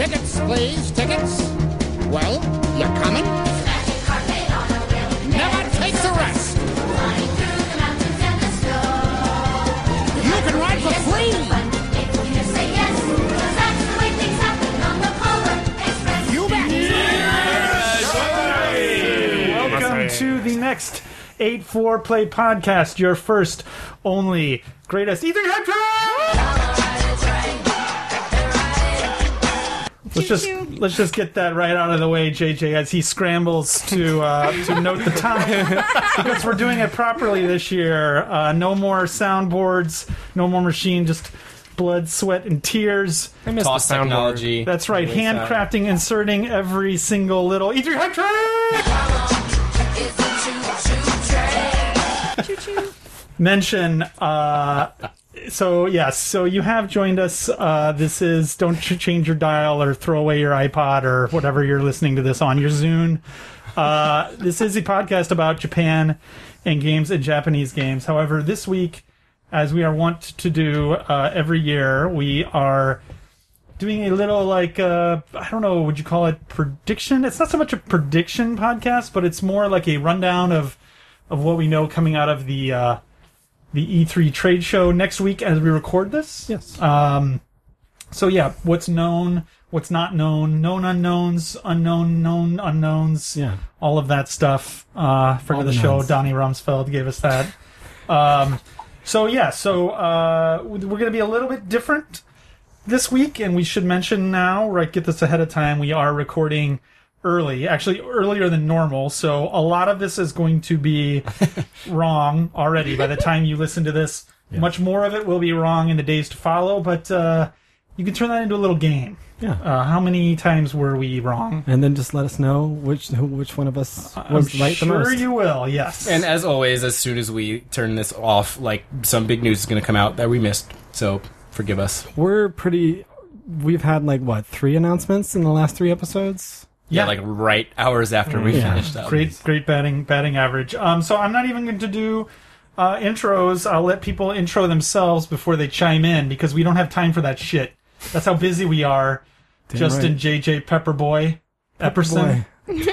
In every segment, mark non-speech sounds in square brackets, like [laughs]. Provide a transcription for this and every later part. please, tickets? Well, you coming? Never take the rest. You can ride for free. You bet. Welcome to the next 8 4 Play Podcast, your first, only, greatest Ethernet train! Let's just let's just get that right out of the way, JJ, as he scrambles to uh, [laughs] to note the time because we're doing it properly this year. Uh, no more soundboards, no more machine, just blood, sweat, and tears. I miss Toss the soundboard. technology. That's right, Really sad. handcrafting, inserting every single little E Ethernet train. mention. Uh, so yes, so you have joined us. Uh, this is don't ch- change your dial or throw away your iPod or whatever you're listening to this on your Zune. Uh, this is a podcast about Japan and games and Japanese games. However, this week, as we are wont to do uh, every year, we are doing a little like uh, I don't know, would you call it prediction? It's not so much a prediction podcast, but it's more like a rundown of of what we know coming out of the uh, the E3 trade show next week as we record this. Yes. Um, so yeah, what's known, what's not known, known unknowns, unknown known unknowns, Yeah. all of that stuff. Uh, friend of All the the show, knowns. Donnie Rumsfeld gave us that. um, so yeah, so uh, we're going to be a little bit different this week, and we should mention now, right? Get this ahead of time. We are recording early, actually earlier than normal. So a lot of this is going to [laughs] be wrong already by the time you listen to this. Much more of it will be wrong in the days to follow, but uh, you can turn that into a little game. Yeah. Uh, how many times were we wrong? and then just let us know which who, which one of us was I'm right sure the most. you will. Yes. And as always, as soon as we turn this off, like some big news is going to come out that we missed. So forgive us. We're pretty. We've had like what three announcements in the last three episodes. Yeah, Yeah. like right hours after we Yeah. finished up. great great batting batting average um so i'm not even going to do uh intros i'll let people intro themselves before they chime in because we don't have time for that shit that's how busy we are justin right. jj pepperboy epperson Boy,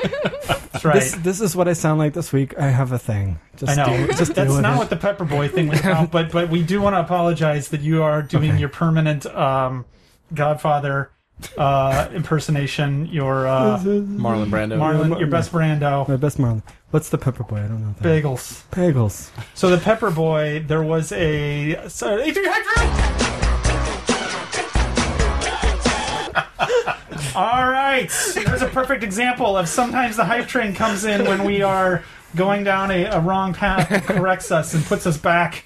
that's right this this is what I sound like this week. I have a thing. Just I know. deal- just deal That's with not it. what the Pepperboy thing was about, but but we do want to apologize that you are doing your permanent um, Godfather uh, impersonation, your uh, Marlon Brando. Marlon, your best Brando My best Marlon. What's the pepper boy? I don't know. That. bagels. Bagels. So the Pepper Boy, there was a so, Adrian Hector! [laughs] All right, there's a perfect example of sometimes the hype train comes in when we are going down a, a wrong path, and corrects us, and puts us back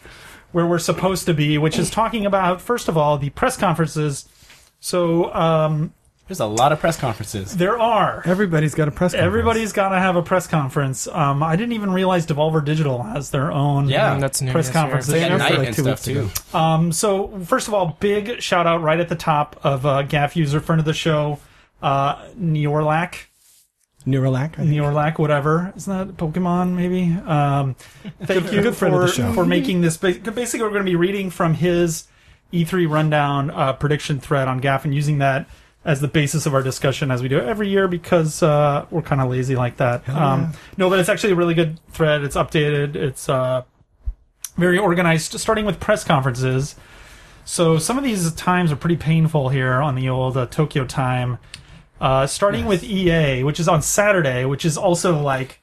where we're supposed to be, which is talking about first of all the press conferences. So um, There's a lot of press conferences. there are Everybody's got a press. Conference. Everybody's got to have a press conference. Um, I didn't even realize Devolver Digital has their own Yeah. uh, That's new press this year. conference. They this At year. announced- for, night like, and two stuff, weeks ago. too. Um, so first of all, big shout out right at the top of uh, Gaff user friend of the show, uh, Neorlac, Neuralak. I think. Neorlac, whatever. Isn't that Pokemon? Maybe. Um, thank you good for friend of the show. for making this. ba- Basically, we're going to be reading from his E3 rundown uh, prediction thread on Gaff and using that as the basis of our discussion as we do every year because uh, we're kind of lazy like that. Um, no, but it's actually a really good thread. It's updated. It's uh, very organized, starting with press conferences. So some of these times are pretty painful here on the old uh, Tokyo time. Uh, starting with EA, which is on Saturday, which is also like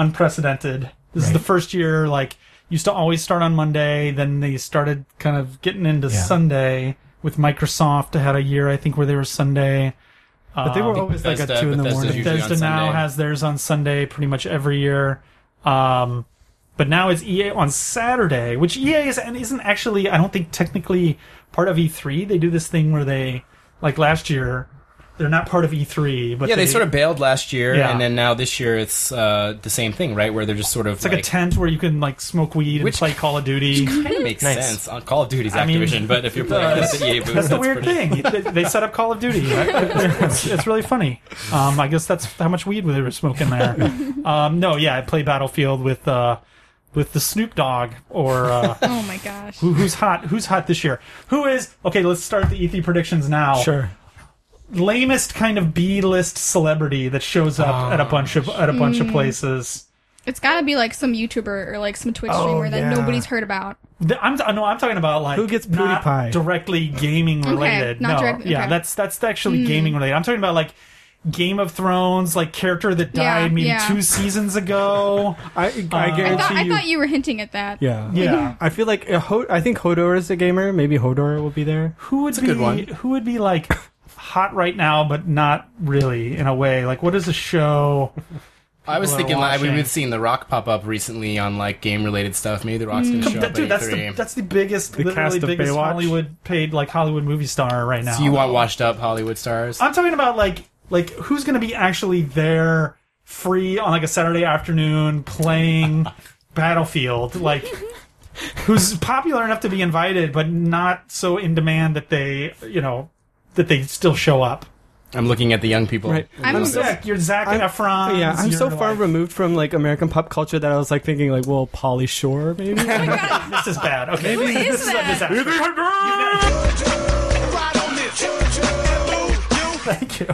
unprecedented. This is the first year like used to always start on Monday, then they started kind of getting into Sunday with Microsoft had a year I think where they were Sunday. But they were always like Bethesda- at two in the Bethesda's morning. usually Bethesda on now Sunday. has theirs on Sunday pretty much every year. Um, but now it's EA on Saturday, which EA is and isn't actually I don't think technically part of E3. They do this thing where they like last year they're not part of E3, but Yeah, they sort of bailed last year, Yeah. and then now this year it's uh, the same thing, right? Where they're just sort of it's like, a tent where you can like smoke weed and Which- play Call of Duty. It makes Nice. sense on Call of Duty's I mean, Activision, but if [laughs] you're playing at the EA booth, That's that's the weird pretty- thing. They- They set up Call of Duty. It's, [laughs] it's really funny. Um, I guess that's how much weed they were smoking there. Um, no, yeah, I play Battlefield with uh, with the Snoop Dogg or uh, Oh my gosh. who, who's hot? Who's hot this year? Who is okay? Let's start the E3 predictions E now. Sure. lamest kind of B list celebrity that shows up at a bunch of at a bunch of places. It's got to be like some YouTuber or like some Twitch Oh, streamer yeah. that nobody's heard about. The- I'm no, I'm talking about like Who gets not PewDiePie? directly gaming related. not no, direct- yeah, okay. Mm. that's that's actually gaming related. I'm talking about like Game of Thrones, like character that Yeah, died maybe yeah. two seasons [laughs] ago. I, I Uh, I guarantee thought, I you. thought you were hinting at that. yeah. yeah, I feel like uh, Ho- I think Hodor is a gamer. Maybe Hodor will be there. who would a be good one. who would be like hot right now, but not really in a way. Like, what is a show? I was People are thinking like, we- watching. we've seen The Rock pop up recently on like game related stuff. Maybe The Rock's gonna show up Mm. dude, at E that's the E3. that's the biggest, The literally cast of biggest Baywatch? Hollywood paid like Hollywood movie star right now. so you want washed up Hollywood stars? I'm talking about like like who's gonna be actually there free on like a Saturday afternoon playing Battlefield like who's popular enough to be invited but not so in demand that they you know that they still show up. I'm looking at the young people. Right. I'm, You're Zach, you're Zach I'm- Efron. yeah, I'm so far like, removed from like American pop culture that I was like thinking like, well, Polly Shore maybe. Oh This is bad. Okay, Who this is that? a disaster. Thank you.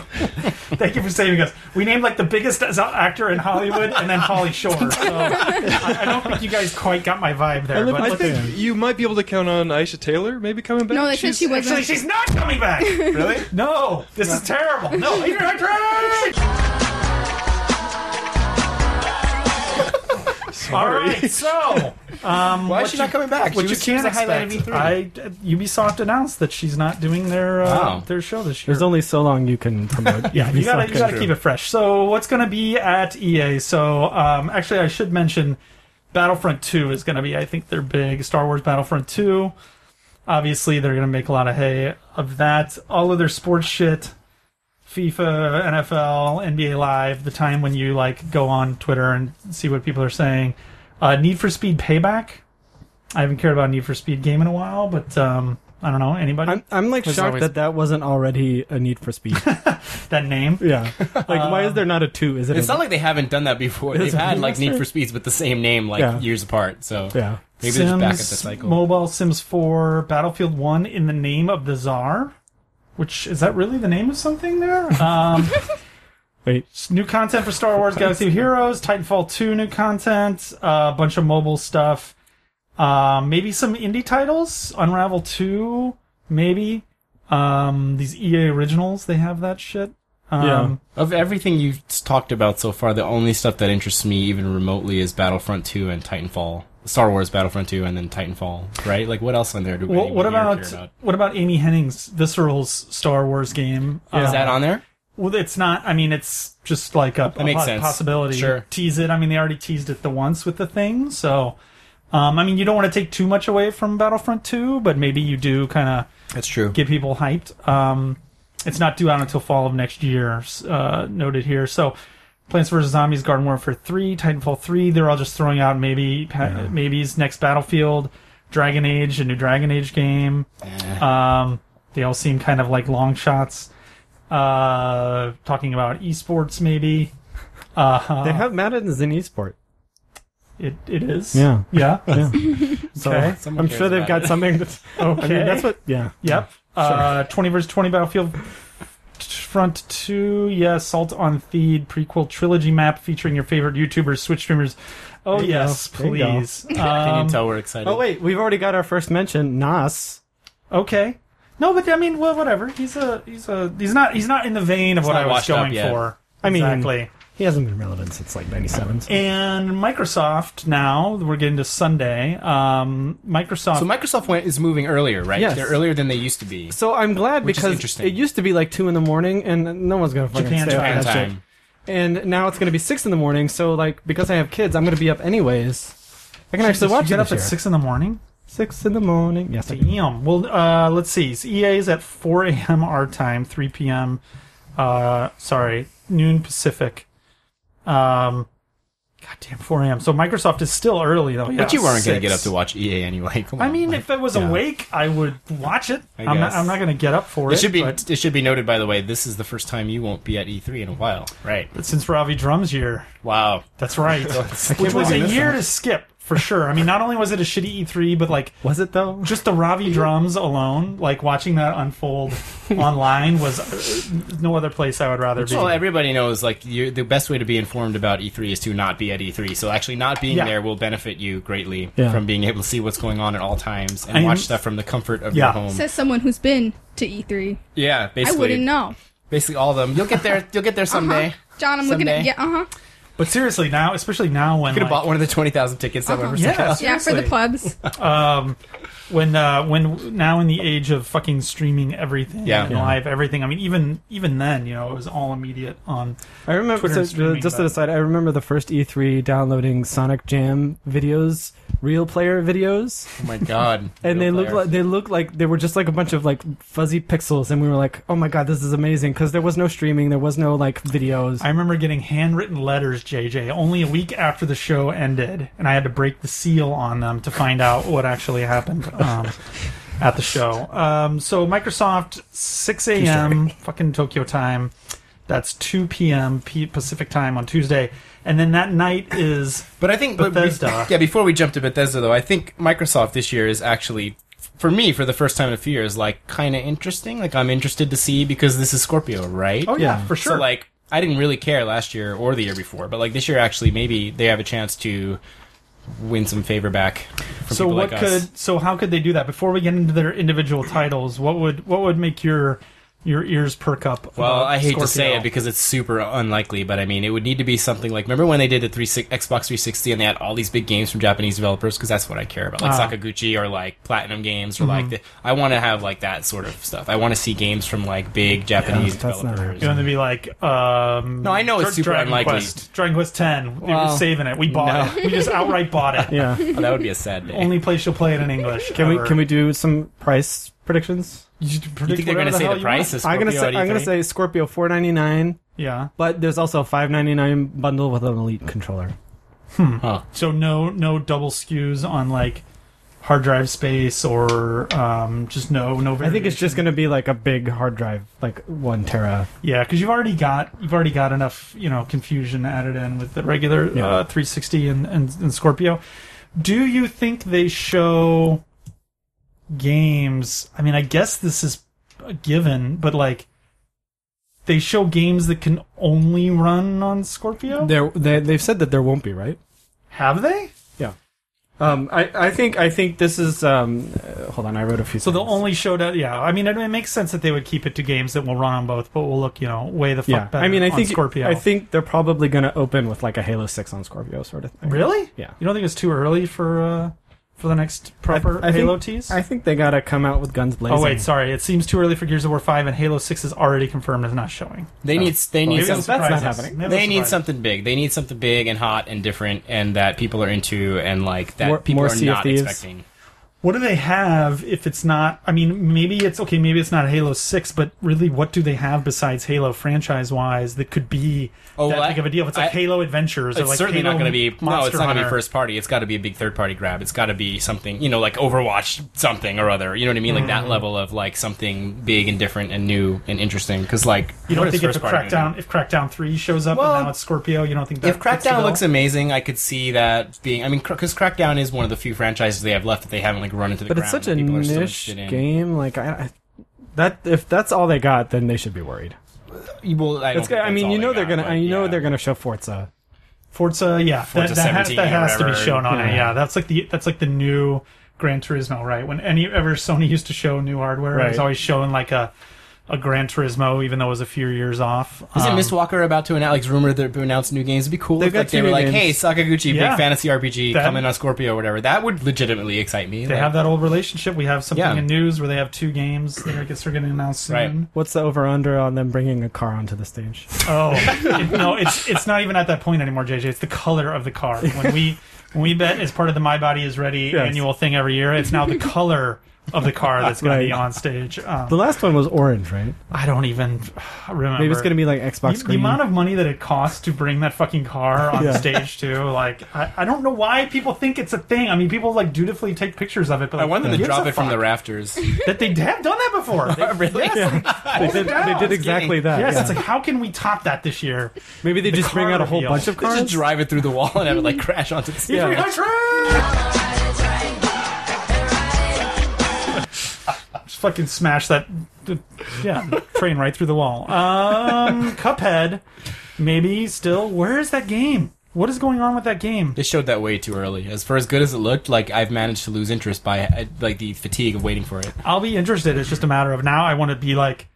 Thank you for saving us. We named like the biggest as- actor in Hollywood and then Holly Shore. [laughs] So I, I don't think you guys quite got my vibe there. live but in I let's- think Okay. you might be able to count on Aisha Taylor maybe coming back. No, they said she wasn't. Actually, she's not coming back. really. No, this is terrible. [laughs] No, Adrian Hudson. All right, so um, Why what is she not coming back? What She you was- she was can the highlight of expect? E3. I Ubisoft announced that she's not doing their uh, Wow. their show this year. There's only so long you can promote. yeah, you gotta, Ubisoft. you gotta True. keep it fresh. So, what's gonna be at EA? So, um, actually, I should mention Battlefront 2 is gonna be, I think, their big Star Wars Battlefront 2. Obviously, they're gonna make a lot of hay of that. All of their sports shit FIFA, NFL, NBA Live, the time when you like go on Twitter and see what people are saying. Uh, Need for Speed Payback. I haven't cared about a Need for Speed game in a while, but um, I don't know anybody I'm I'm like There's shocked always- that that wasn't already a Need for Speed. that name. yeah, like why is there not a two? Is it? It's a, not like they haven't done that before. They've It's a had like remaster. Need for Speeds with the same name like Yeah. years apart. So yeah. maybe Sims, they're just back at the cycle. Mobile Sims 4, Battlefield 1, In the Name of the Czar, which is that really the name of something [laughs] there? Um, Wait, s- new content for Star Wars Galaxy of Heroes, Titanfall 2, new content, uh, a bunch of mobile stuff, um, maybe some indie titles, Unravel 2, maybe. Um, these EA originals, they have that shit. Um, Yeah. Of everything you've talked about so far, the only stuff that interests me even remotely is Battlefront 2 and Titanfall. Star Wars Battlefront 2 and then Titanfall, right? Like what else on there do we Well, what about, care about? what about Amy Henning's Visceral's Star Wars game? Is Um, that on there? Well, it's not. I mean, it's just like a, a makes pos- sense. possibility. Sure. Tease it. I mean, they already teased it the once with the thing. So, um, I mean, you don't want to take too much away from Battlefront 2, but maybe you do kind of That's true. get people hyped. Um, it's not due out until fall of next year, s- uh, noted here. So, Plants vs Zombies, Garden Warfare Three, Titanfall Three. They're all just throwing out maybe pa- maybe's next Battlefield, Dragon Age, a new Dragon Age game. Um, they all seem kind of like long shots. Uh, talking about esports, maybe. Uh, they have Madden as an esport. it, it is. Yeah. Yeah. [laughs] Yeah. [laughs] So Okay. Someone I'm cares sure they've about got it. [laughs] something. That's, Okay. I mean, that's what. Yeah. Yep. Uh, 20 versus 20 Battlefield Front 2. Yeah, Salt on Theed prequel trilogy map featuring your favorite YouTubers, Switch streamers. Oh, There you yes, go. There you go. please. [laughs] Can Um, you tell we're excited? Oh wait, we've already got our first mention. Nas. okay. No, but I mean, well, whatever. He's a, he's a, he's not, he's not in the vein of what not I was washed up going yet. for. I mean- exactly. He hasn't been relevant since like '97. so- And Microsoft now, we're getting to Sunday. Um, Microsoft. So Microsoft went, is moving earlier, right? Yes. They're earlier than they used to be. So I'm glad Which is because interesting. it used to be like two in the morning, and no one's gonna fucking Japan stay up time. Japan that shit. time. And now it's gonna be six in the morning. So like because I have kids, I'm gonna be up anyways. I can actually You watch get it up this at year. six in the morning. Six in the morning. Yes. I do. Damn. Well, uh, let's see. So EA is at 4 a.m. our time, 3 p.m. Uh, sorry, noon Pacific. Um, goddamn, 4 a.m. So Microsoft is still early though. But Yeah, you weren't going six. to get up to watch EA anyway. [laughs] Come on. I mean, if I was awake, I would watch it. I I'm not, guess. I'm not going to get up for it. it should be But, it should be noted by the way. This is the first time you won't be at E3 in a while, right? but since Ravi Drum's year, Wow. [laughs] that's right. Which was a year to skip for sure. I mean, not only was it a shitty E3, but like Was it though? just the Ravi drums alone, like watching that [laughs] unfold online was uh, no other place I would rather be. Well, everybody knows like you, the best way to be informed about E3 is to not be at E3. So actually, not being Yeah. there will benefit you greatly Yeah. from being able to see what's going on at all times and I'm- watch stuff from the comfort of Yeah. your home. Says someone who's been to E3. Yeah, I basically, wouldn't know. Basically, all of them. You'll [laughs] get there. You'll get there someday. Uh-huh. John, I'm looking at Someday. yeah, uh huh, but seriously, now, especially now when You could have like, Uh-huh. bought one of the twenty thousand tickets that went for Yeah, sale. yeah, for the seriously. plebs. um, when uh, when now in the age of fucking streaming everything, Yeah. and Yeah. live everything. I mean, even even then, you know, it was all immediate on. I remember Twitter so and streaming, just to but- decide. I remember the first E3 downloading Sonic Jam videos, real player videos, [laughs] Oh my god! and they Real looked player. like they looked like they were just like a bunch of like fuzzy pixels, and we were like, oh my god, this is amazing because there was no streaming, there was no like videos. I remember getting handwritten letters, JJ, only a week after the show ended, and I had to break the seal on them to find out what actually happened um, at the show. Um, so Microsoft, 6 a.m. fucking Tokyo time. That's 2 p.m. P- Pacific time on Tuesday, and then that night is But I think but be- Bethesda. yeah, before we jump to Bethesda, though, I think Microsoft this year is actually, for me, for the first time in a few years, like kind of interesting. Like I'm interested to see because this is Scorpio, right? oh yeah, Yeah. for sure. So like I didn't really care last year or the year before, but like this year actually maybe they have a chance to win some favor back. From so people what like could Us. so how could they do that? Before we get into their individual titles, what would what would make your your ears perk up? Well, Uh, about I hate Scorpio? to say it because it's super unlikely, but I mean, it would need to be something like remember when they did the three six Xbox 360 and they had all these big games from Japanese developers because that's what I care about, like Ah. Sakaguchi or like Platinum Games or Mm-hmm. like the, I want to have like that sort of stuff. I want to see games from like big Japanese that's not developers. You want to be like, um, No, I know it's Dra- super Dragon unlikely. Quest, Dragon Quest Ten. They Well, were saving it. We bought it. We just outright bought it. [laughs] [laughs] yeah, Oh, that would be a sad day. Only place you'll play it in English. can we can we do some price predictions? You you think they're going to say the price? Is I'm gonna say Scorpio at I'm gonna E E3? say Scorpio 4.99, Yeah. but there's also a 5.99 bundle with an Elite controller. Huh. So no no double skews on like hard drive space or um, just no no. I think it's just gonna be like a big hard drive, like one tera. Yeah, because you've already got you've already got enough you know confusion added in with the regular Yeah. uh, 360 and, and and Scorpio. Do you think they show games? I mean, I guess this is a given, but like they show games that can only run on Scorpio. There, they, they've said that there won't be, right? Have they? Um, I, I think I think this is. Um, uh, hold on, I wrote a few. So they'll things. only show that. Yeah, I mean, it, it makes sense that they would keep it to games that will run on both, but will look you know way the fuck Yeah, better. I mean, I on think Scorpio. I think they're probably going to open with like a Halo Six on Scorpio sort of thing. really. Yeah. You don't think it's too early for uh, for the next proper I think- Halo tease? I think they got to come out with guns blazing. Oh wait, sorry. It seems too early for Gears of War Five, and Halo Six is already confirmed as not showing. They need they need Maybe some it'll surprise that's not us. happening. Maybe it'll they need surprise something big. They need something big and hot and different, and that people are into, and like that More- people more are Sea of not Thieves. expecting. us. What do they have if it's not? I mean, maybe it's okay. Maybe it's not Halo Six, but really, what do they have besides Halo franchise-wise that could be Oh, that well, big of a deal? If it's like I- Halo Adventures, or It's like certainly not Halo going to be no. It's Monster not going to be Hunter. first party. It's got to be a big third party grab. It's got to be something you know, like Overwatch, something or other. You know what I mean? Like Mm-hmm. that level of like something big and different and new and interesting. Because like You what don't is think if first a party gonna Crackdown if Crackdown Three shows up Well, and now it's Scorpio, you don't think that If fits the Crackdown bill? looks amazing, I could see that being. I mean, because Crackdown is one of the few franchises they have left that they haven't like run into the but it's ground. such that a people are still niche interested in. game. Like I, I, that if that's all they got, then they should be worried. Well, I, don't It's think gonna, I that's mean, all you they know they're got, gonna, but you know yeah. they're gonna show Forza. Forza, yeah, Forza that, that, has, 17 that or has to be whatever. shown on it. Yeah. Yeah, that's like the that's like the new Gran Turismo, right? When any ever Sony used to show new hardware, it was Right. always showing like a a Gran Turismo, even though it was a few years off. Isn't Um, Miss Walker about to announce, like, rumored they're to announce new games? It'd be cool They've if like, got they two were new like, games. hey, Sakaguchi, Yeah. big fantasy RPG, That- coming on Scorpio or whatever. That would legitimately excite me. They Like, have that old relationship. We have something Yeah. in news where they have two games that I guess are going to announce Right. soon. What's the over under on them bringing a car onto the stage? Oh it- no, it's it's not even at that point anymore, JJ. It's the color of the car. When we when we bet as part of the My Body Is Ready Yes. annual thing every year, it's now the color of the car that's going to be Right. on stage. Um, The last one was orange, right? I don't even remember. Maybe it's going to be like Xbox the, the green. amount of money that it costs to bring that fucking car on Yeah. stage too. Like, I, I don't know why people think it's a thing. I mean, people like dutifully take pictures of it, but I like, want them who to gives drop a it from the fuck? rafters. that they have done that before. They- really? they, did, down. they I was did kidding. exactly that. yes, yeah. it's like how can we top that this year? Maybe they the just bring car out a whole reveal. bunch of They cars. just drive it through the wall and have it like crash onto the stage. Yeah. Just fucking smash that, th- yeah, train right through the wall. Um, [laughs] Cuphead, maybe still. Where is that game? What is going on with that game? They showed that way too early. As for as good as it looked, like I've managed to lose interest by uh, like the fatigue of waiting for it. I'll be interested. It's just a matter of now. I want to be like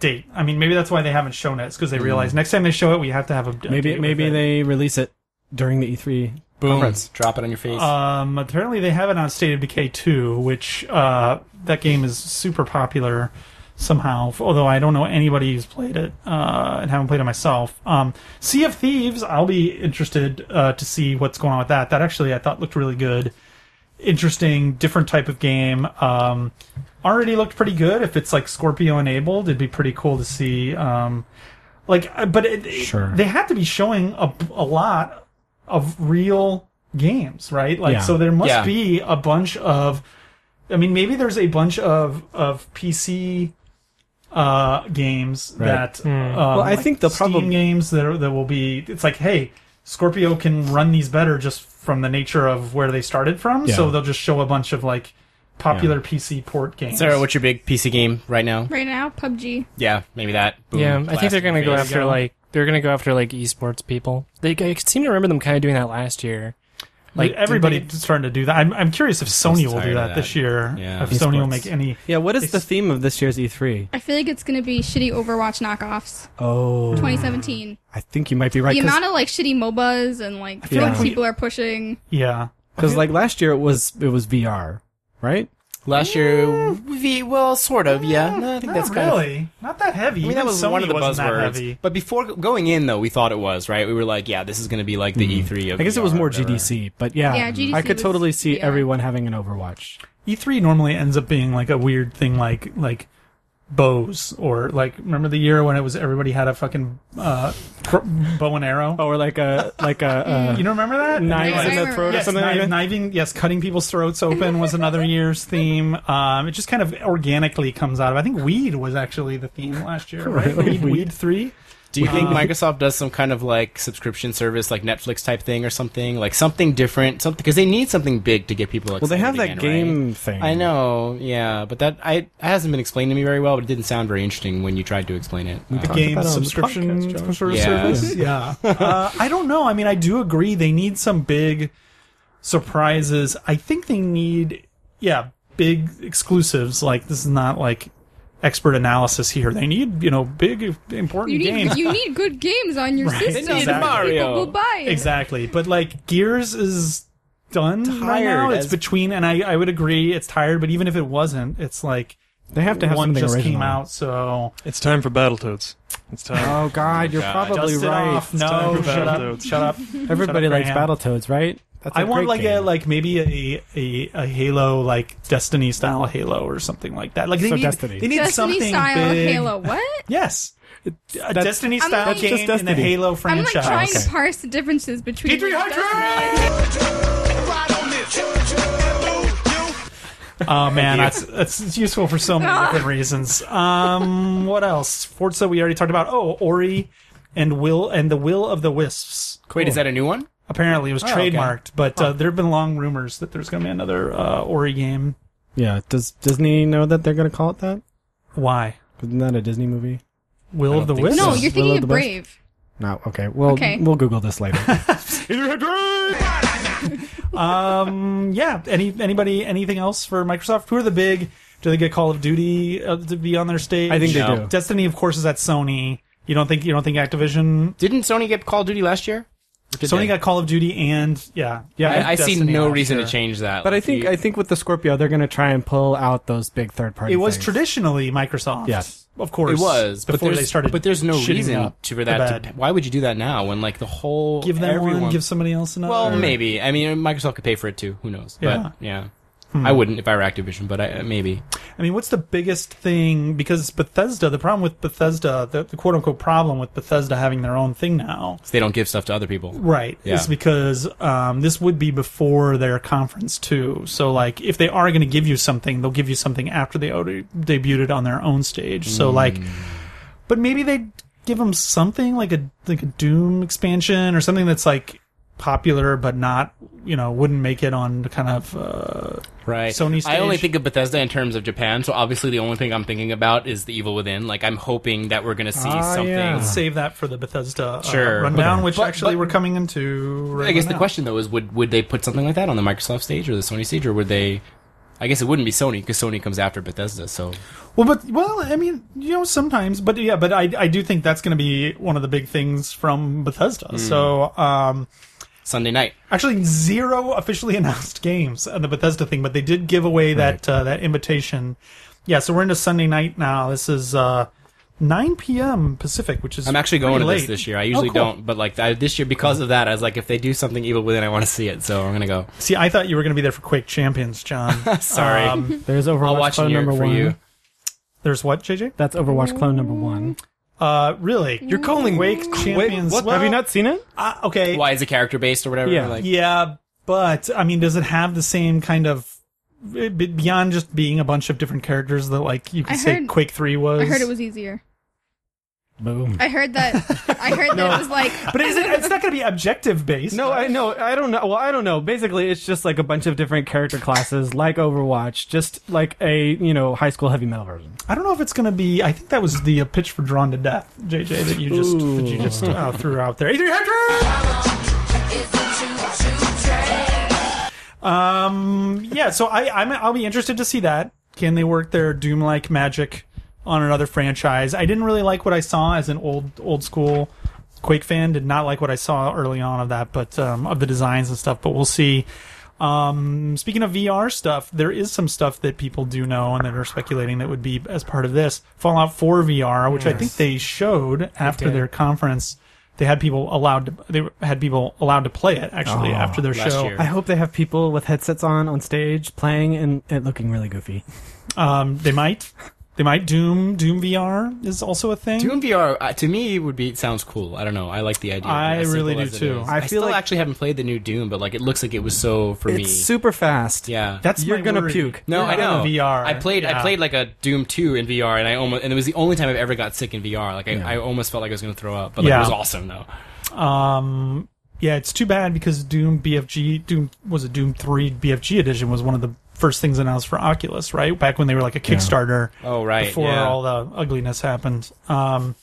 date. I mean, maybe that's why they haven't shown it. It's because they realize next time they show it, we have to have a a date Mm. Maybe with maybe it. they release it during the E E3. Boom! Conference. Drop it on your face. Um, apparently they have it on State of Decay 2, which uh, that game is super popular somehow. f- Although I don't know anybody who's played it uh, and haven't played it myself. Um, sea of Thieves, I'll be interested uh, to see what's going on with that. That actually I thought looked really good, interesting, different type of game. Um, already looked pretty good. If it's like Scorpio enabled, it'd be pretty cool to see. Um, like, uh, but it, it- Sure. they had to be showing a, a lot of real games, right? Like, Yeah. so there must Yeah. be a bunch of. I mean, maybe there's a bunch of of PC uh, games Right. that. Hmm. Um, Well, I like think they'll Steam probab- games that are, that will be. It's like, hey, Scorpio can run these better just from the nature of where they started from. Yeah. So they'll just show a bunch of like popular PC port games. Sarah, what's your big PC game right now? Right now, PUBG. Yeah, maybe that. Boom. yeah, I Blast think they're in your gonna go face. after go. like they're gonna go after like esports people. They I seem to remember them kind of doing that last year. like did everybody's they- starting to do that. I'm, I'm curious if so Sony will tired do of that, that. this year. Yeah. If Sony will Esports. make any. Yeah, what is It's- the theme of this year's E E3? I feel like it's gonna be shitty Overwatch knockoffs. Oh, 2017. I think you might be right the amount because of like shitty MOBAs and like feel things like we- people are pushing. Yeah. like last year it was it was VR, right? Last year, v, well, sort of, yeah. No, I think that's Not kind of. really not that heavy. I mean, Even that was Sony one of the wasn't that buzzwords. heavy. But before going in, though, we thought it was right. We were like, "Yeah, this is going to be like the E3 of." Hmm. I guess it was VR or more whatever. GDC, but yeah, Yeah, GDC I could was totally see VR. everyone having an Overwatch. E3 E normally ends up being like a weird thing, like like bows or like remember the year when it was everybody had a fucking uh, cr- bow and arrow. Oh, or like a like a [laughs] You don't remember that? Yeah, knives I in the remember throat or Mm. Yes, something like knife- that. kniving, yes, cutting people's throats open was another year's theme. Um, it just kind of organically comes out of. I think weed was actually the theme last year, [laughs] right? Really? Weed, Weed? weed three. Do you [laughs] think Microsoft does some kind of like subscription service, like Netflix type thing, or something like something different? Something because they need something big to get people. Well, they have that excited again, game right? thing. I know, yeah, but that I it hasn't been explained to me very well. But it didn't sound very interesting when you tried to explain it. the Um, game about it on the subscription podcast, John. sort of Yeah. service. Yeah, uh, I don't know. I mean, I do agree they need some big surprises. I think they need yeah big exclusives. Like this is not like expert analysis here. They need you know big important You need games. you need good games on your Right. system. They need so Mario. People will buy it. exactly, but like Gears is done right Tired now. It's as- between, and I I would agree it's tired. But even if it wasn't, it's like They have to have one something just original. came out, so It's time for Battletoads. It's time. Oh God, you're God. probably dust it right. off. time No, for shut up, Battletoads. shut up. Everybody Shut up, likes Graham. Battletoads, right? That's a I want great like a game. like maybe a, a a Halo like Destiny style Halo or something like that. Like they So need, Destiny. They need Destiny something style big. Halo. What? Yes, a that's- Destiny I'm style like- game That's just in the Destiny. Halo I'm franchise. like trying to parse the differences between. like, D300! Oh man, that's that's it's useful for so [laughs] many different reasons. Um, what else? Forza we already talked about. Oh, Ori and Will and the Will of the Wisps. Wait, is that a new one? Apparently, it Oh, was okay. trademarked, but uh, there have been long rumors that there's going to be another uh, Ori game. yeah. Does Disney know that they're gonna call it that? Why? Isn't that a Disney movie? Will don't of the think Wisps? No, Yes. you're Will thinking of the of Wisp. Brave. No. Okay. Well, Okay. we'll Google this [laughs] later. [laughs] um, yeah. Any anybody anything else for Microsoft? Who are the big? Do they get Call of Duty uh, to be on their stage? I think they No. do. Destiny, of course, is at Sony. You don't think you don't think Activision? Didn't Sony get Call of Duty last year? Or did Sony they? got Call of Duty and yeah, yeah. and I, I see Destiny no last reason year. to change that. But I Like, think you- I think with the Scorpio, they're gonna try and pull out those big third party. It was things. traditionally Microsoft. Yes. of course It was, but before there's, they started. But there's no shitting reason up to, for the that. To, bed. why would you do that now when like the whole give them everyone, one, give somebody else another. well, maybe. I mean, Microsoft could pay for it too. Who knows? Yeah. Hmm. But yeah, I wouldn't if I were Activision, but I, maybe. I mean, what's the biggest thing? Because Bethesda, the problem with Bethesda, the, the quote unquote problem with Bethesda having their own thing now, They don't give stuff to other people. right? Yeah. Is because um, this would be before their conference too. So like, if they are going to give you something, they'll give you something after they already debuted it on their own stage. So like, but maybe they give them something like a like a Doom expansion or something that's like popular but not you know wouldn't make it on kind of uh, Right. Sony stage. I only think of Bethesda in terms of Japan, so obviously the only thing I'm thinking about is the Evil Within. Like I'm hoping that we're gonna see Ah, something. yeah. Let's save that for the Bethesda uh, Sure. rundown, which But- actually but- we're coming into. Right I guess now. the question though is would would they put something like that on the Microsoft stage or the Sony stage or would they? I guess it wouldn't be Sony because Sony comes after Bethesda. So Well, but well, I mean, you know, sometimes, but yeah, but I I do think that's going to be one of the big things from Bethesda. Hmm. So, um, Sunday night. actually, zero officially [laughs] announced games on the Bethesda thing, but they did give away that uh, that invitation. Yeah, so we're into Sunday night now. This is uh, 9 p.m. Pacific, which is I'm actually going to pretty this late. Oh, this year. I usually cool. don't, but like I, this year because of that, I was like, if they do something Evil Within, I want to see it. So I'm gonna go. See, I thought you were going to be there for Quake Champions, John. [laughs] Um, Sorry. There's Overwatch I'll watch clone and year number for one. you. There's what, JJ? That's Overwatch clone number one. Uh, really? You're calling Quake Champions? Well, Have you not seen it? Uh, okay. Why is it character based or whatever? Yeah. Like, Yeah, but I mean, does it have the same kind of b- beyond just being a bunch of different characters that like you could I say heard- Quake Three was? I heard it was easier. Boom. I heard that. I heard that it was like. but is it, it's not going to be objective based. No, I no, I don't know. Well, I don't know. Basically, it's just like a bunch of different character classes, like Overwatch, just like a you know high school heavy metal version. I don't know if it's going to be. I think that was the uh, pitch for Drawn to Death, JJ, that you just that you just uh, threw out there. Three hundred. Um. Yeah. So I I'm I'll be interested to see that. Can they work their Doom like magic on another franchise? I didn't really like what I saw as an old old school Quake fan. Did not like what I saw early on of that, but um, of the designs and stuff. But we'll see. Um, speaking of VR stuff, there is some stuff that people do know and that are speculating that would be as part of this Fallout 4 VR, which I think they showed after did. their conference. They had people allowed to they had people allowed to play it actually Oh, after their last show. year. I hope they have people with headsets on on stage playing and it looking really goofy. Um, they might they might Doom Doom VR is also a thing. Doom VR uh, to me would be sounds cool. I don't know. I like the idea. of it, I as really simple do as it too. is. I I, feel still like- actually haven't played the new Doom, but like it looks like it was so for me. It's super fast. yeah. That's You're my gonna worry. puke. no, Yeah, I know VR. I played. Yeah. I played like a Doom two in VR, and I almost and it was the only time I've ever got sick in VR. Like I, I almost felt like I was going to throw up, but like, Yeah. it was awesome though. Um, yeah, it's too bad because Doom BFG Doom was a Doom Three BFG edition was one of the first things announced for Oculus, right? Back when they were like a Kickstarter Oh right, before yeah. all the ugliness happened. Um,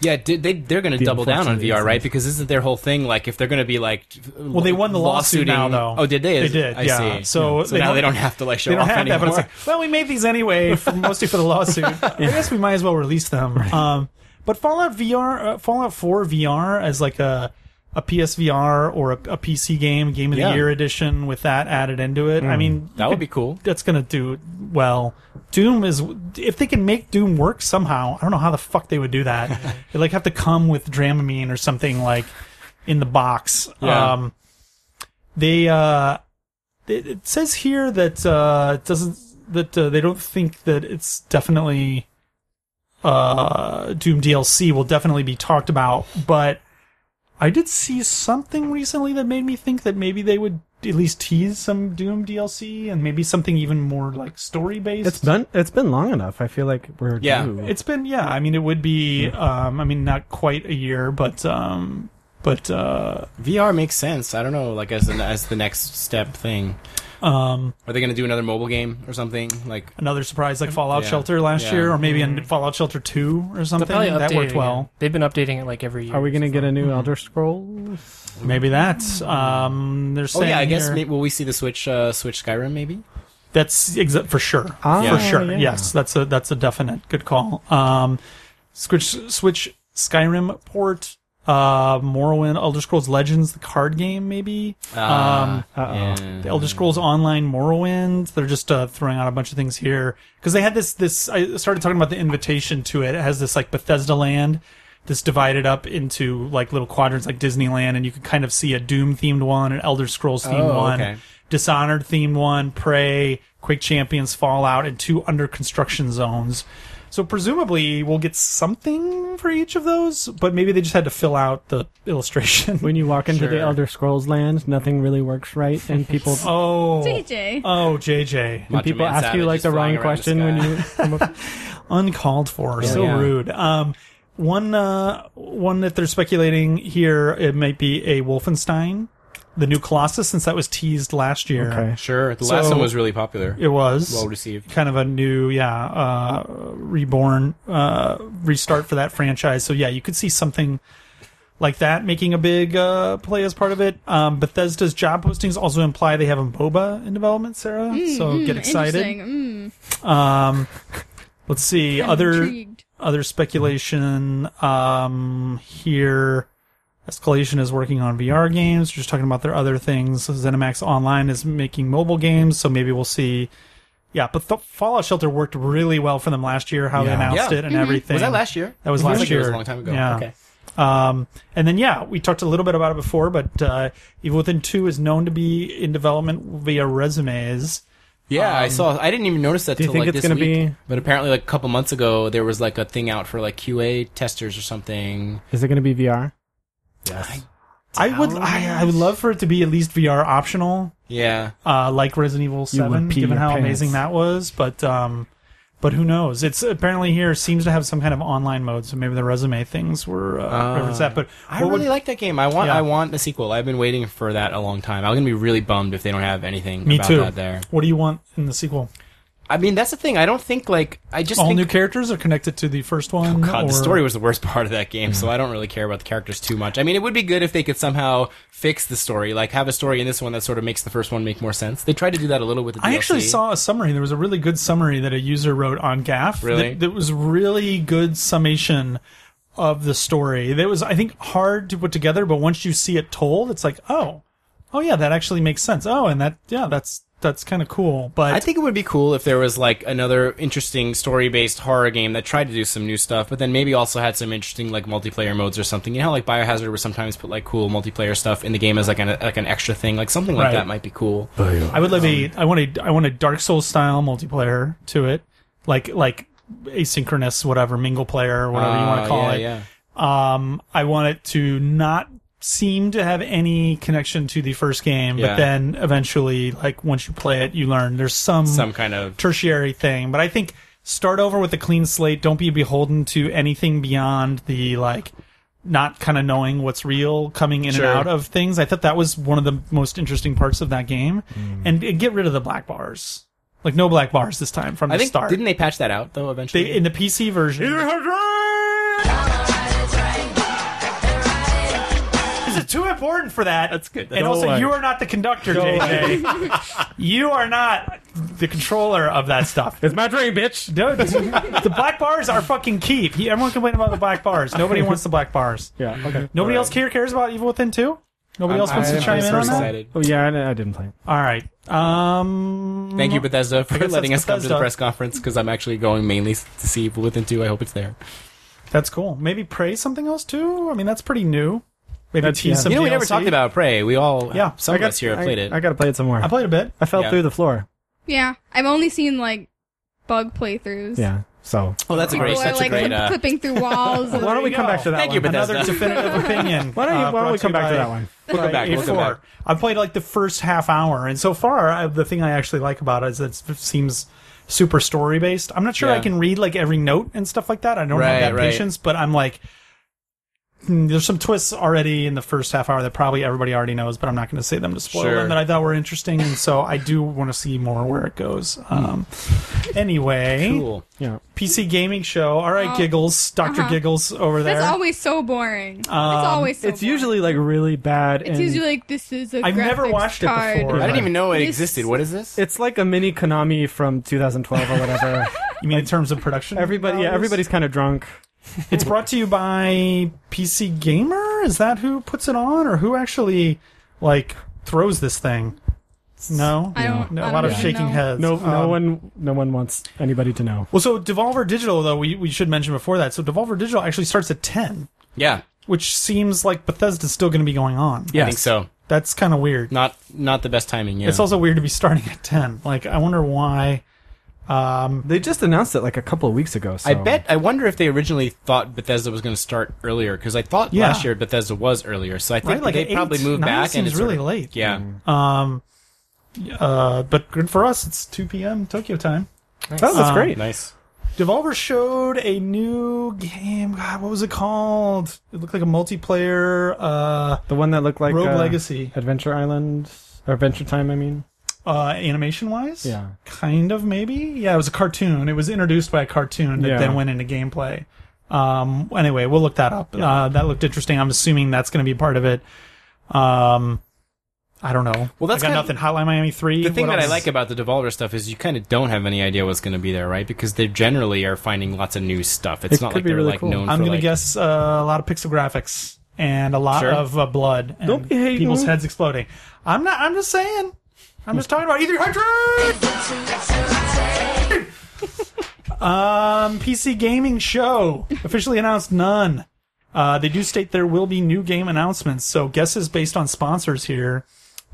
yeah, did- they they're going to double down on unfortunate VR, right? Because isn't their whole thing like if they're going to be like? well, they won the lawsuit now, though. Oh, did they? They Is- did. I yeah. see. So, So now they don't have to like show They don't off have that, but anymore. it's [laughs] like, well, we made these anyway, [laughs] for, mostly for the lawsuit. I guess we might as well release them. Um, but Fallout VR, uh, Fallout 4 VR as like a a PSVR or a, a PC game, Game of Yeah. Hmm. the Year edition with that added into it. I mean, that would be cool. that's gonna do well. Doom is if they can make Doom work somehow. I don't know how the fuck they would do [laughs] that. they like have to come with Dramamine or something like in the box. Yeah. Um, they uh, it, it says here that uh, it doesn't that uh, they don't think that it's definitely uh, Doom DLC will definitely be talked about, but I did see something recently that made me think that maybe they would at least tease some Doom DLC and maybe something even more like story based. It's been it's been long enough. I feel like we're Yeah. due. It's been yeah. I mean, it would be. Um, I mean, not quite a year, but um, but uh, VR makes sense. I don't know, like as the, as the next step thing. um, Are they going to do another mobile game or something? Like another surprise like Fallout Yeah. Shelter last Yeah. Mm. year, or maybe in Fallout Shelter Two or They'll something probably that update worked it. well. They've been updating it like every year. Are we gonna get a new Elder Scroll? Mm-hmm. Maybe that. Um, they're oh saying yeah, I guess here- may will we see the Switch uh, Switch Skyrim maybe? That's exa- for sure. Ah, for sure. yeah. Yes, that's a that's a definite good call. Um, Switch Switch Skyrim port, uh, Morrowind, Elder Scrolls Legends, the card game, maybe. Ah. um, Uh the Elder Scrolls Online Morrowind. They're just uh, throwing out a bunch of things here because they had this this. I started talking about the invitation to it. It has this like Bethesda land. This divided up into like little quadrants, like Disneyland, and you could kind of see a Doom themed one, an Elder Scrolls themed Oh, one, okay. Dishonored themed one, Prey, Quake Champions, Fallout, and two under construction zones. So presumably we'll get something for each of those, but maybe they just had to fill out the [laughs] illustration. When you walk into the Sure. Elder Scrolls land, nothing really works right, [laughs] and people oh, JJ. oh, JJ, and Macho people Man ask you Savage like is the flying wrong around the question when sky. you [laughs] come up. uncalled for, so yeah. rude. Um, one uh, one that they're speculating here it might be a Wolfenstein, the new Colossus, since that was teased last year. Okay. [laughs] Sure. The So- last one was really popular. It was Well received. kind of a new, yeah, uh, reborn, uh, restart for that franchise. So yeah, you could see something like that making a big uh, play as part of it. Um, Bethesda's job postings also imply they have a MOBA in development, Sarah. so get excited. hmm, Interesting. Mm, Um, let's see I'm other intrigued. other speculation um, here. Escalation is working on VR games. We're just talking about their other things. ZeniMax Online is making mobile games, so maybe we'll see. Yeah, but the Fallout Shelter worked really well for them last year. How they Yeah. announced Yeah. Mm-hmm. it and everything. Was that last year? That was I feel last like it was year. a long time ago. Yeah. Okay. Um, and then yeah, we talked a little bit about it before, but uh, Evil Within Two is known to be in development via resumes. Yeah, Um, I saw. I didn't even notice that. do you till, think like, it's this gonna week. be- But apparently, like a couple months ago, there was like a thing out for like QA testers or something. Is it going to be VR? Yes. I would, I, I would love for it to be at least VR optional. Yeah. uh, like Resident Evil You would Seven, pee given your how pants. amazing that was. But um, but who knows? It's apparently here seems to have some kind of online mode, so maybe the resume things were uh, Ah. referenced that. But I what really would- like that game. I want. Yeah. I want the sequel. I've been waiting for that a long time. I'm gonna be really bummed if they don't have anything me about too. that there. What do you want in the sequel? I mean, that's the thing. I don't think like I just All think, new characters are connected to the first one. Oh, God, or- Mm-hmm. the story was the worst [laughs] part of that game, so I don't really care about the characters too much. I mean, it would be good if they could somehow fix the story, like have a story in this one that sort of makes the first one make more sense. They tried to do that a little with the I DLC. actually saw a summary. There was a really good summary that a user wrote on Gaff. Really? That, that was really good summation of the story. That was, I think, hard to put together, but once you see it told, it's like, oh, oh yeah, that actually makes sense. Oh, and that, yeah, that's that's kind of cool. But I think it would be cool if there was like another interesting story-based horror game that tried to do some new stuff, but then maybe also had some interesting like multiplayer modes or something. You know, how, like Biohazard would sometimes put like cool multiplayer stuff in the game as like an like an extra thing, like something like Right. that might be cool. I would love um, a. I want a. I want a Dark Souls style multiplayer to it, like like asynchronous, whatever mingle player, whatever you want Uh, to call yeah, it. yeah. Um, I want it to not seem to have any connection to the first game, but Yeah. then eventually, like once you play it, you learn there's some Some kind of tertiary thing. But I think start over with a clean slate. Don't be beholden to anything beyond the like not kind of knowing what's real coming in Sure. and out of things. I thought that was one of the most interesting parts of that game. And uh, get rid of the black bars. Like no black bars this time from I the think start. didn't they patch that out though eventually? They- in the PC version. This is too important for that. That's good. And Don't also, worry. you are not the conductor, JJ. you are not the controller of that stuff. It's my dream, bitch. Dude, the black bars are fucking key. He- Everyone complained about the black bars. Nobody wants the black bars. Yeah. [laughs] Okay. Nobody else here cares about Evil Within 2? Nobody I'm- else wants I'm- to chime I'm in so on that? excited. Oh yeah, I, I didn't play. it. All right. Um, Thank you, Bethesda, for guess letting that's us come to the Bethesda. press conference because I'm actually going mainly s- to see Evil Within 2. I hope it's there. That's cool. Maybe Prey something else, too? I mean, that's pretty new. Maybe That's- tease yeah. some you know, we DLC. never talked about Prey. We all, Yeah, some I of got- us here have I- played it. I gotta play it some more. I played a bit. I fell Yeah. through the floor. Yeah, I've only seen like bug playthroughs. Yeah. So oh, that's a People great, are such a like great. clip- Uh, clipping through [laughs] walls. and- why don't we you come go. back to that? Thank one? you, Bethesda. Another definitive opinion. [laughs] Why don't you? uh, why don't we brought come you back to by- that one? we'll come back. Right, We'll come A4. back. I've played like the first half hour, and so far, I, the thing I actually like about it is that it seems super story based. I'm not sure I Yeah. can read like every note and stuff like that. I don't Right, have that right. patience, but I'm like, hmm, there's some twists already in the first half hour that probably everybody already knows, but I'm not going to say them to spoil Sure. them that I thought were interesting, and so I do want to see more where it goes. Um, anyway, Cool. Yeah. PC gaming show. All right, Oh. Giggles, Doctor Uh-huh. Giggles over there. Um, That's always so boring. it's always so It's boring. usually like really bad. it's and usually like this is a. I've never graphics watched it card. before. I didn't Right. even know it This- existed. What is this? It's like a mini Konami from 2012 [laughs] or whatever. [laughs] you mean in terms of production? Everybody, Oh, yeah, values? everybody's kind of drunk. It's brought to you by PC Gamer. Is that who puts it on, or who actually like throws this thing? No, I don't- No, a I lot of don't even shaking know. heads. No, no Um, one, no one wants anybody to know. Well, so Devolver Digital, though, we, we should mention before that. So Devolver Digital actually starts at ten, yeah, which seems like Bethesda's still going to be going on. I think so. That's kind of weird. Not not the best timing. Yeah. It's also weird to be starting at 10. Like, I wonder why. Um, They just announced it like a couple of weeks ago. So. I bet. I wonder if they originally thought Bethesda was going to start earlier because I thought Yeah. last year Bethesda was earlier. So I think Right, like they eight, probably moved nine back and seems it's really sort of- late. Yeah. um, uh, but good for us. It's 2 p.m. Tokyo time. Oh, that's Um, great. Nice. Devolver showed a new game. God, what was it called? It looked like a multiplayer uh, The one that looked like Rogue uh, Legacy. Adventure Island or Adventure Time. I mean, Uh, animation wise? yeah. Kind of, maybe? Yeah, it was a cartoon. It was introduced by a cartoon that Yeah. then went into gameplay. Um, anyway, we'll look that up. Uh, that looked interesting. I'm assuming that's going to be part of it. Um, I don't know. Well, that's I got kinda- nothing. Hotline Miami 3. The thing what that I else? like about the Devolver stuff is you kind of don't have any idea what's going to be there, right? Because they generally are finding lots of new stuff. It's It not could like be they're really like cool. known. I'm for, gonna like- guess uh, a lot of pixel graphics and a lot Sure. of uh, blood and Don't be hating. people's heads exploding. I'm not. I'm just saying. I'm just talking about E300. [laughs] um, PC gaming show officially announced none. Uh, they do state there will be new game announcements. So guesses based on sponsors here.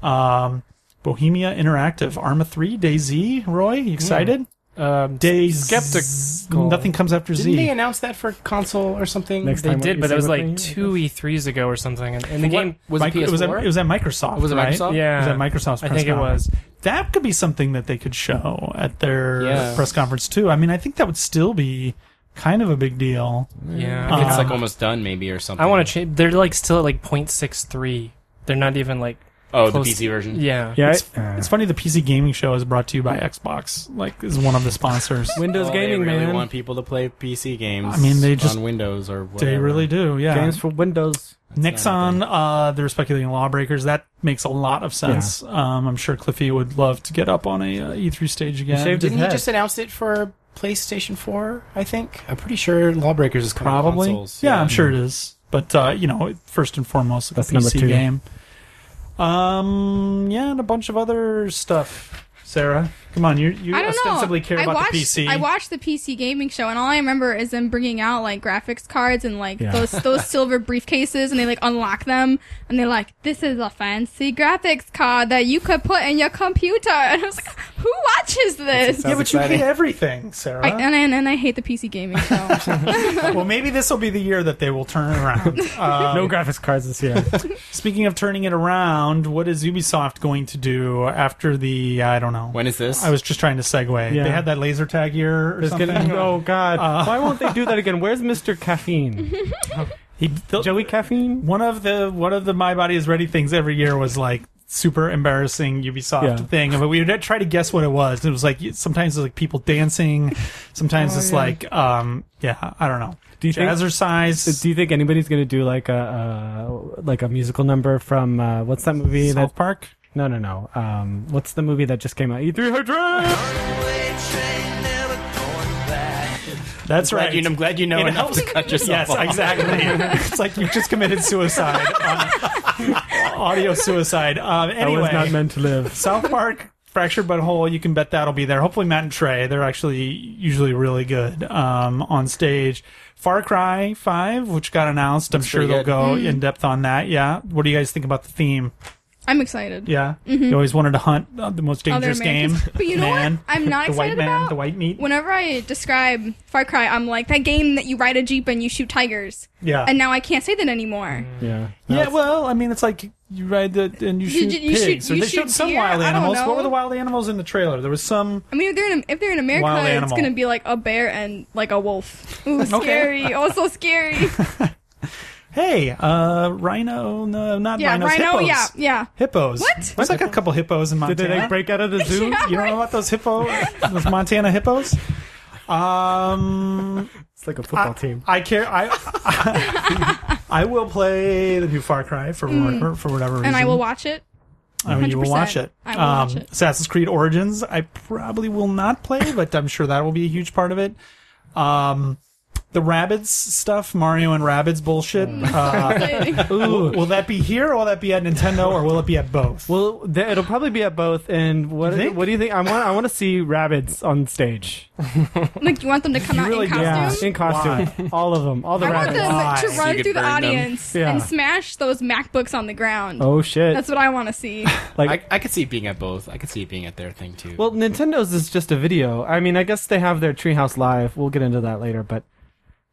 Um, Bohemia Interactive, Arma 3, DayZ. Roy, Hmm. you excited? Um, DayZ. Skeptical. Nothing comes after Z. Didn't they announce that for console or something? Next they time, did, what you but that was say like what they- two E3s ago or something. And, and the game, was it Mic- was at, PS4? it was at Microsoft. Was it right? Microsoft? yeah, It was at Microsoft's I press think it conference. was. That could be something that they could show at their Yeah. press conference too. I mean, I think that would still be kind of a big deal. Yeah, I think it's Um, like almost done, maybe, or something. I want to change. They're like still at like 0.63. They're not even like Oh, the close- PC version. yeah. Yeah, It's, it- uh, it's funny the PC gaming show is brought to you by Xbox. Like, is one of the sponsors. Windows Well, gaming Oh, they really man. want people to play PC games. I mean, they just- on Windows or whatever. they really do. Yeah. Games for Windows. Nixon, uh, they're speculating lawbreakers. That makes a lot of sense. Um, I'm sure Cliffy would love to get up on a uh, E3 stage again. shaved his Didn't he head. just announce it for PlayStation 4? I think I'm pretty sure Lawbreakers is coming to probably. consoles. Yeah, I'm sure it is. But uh, you know, it- first and foremost, it's That's a number PC two. game. Um, yeah, and a bunch of other stuff. Sarah, come on, you you I don't ostensibly know. care I about watched, the PC. I watched the PC gaming show, and all I remember is them bringing out like graphics cards and like Yeah. those [laughs] those silver briefcases, and they like unlock them, and they're like, "This is a fancy graphics card that you could put in your computer." [laughs] And I was like, "Who watches this?" yeah, but you exciting. [laughs] hate everything, Sarah. I, and, and, and I hate the PC [laughs] gaming show. well, maybe this will be the year that they will turn it [laughs] around. Um, No graphics cards this [laughs] year. Speaking of turning it around, what is Ubisoft going to do after the? I don't know. When is this? I was just trying to segue. Yeah. They had that laser tag year or There's something. gonna, oh God! Why won't they do that again? Where's Mr. Caffeine? He- Joey Caffeine? one of the one of the my body is ready things every year was like super embarrassing ubisoft Yeah. thing but we would try to guess what it was it was like sometimes it's like people dancing sometimes it's like um yeah i don't know Do you think? jazzercise Do you think anybody's gonna do like a uh, like a musical number from uh, what's that movie? south That park no no no. Um, what's the movie that just came out? E three [laughs] hundred. that's glad right you, I'm glad you know It enough to cut yourself yes off. exactly [laughs] it's like you just committed suicide on- audio suicide um I anyway was not meant to [laughs] live. South Park, Fractured But Whole, you can bet that'll be there. Hopefully, Matt and Trey, they're actually usually really good um, on stage. Far Cry 5, which got announced, I'm sure pretty they'll good. go Mm-hmm. in depth on that. Yeah. What do you guys think about the theme? I'm excited. Yeah. You always wanted to hunt uh, the most Mm-hmm. Other dangerous game. Americans. But you know man, what? I'm [laughs] not the excited white man, about the white meat. Whenever I describe Far Cry, I'm like that game that you ride a jeep and you shoot tigers, yeah. and now I can't say that anymore. Yeah. yeah, well, I mean, it's like you ride the and you You- shoot you shoot- pigs, or you they shoot showed some deer? wild I don't animals. know. What were the wild animals in the trailer? There was some. I mean, if they're in, if they're in America, Wild it's animal. gonna be like a bear and like a wolf. [laughs] Ooh, scary! oh, so scary! Hey, uh, rhino? No, not Yeah, rhinos. rhino. hippos. Yeah, yeah. Hippos. What? There's like a couple hippos in Did Montana. they like break out of [laughs] the zoo? Yeah, You don't right. know about those hippo, those Montana hippos? Um, It's like a football team. I care. I I [laughs] will play the new Far Cry for whatever, for whatever reason, Mm. And I will watch it. I mean, you will watch 100%. it. I will watch it. Assassin's Creed Origins, I probably will not play, but I'm sure that will be a huge part of it. Um, the Rabbids stuff, Mario and Rabbids bullshit. Mm. Uh, [laughs] will, will that be here, or will that be at Nintendo, or will it be at both? Well, th- it'll probably be at both. And what? You think? what do you think? I want. I want to see rabbits on stage. like, you want them to come out Um, really- in costume? in costume. [laughs] All of them. All the I want rabbits. them Why? to So you run could through the burn them. audience Yeah. and smash those MacBooks on the ground. Oh shit! That's what I want [laughs] to see. like I, I could see it being at both. I could see it being at their thing too. Well, Nintendo's is just a video. I mean, I guess they have their Treehouse Live. We'll get into that later, but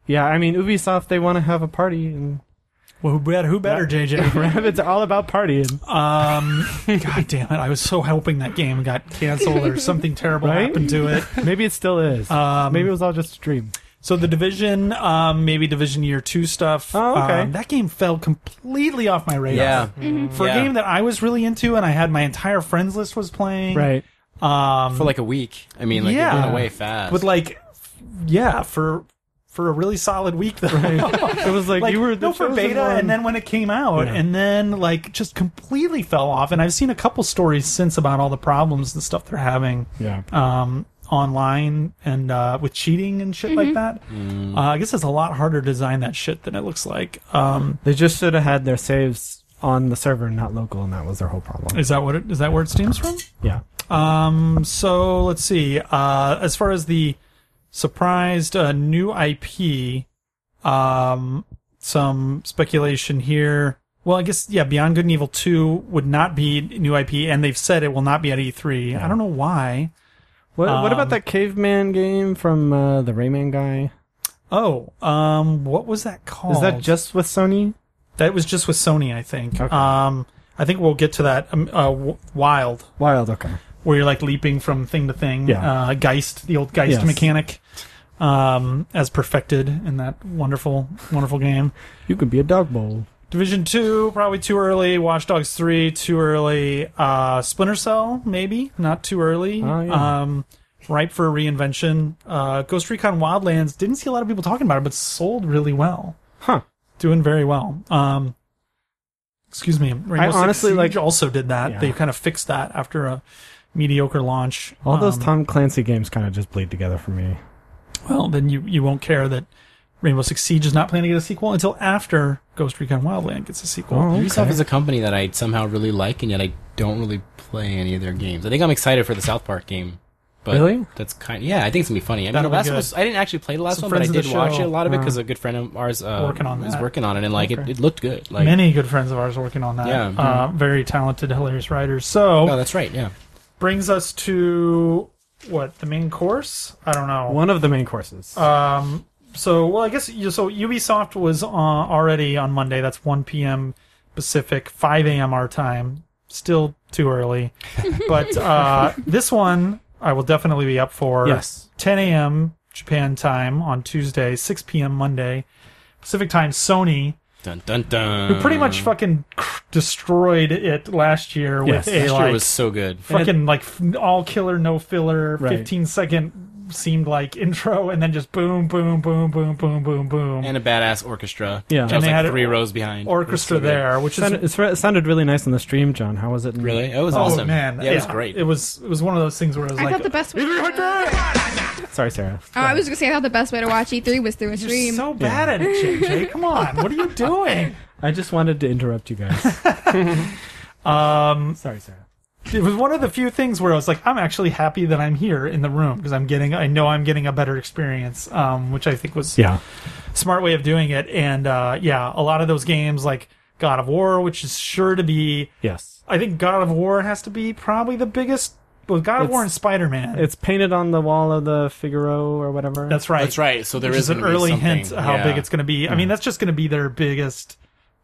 yeah, I mean, Ubisoft they want to have a party, and [laughs] Well, who better? Who better, [laughs] JJ? rabbits are all about partying. [laughs] Um, God damn it! I was so hoping that game got canceled or something terrible Right? happened to it. Maybe it still is. Um, Maybe it was all just a dream. So the division, um, maybe division year two stuff. Oh, okay. Um, that game fell completely off my radar. yeah, For Yeah. a game that I was really into and I had my entire friends list was playing. Right. Um, for like a week. I mean, like Yeah. it went away fast. with like, yeah, for for a really solid week though. [laughs] It was like, Like you were the no for chosen beta, one. and then when it came out, Yeah. and then like just completely fell off. And I've seen a couple stories since about all the problems and stuff they're having. yeah. um, online and uh, with cheating and shit like that. Uh, I guess it's a lot harder to design that shit than it looks like. Um, They just should have had their saves on the server, not local, and that was their whole problem. is that what it is that where it stems from? Yeah. Um, so let's see. Uh, as far as the surprised uh, new IP, um, some speculation here. Well, I guess yeah, Beyond Good and Evil Two would not be new IP, and they've said it will not be at E3. I don't know why. What, what Um, about that caveman game from uh, the Rayman guy? Oh, um, what was that called? Is that just with Sony? That was just with Sony, I think. Okay. Um, I think we'll get to that. Um, uh, w- Wild, Wild, okay. where you're like leaping from thing to thing. Yeah. Uh, Geist, the old Geist Yes. mechanic, um, as perfected in that wonderful, wonderful game. You could be a dog bowl. Division two, probably too early. Watch Dogs three, too early. Uh, Splinter Cell, maybe not too early. Oh, yeah. Um, ripe for a reinvention. Uh, Ghost Recon Wildlands didn't see a lot of people talking about it, but sold really well. Huh. doing very well. Um, excuse me. Rainbow I Six honestly, Siege like- also did that. Yeah. They kind of fixed that after a mediocre launch. All those Um, Tom Clancy games kind of just bleed together for me. Well, then you you won't care that Rainbow Six Siege is not planning to get a sequel until after Ghost Recon Wildland gets a sequel. Oh. Ubisoft okay. is a company that I somehow really like, and yet I don't really play any of their games. I think I'm excited for the South Park game. But Really? That's kind. yeah, I think it's gonna be funny. I mean, the That'll be last good. one was, I didn't actually play the last Some one, but I friends of the did watch show it a lot of it are- because a good friend of ours uh, Working on is that. working on it, and like Okay. it, it looked good. Like, Many good friends of ours working on that. Yeah. Uh, very talented, hilarious writers. So oh, that's right. Yeah, brings us to what the main course? I don't know. One of the main courses. Um, so well, I guess you- so. Ubisoft was uh, already on Monday. That's 1 p.m. Pacific, 5 a.m. our time. Still too early, but uh, this one I will definitely be up for. Yes. 10 a.m. Japan time on Tuesday, 6 p.m. Monday Pacific time. Sony, dun dun dun. who pretty much fucking cr- destroyed it last year Yes, with a last year like, was so good. fucking like f- all killer no filler Right. 15 second seemed like intro and then just boom boom boom boom boom boom boom and a badass orchestra. Yeah. which And I was they had like an three rows behind. orchestra It was so good. there which It sounded, is it's- it sounded really nice in the stream, John. How was it? in- Really, it was oh awesome. man yeah, it was great. it was it was one of those things where it was I like E thought the best way. To, Sorry, Sarah. Oh, I was gonna say I thought the best way to watch E3 was through a you're stream. so bad at it [laughs] JJ come on what are you doing I just wanted to interrupt you guys. um Sorry, Sarah. it was one of the few things where I was like I'm actually happy that I'm here in the room because I'm getting I know I'm getting a better experience um which I think was Yeah. smart way of doing it. And uh, yeah, a lot of those games like God of War, which is sure to be, Yes. I think God of War has to be probably the biggest. Well, God of It's- War and Spider Man. It's painted on the wall of the Figaro or whatever. that's right. That's right. So there Which is an gonna be early something. hint of how Yeah. Hmm. big it's going to be. I mean, that's just going to be their biggest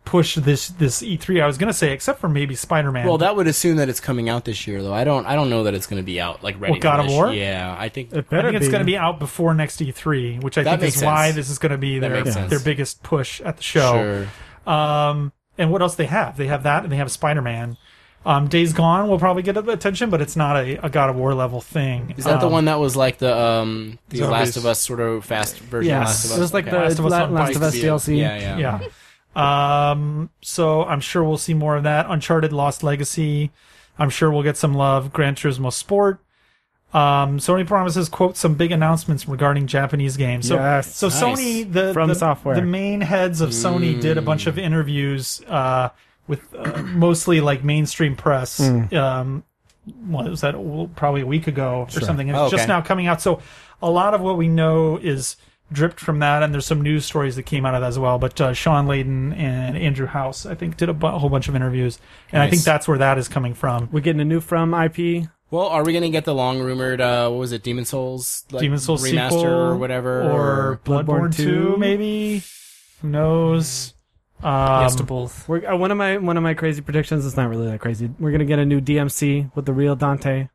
push this this E3. I was going to say, except for maybe Spider Man. Well, that would assume that it's coming out this year, though. I don't. I don't know that it's going to be out like ready. What, God for of this- War? Yeah, I think It I better think it's going to be out before next E3, which I That think is makes why sense. this is going to be That their makes sense. their biggest push at the show. sure. Um, and what else they have? They have that, and they have Spider Man. Um, Days Gone will probably get attention, but it's not a, a God of War level thing. Is that the Um, one that was like the um the Zombies. Last of Us sort of fast version? of Yes. Last of Us. It was like Okay. the Last of Us La- on Last of Us DLC. Yeah, yeah. Yeah. Um, so I'm sure we'll see more of that. Uncharted Lost Legacy. I'm sure we'll get some love. Gran Turismo Sport. Um, Sony promises quote some big announcements regarding Japanese games. So, Yes. so Nice. Sony the From the, software. the main heads of Sony did a Mm. bunch of interviews uh, with uh, mostly like mainstream press. Mm. Um, what was that? Well, Probably a week ago or something. And Oh, it's just okay. now uh, coming out. So a lot of what we know is dripped from that, and there's some news stories that came out of that as well. But uh, Sean Layden and Andrew House, I think, did a bu- whole bunch of interviews, and I Nice. think that's where that is coming from. We're getting a new From IP. Well, are we gonna get the long rumored uh, what was it, Demon Souls, like, Demon Souls remaster sequel or whatever, or Bloodborne, Bloodborne 2, 2? maybe. Who knows? Um, yes to both. We're, uh, one of my one of my crazy predictions. It's not really that crazy. We're gonna get a new DMC with the real Dante. Mm.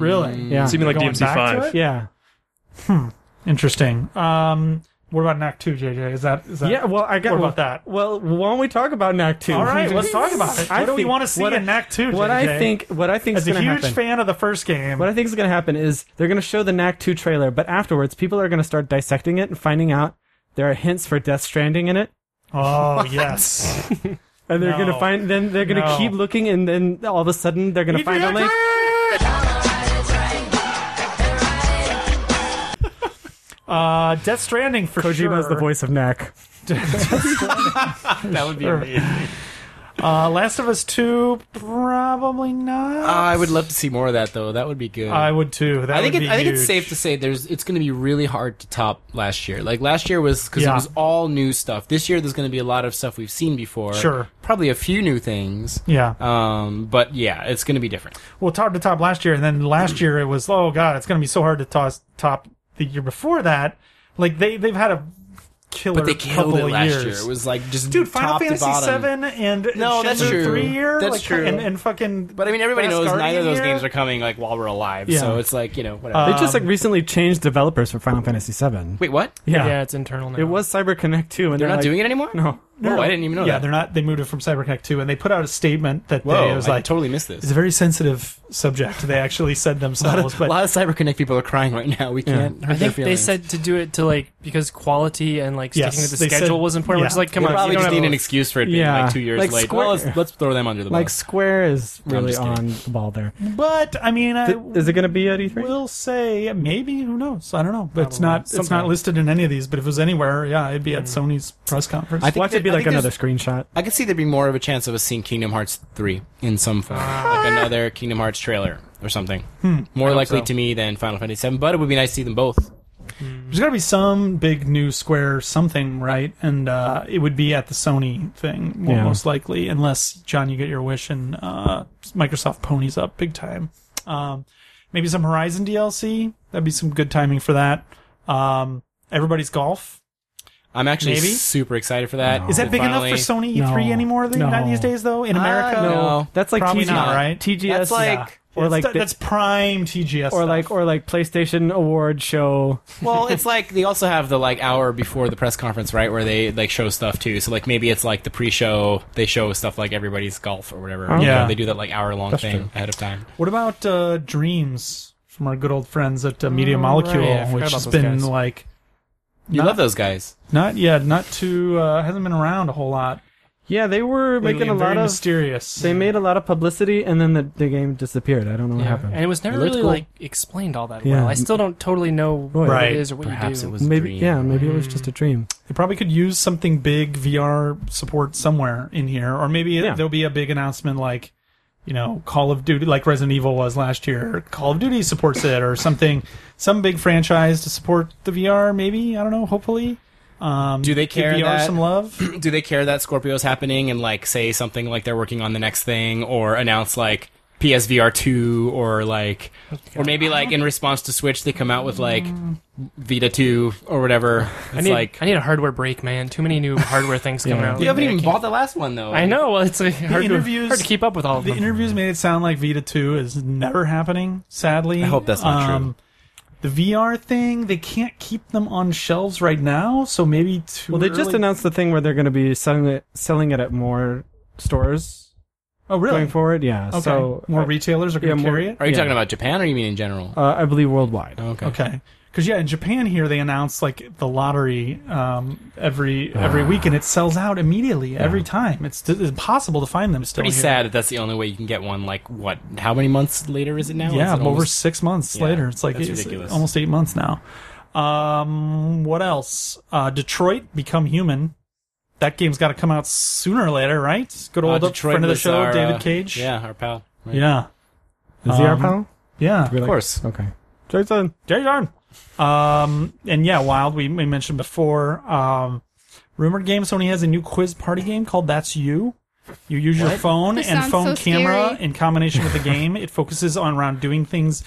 really? Yeah. Seeming like Going DMC back to it? five. Yeah, Interesting. Um, what about Knack 2, JJ? Is that is that? yeah. Well, I got What about that? Well, why don't we talk about Knack Two? All right, let's talk about it. What I do we think- want to see what I- in Knack 2? What I think, what I think is as a gonna huge happen. fan of the first game, What I think is going to happen is they're going to show the Knack 2 trailer, but afterwards, people are going to start dissecting it and finding out there are hints for Death Stranding in it. oh [laughs] yes, And they're going No. to find, then they're going to No. keep looking, and then all of a sudden, they're going to find a link. [laughs] uh, Death Stranding for sure. Kojima's the voice of Knack. that would be. Sure. [laughs] Uh, Last of Us Two, probably not. I would love to see more of that though. That would be good. I would too. That Uh, I think would it, be I think it's huge. safe to say there's it's going to be really hard to top last year. Like last year was because Yeah. it was all new stuff. This year there's going to be a lot of stuff we've seen before. Sure. probably a few new things. Yeah. Um, but yeah, it's going to be different. well, it's hard to top last year, and then last year it was oh god, it's going to be so hard to toss top the year before that. Like they they've had a killer But they couple killed it of last years. year. It was like just Dude, Final top to Fantasy bottom. Seven and No, and that's Shenmue true. Three year, That's like, true. and, and fucking. But I mean, everybody Last knows neither Guardian of those year? games are coming like while we're alive. Yeah. Uh, So it's like you know whatever. Um, They just, like, recently changed developers for Final Fantasy VII. Wait, what? Yeah. Yeah. it's internal now. It was CyberConnect 2, and They're not like, doing [laughs] it anymore? No. No, I didn't even know yeah, that. they're not. They moved it from CyberConnect two, and they put out a statement that Whoa, they it was I like totally missed it's this. a very sensitive subject. They actually said themselves, [laughs] A but lot of CyberConnect people are crying right now. We can't. hurt I their think they feelings. said to do it to like because quality and like Yes, sticking with they the said- schedule was important. yeah. Which is like, come They on, probably you don't just have need a- an excuse for it being Yeah. like two years Like late. Square- Well, let's, let's throw them under the bus. Like, Square is I'm really just kidding. on the ball there. but I mean, I, Th- is it going to be at E3? will say maybe who knows? I don't know. But it's Probably. not it's not Sometime. listed in any of these. But if it was anywhere, yeah, it'd be at Sony's press conference. I think Watch it be that- I like think another there's- screenshot. I could see there'd be more of a chance of us seeing Kingdom Hearts 3 in some form. like another Kingdom Hearts trailer or something. More likely so. to me than Final Fantasy VII, but it would be nice to see them both. There's got to be some big new Square something, right? And uh, it would be at the Sony thing mo- Yeah. most likely, unless John, you get your wish and uh, Microsoft ponies up big time. Um, maybe some Horizon DLC. That'd be some good timing for that. Um, everybody's golf. I'm actually Maybe. super excited for that. Is that big enough for Sony E3 No. anymore than No. these days, though? In America, no. That's like Probably TGS, not, right? TGS, That's like- yeah. or like that's, the- that's prime TGS, or stuff. like or like PlayStation award show. well, it's like they also have the like hour before the press conference, right, where they like show stuff too. So like maybe it's like the pre-show they show stuff like everybody's golf or whatever. You Yeah. know, they do that like hour long thing ahead of time. What about uh, Dreams from our good old friends at uh, Media Molecule, Oh, right. Yeah, I forgot which about has those been guys. like You Not- love those guys. not yeah, not too uh, hasn't been around a whole lot. Yeah, they were making a Lately, lot very of. mysterious. They made a lot of publicity, and then the, the game disappeared. I don't know what Yeah. happened. And it was never looked really cool. like explained all that Yeah. well. I still don't totally know what Right. it is or what you do. Maybe yeah, maybe it was just a dream. They probably could use something big VR support somewhere in here, or maybe it- Yeah. there'll be a big announcement like. You know, Call of Duty, like Resident Evil was last year. Call of Duty supports it, or something, some big franchise to support the VR. Maybe I don't know. Hopefully, um, Do they give care VR that- some love? do they care that Scorpio's happening and like say something like they're working on the next thing or announce like PSVR 2 or like or maybe like in response to Switch they come out with like Vita 2 or whatever. It's I need, like I need a hardware break, man. Too many new hardware things coming out. you haven't I even can't- bought the last one though. I know. Well, it's like, hard, to, interviews- hard to keep up with all of The them. interviews made it sound like Vita 2 is never happening, sadly. I hope that's not true. true. The VR thing, they can't keep them on shelves right now, so maybe too Well, they just early- announced the thing where they're going to be selling it selling it at more stores Oh, really? going forward. Yeah, Okay. so more uh, retailers are yeah, going to more- carry it? Are you Yeah. talking about Japan or you mean in general? uh, I believe worldwide. okay. Okay. Because yeah, in Japan here they announce like the lottery um, every [sighs] every week, and it sells out immediately every time. It's, it's impossible to find them. Still, Pretty here. sad that that's the only way you can get one. Like what? How many months later is it now? Yeah, Is it over almost- six months Yeah, later, it's like that's it's ridiculous. almost eight months now. Um, what else? Uh, Detroit Become Human. That game's got to come out sooner or later, right? Good Uh, old Detroit friend of the was show, our, uh, David Cage. Yeah, our pal. Right. yeah, Is he our Um, pal? yeah. of course. Okay. Jason. Jerry Darn. Um, and yeah, Wild, we, we mentioned before. Um, rumored game Sony has a new quiz party game called That's You. You use your phone This and sounds phone so camera scary. in combination with the [laughs] game. it focuses on around doing things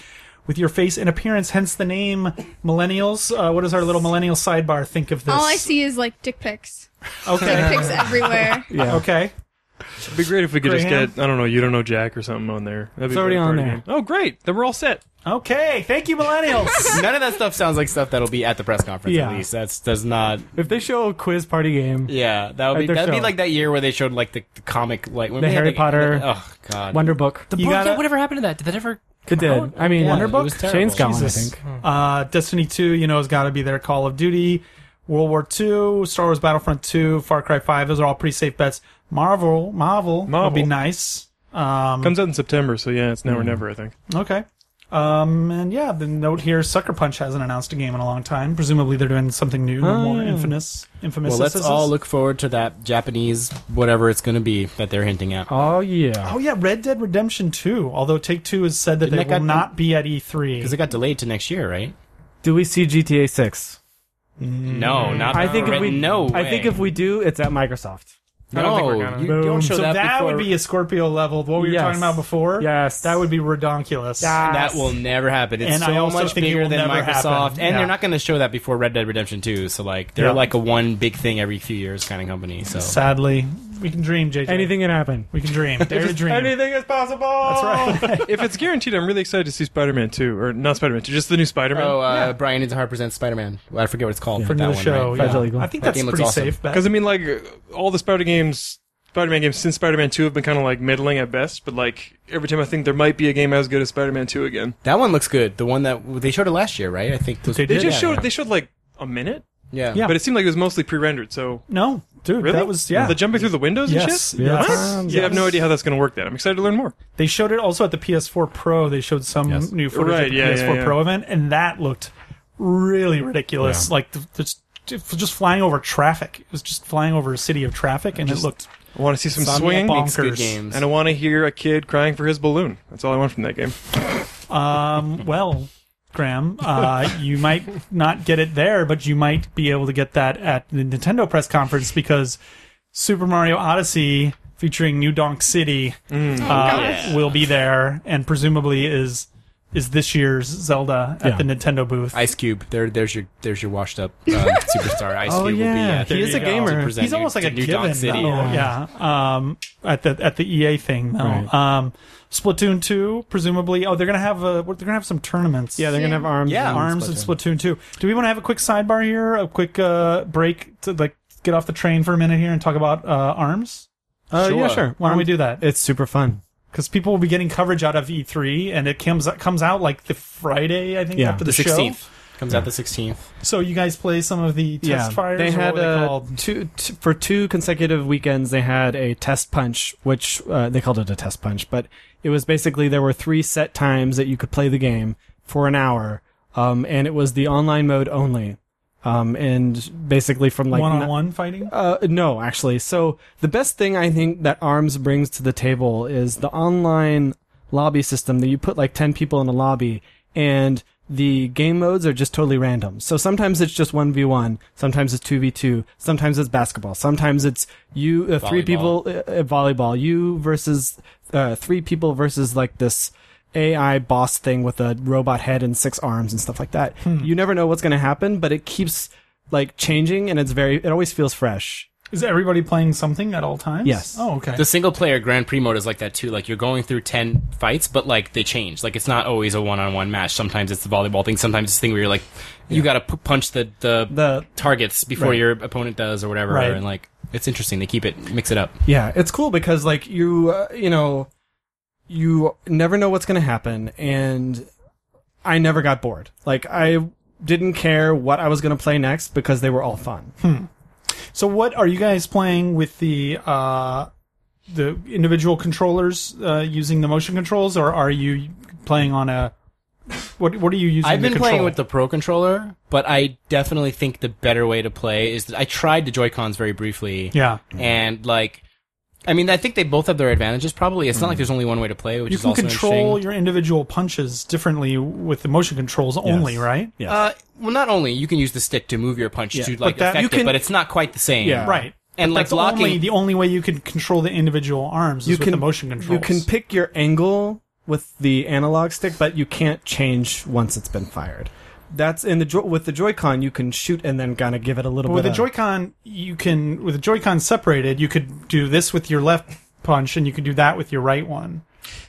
with your face and appearance, hence the name Millennials. Uh, what does our little millennial sidebar think of this? All I see is like dick pics. Dick Okay. [laughs] pics everywhere. Yeah. okay. It'd be great if we could Graham? just get I don't know, you don't know Jack or something on there. That'd It's be a already better on party there. game. Oh, great! Then we're all set. Okay. Thank you, Millennials. [laughs] None of that stuff sounds like stuff that'll be at the press conference. Yeah. At least that's does not. If they show a quiz party game, Yeah, that would At be their that'd be show. like that year where they showed like the, the comic like when The we had Harry Potter- oh god. Wonder Book. The You book, gotta- yeah, whatever happened to that? Did that ever? It did. I mean, Yeah, Wonder it Book. was terrible. Shane's got one, I Oh, Jesus. think. Hmm. Uh, Destiny 2, you know, has got to be there. Call of Duty, World War II, Star Wars Battlefront 2, Far Cry 5. Those are all pretty safe bets. Marvel, Marvel, would be Marvel. nice. Um, Comes out in September, so yeah, it's now or never, I think. okay. Um, and yeah, the note here, Sucker Punch hasn't announced a game in a long time. Presumably they're doing something new, and more infamous. Infamous. Hmm. Well, let's this is- all look forward to that Japanese whatever it's going to be that they're hinting at. Oh yeah. Oh yeah, Red Dead Redemption 2. Although Take Two has said that Didn't they that will got- not be at E Because E3. it got delayed to next year, right? Do we see GTA Six? No, not. I think if we no. I think if we do, it's at Microsoft. no, don't think we're gonna. you don't Boom. show So that. that, before- would be a Scorpio level. What we were Yes. talking about before. Yes. that would be redonkulous. That will never happen. It's And so I also much think it bigger will than never Microsoft, happen. and Yeah. they're not going to show that before Red Dead Redemption 2. So like they're Yeah. like a one big thing every few years kind of company. So Sadly, we can dream, JJ. Anything can happen. we can [laughs] dream. Dare to dream. Anything is possible. That's That's right. if it's guaranteed, I'm really excited to see Spider-Man 2, or not Spider-Man 2, just the new Spider-Man. oh, uh, Brian Needs Hard presents Spider Man. Well, I forget what it's called For for that the one. show, right? yeah. Fragile Eagle. I think That that's game looks pretty awesome. safe. bet. Because I mean, like uh, all the Spider games, Spider-Man games since Spider-Man Two have been kind of like middling at best. But like every time I think there might be a game as good as Spider-Man Two again, That one looks good. The one that they showed it last year, right? I think those- They they did? just yeah. showed they showed like a minute, Yeah. Yeah. but it seemed like it was mostly pre-rendered. So no, dude, really, that was yeah. the jumping through the windows yes, and shit. yes. You have no idea how that's going to work. That I'm excited to learn more. They showed it also at the PS4 Pro. They showed some Yes. new footage Right, at the yeah, PS4 yeah, yeah. Pro event, and that looked really ridiculous. Like the, the, just flying over traffic. It was just flying over a city of traffic, and it looked I want to see some Some swinging, bonkers. Good games. and I want to hear a kid crying for his balloon. That's all I want from that game. Um, well, Graham, uh, you might not get it there, but you might be able to get that at the Nintendo press conference because Super Mario Odyssey featuring New Donk City uh, gosh. will be there and presumably is is this year's Zelda at Yeah. the Nintendo booth. Ice Cube, there, there's your, there's your washed up [laughs] um, superstar. Ice Oh, Cube yeah. will be. uh, He at is a the- gamer. to present He's almost New- like a New given, Donk City. though. Yeah. Um, at the at the EA thing, though. Right. Um, Splatoon two, presumably. Oh, they're gonna have a, they're gonna have some tournaments. Yeah, they're gonna have arms. Yeah. and- arms and Splatoon 2. Do we want to have a quick sidebar here, a quick uh, break to like get off the train for a minute here and talk about uh, arms? Uh, yeah, Sure. sure. Why don't we do that? It's super fun. Because people will be getting coverage out of E3, and it comes comes out like the Friday, I think, Yeah, after the, The show. 16th. Comes out the 16th. So you guys play some of the test fires. they or had what were they uh, called? two t- for two consecutive weekends. They had a test punch, which uh, they called it a test punch, but it was basically there were three set times that you could play the game for an hour, um, and it was the online mode only, um, and basically from like one ni- on one fighting. Uh, no, actually. So the best thing I think that ARMS brings to the table is the online lobby system that you put like 10 people in a lobby and the game modes are just totally random. So sometimes it's just 1v1, sometimes it's 2v2, sometimes it's basketball, sometimes it's you, uh, three Volleyball. people, uh, uh, volleyball, you versus, uh, three people versus like this AI boss thing with a robot head and six arms and stuff like that. You never know what's going to happen, but it keeps like changing and it's very, it always feels fresh. Is everybody playing something at all times? Yes. Oh, okay. The single player Grand Prix mode is like that too. Like you're going through ten fights, but like they change. Like it's not always a one on one match. Sometimes it's the volleyball thing. Sometimes it's the thing where you're like, you got to p- punch the, the The, targets before Right. your opponent does or whatever. Right. And like it's interesting. They keep it, mix it up. yeah, it's cool because like you, uh, you know, you never know what's going to happen and I never got bored. Like I didn't care what I was going to play next because they were [laughs] all fun. So what are you guys playing with the uh, the individual controllers uh, using the motion controls, or are you playing on a what? What are you using? I've the been playing control? with the Pro controller, but I definitely think the better way to play is that I tried the Joy Cons very briefly. yeah. and like I mean, I think they both have their advantages. Probably, it's not like there's only one way to play, Mm. which You is can also control interesting. your individual punches differently with the motion controls only, Yes. right? Yes. uh, well, not only you can use the stick to move your punch to like that- affect you it, can- but it's not quite the same. Yeah. Right. And, But like, that's only blocking- the only way you can control the individual arms is with the motion You controls. can pick your angle with the analog stick, but you can't change once it's been fired. That's in the jo- with the Joy-Con you can shoot and then kind of give it a little But uh, with bit a Joy-Con, you can with a Joy-Con separated, you could do this with your left punch, and you could do that with your right one.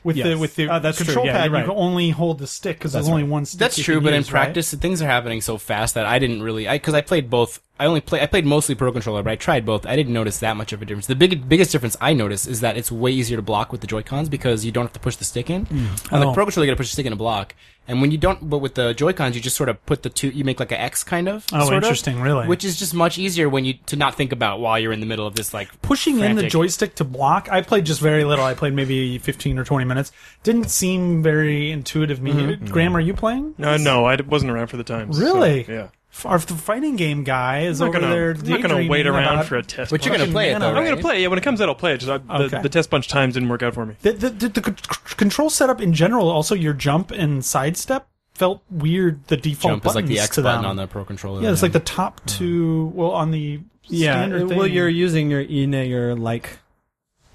With the Yes. with the Uh, that's true. control Yeah, pad, you're right. you can only hold the stick because there's That's only right. one stick. That's you true, can but in use, right? practice, things are happening so fast that I didn't really, I because I played both. I only play, I played mostly pro controller, but I tried both. I didn't notice that much of a difference. The big, biggest difference I noticed is that it's way easier to block with the Joy Cons because you don't have to push the stick in. On the Oh. pro controller, you got to push the stick in to block, and when you don't, but with the Joy Cons, you just sort of put the two, you make like an X kind of. Oh, sort of, interesting, really. Which is just much easier when you to not think about while you're in the middle of this like pushing in the frantic- joystick to block i played just very little i played maybe 15 or 20 minutes didn't seem very intuitive me graham are you playing No, Uh, no, I d- wasn't around for the times. so, Really? yeah. F- our the fighting game guy is I'm not over gonna, there I'm not gonna wait daydreaming around about- for a test. But you're punch. gonna play it though. I'm I'm gonna right? play. Yeah, when it comes out, I'll play it. Just I, the, Okay. the test punch times didn't work out for me. the, the, the, the c- c- control setup in general also your jump and sidestep felt weird the default Jump is like the buttons X to button them. on the pro controller. yeah it's like the top two well on the Uh-huh. yeah. standard it- thing Well, you're using your ine, your like,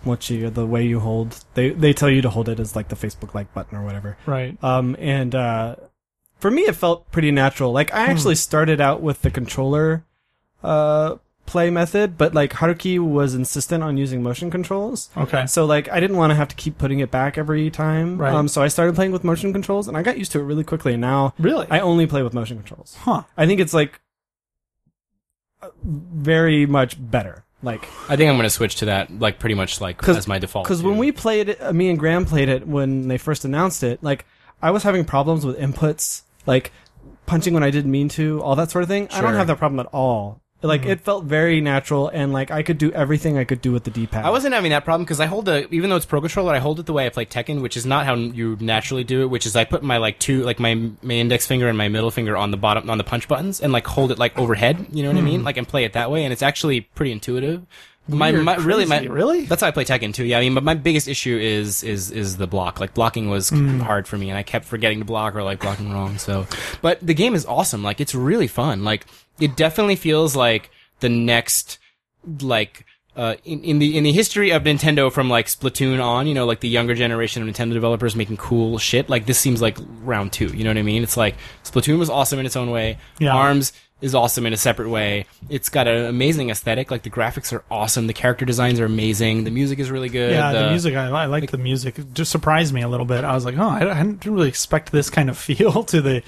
what you the way you hold. They they tell you to hold it as like the Facebook like button or whatever. right Um, and uh, for me, it felt pretty natural. Like Hmm. I actually started out with the controller uh, play method, but like Haruki was insistent on using motion controls. okay So like I didn't want to have to keep putting it back every time. Right. Um, so I started playing with motion controls, and I got used to it really quickly. And now really I only play with motion controls. huh I think it's like uh, very much better. Like I think I'm gonna switch to that like pretty much like 'Cause- as my default. Because when too. we played it, uh, me and Graham played it when they first announced it. Like I was having problems with inputs, like punching when I didn't mean to, all that sort of thing. I don't Sure. have that problem at all. Like it felt very natural, and like I could do everything I could do with the D-pad. I wasn't having that problem because I hold the even though it's pro controller, I hold it the way I play Tekken, which is not how you naturally do it. Which is I put my like two like my my index finger and my middle finger on the bottom on the punch buttons and like hold it like overhead. You know what I Hmm. mean? Like and play it that way, and it's actually pretty intuitive. My, my really my crazy, really? that's how I play Tekken too. Yeah, I mean, but my biggest issue is is is the block. Like blocking was Hmm. hard for me, and I kept forgetting to block or like blocking wrong. So, but the game is awesome. Like it's really fun. Like it definitely feels like the next like uh, in, in the in the history of Nintendo from like Splatoon on, you know, like the younger generation of Nintendo developers making cool shit, like this seems like round two. You know what I mean? It's like Splatoon was awesome in its own way. Yeah. Arms is awesome in a separate way. It's got an amazing aesthetic. Like the graphics are awesome. The character designs are amazing. The music is really good. yeah, the, music. I, I liked the music. It just surprised me a little bit. I was like, oh, I, I didn't really expect this kind of [laughs] feel to the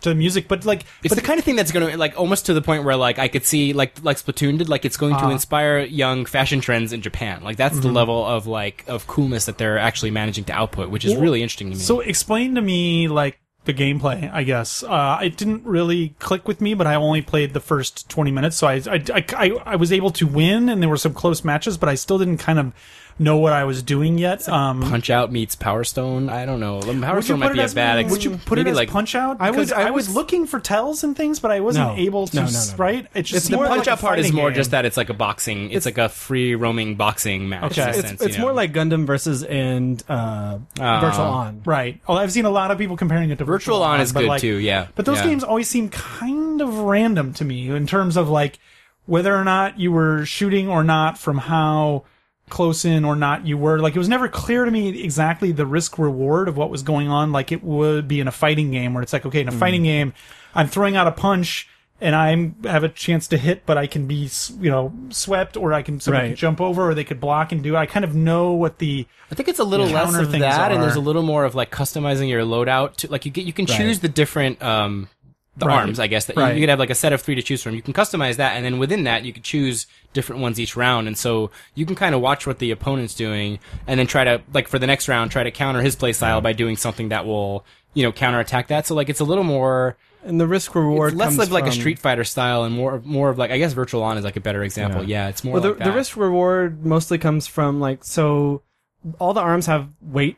to the music. But like, It's the kind of thing that's going to like almost to the point where like I could see like like Splatoon did like it's going Uh-huh. to inspire young fashion trends in Japan. Like that's Mm-hmm. the level of like of coolness that they're actually managing to output, which is Well, really interesting to me. so explain to me like the gameplay. I guess uh, it didn't really click with me, but I only played the first twenty minutes, so I I, I, I I was able to win, and there were some close matches, but I still didn't kind of know what I was doing yet. Um, Punch Out meets Power Stone. I don't know. Um, Power would you Stone might put it be a as bad. ex- Would you put it maybe as like punch out? I would- Because I I was would- looking for tells and things, but I wasn't No. able to. No, no, s- no, no. Right? It's just the more punch like a out part is fighting more game. just that it's like a boxing. It's, like a free roaming boxing match. Okay. in a It's, sense, Ah. it's you know? more like Gundam versus and uh, Virtual On. Right. Oh, I've seen a lot of people comparing it to Virtual, Virtual On is but, good like- too. Yeah, But those Yeah. games always seem kind of random to me in terms of like whether or not you were shooting or not from how close in or not you were. Like it was never clear to me exactly the risk reward of what was going on like it would be in a fighting game where it's like Mm-hmm. okay, in a fighting game I'm throwing out a punch and I have a chance to hit, but I can be, s- you know, swept, or I can somebody Right. could jump over, or they could block and do. I kind of know what the I think it's a little Yeah. less Counter of things that, and are- there's a little more of like customizing your loadout. To, like you get, you can choose the different um, the Right. arms, I guess. That you- Right. you, could have like a set of three to choose from. You can customize that, and then within that, you could choose different ones each round. And so you can kind of watch what the opponent's doing, and then try to like for the next round, try to counter his play style by doing something that will you know counterattack that. So like it's a little more. and the risk reward It's less comes of like a from- Street Fighter style and more more of like I guess Virtual On is like a better example. Yeah, it's more Well, the, like the that. risk reward mostly comes from like so all the arms have weight,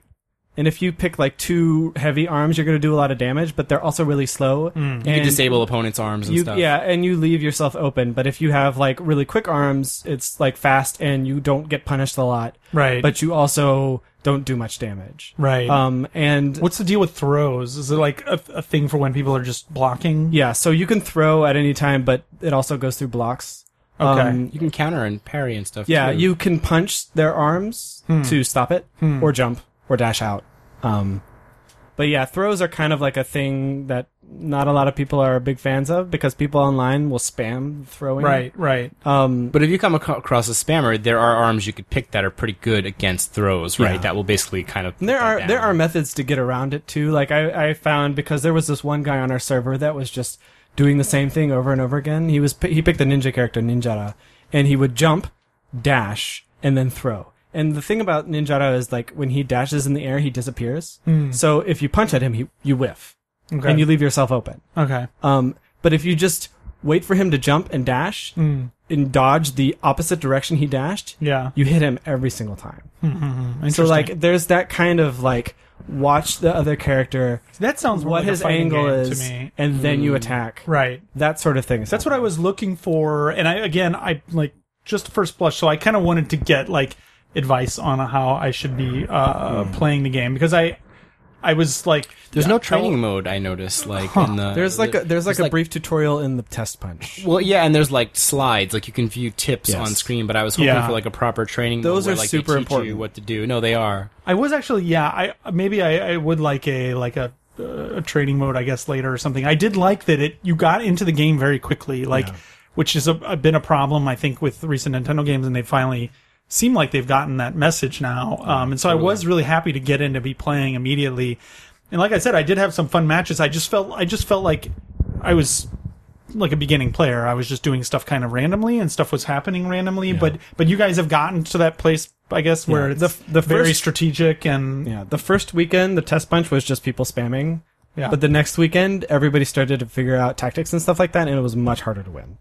and if you pick like two heavy arms, you're going to do a lot of damage, but they're also really slow. And Hmm. you can disable opponents' arms and you- stuff. yeah, and you leave yourself open. But if you have like really quick arms, it's like fast, and you don't get punished a lot, Right. but you also don't do much damage. right. Um, and What's the deal with throws? Is it like a, a thing for when people are just blocking? yeah, so you can throw at any time, but it also goes through blocks. Okay. Um, you can counter and parry and stuff. Yeah, too. you can punch their arms to stop it, or jump, or dash out. Um, but yeah, throws are kind of like a thing that not a lot of people are big fans of because people online will spam throwing. Right, right. Um, But if you come ac- across a spammer, there are arms you could pick that are pretty good against throws, right? Yeah. That will basically kind of. and there put that are down. there are methods to get around it too. Like I, I found because there was this one guy on our server that was just doing the same thing over and over again. He was he picked the ninja character Ninjara, and he would jump, dash, and then throw. And the thing about Ninjara is like when he dashes in the air, he disappears. So if you punch at him, he, you whiff, Okay. and you leave yourself open. okay. Um, but if you just wait for him to jump and dash and dodge the opposite direction he dashed, Hmm. Yeah. Hmm, you hit him every single time. So Interesting. like, there's that kind of like watch the other character, that sounds more what like a his fighting angle game is, to me. and then you attack. Right. That sort of thing. is That's what I was looking for, and I again, I like just first blush. So I kind of wanted to get like advice on how I should be uh, playing the game because I, I was like, There's yeah, no training mode. I noticed, like in the There's like a there's like There's a like- brief tutorial in the test [laughs] punch. Well, yeah, and there's like slides, like you can view tips Yes. on screen. But I was hoping Yeah. for like a proper training. Those where, are like, they super teach you important. what to do? No, they are. I was actually yeah. I maybe I, I would like a like a uh, a training mode, I guess later or something. I did like that it you got into the game very quickly, like which has a, been a problem I think with recent Nintendo games, and they finally seem like they've gotten that message now. Um, and so I was really happy to get in to be playing immediately. And like I said, I did have some fun matches. I just felt I just felt like I was like a beginning player. I was just doing stuff kind of randomly, and stuff was happening randomly. But but you guys have gotten to that place, I guess, where Yeah. it's The- the very first- strategic and Yeah, the first weekend the test punch was just people spamming. Yeah. But the next weekend, everybody started to figure out tactics and stuff like that, and it was much harder to win.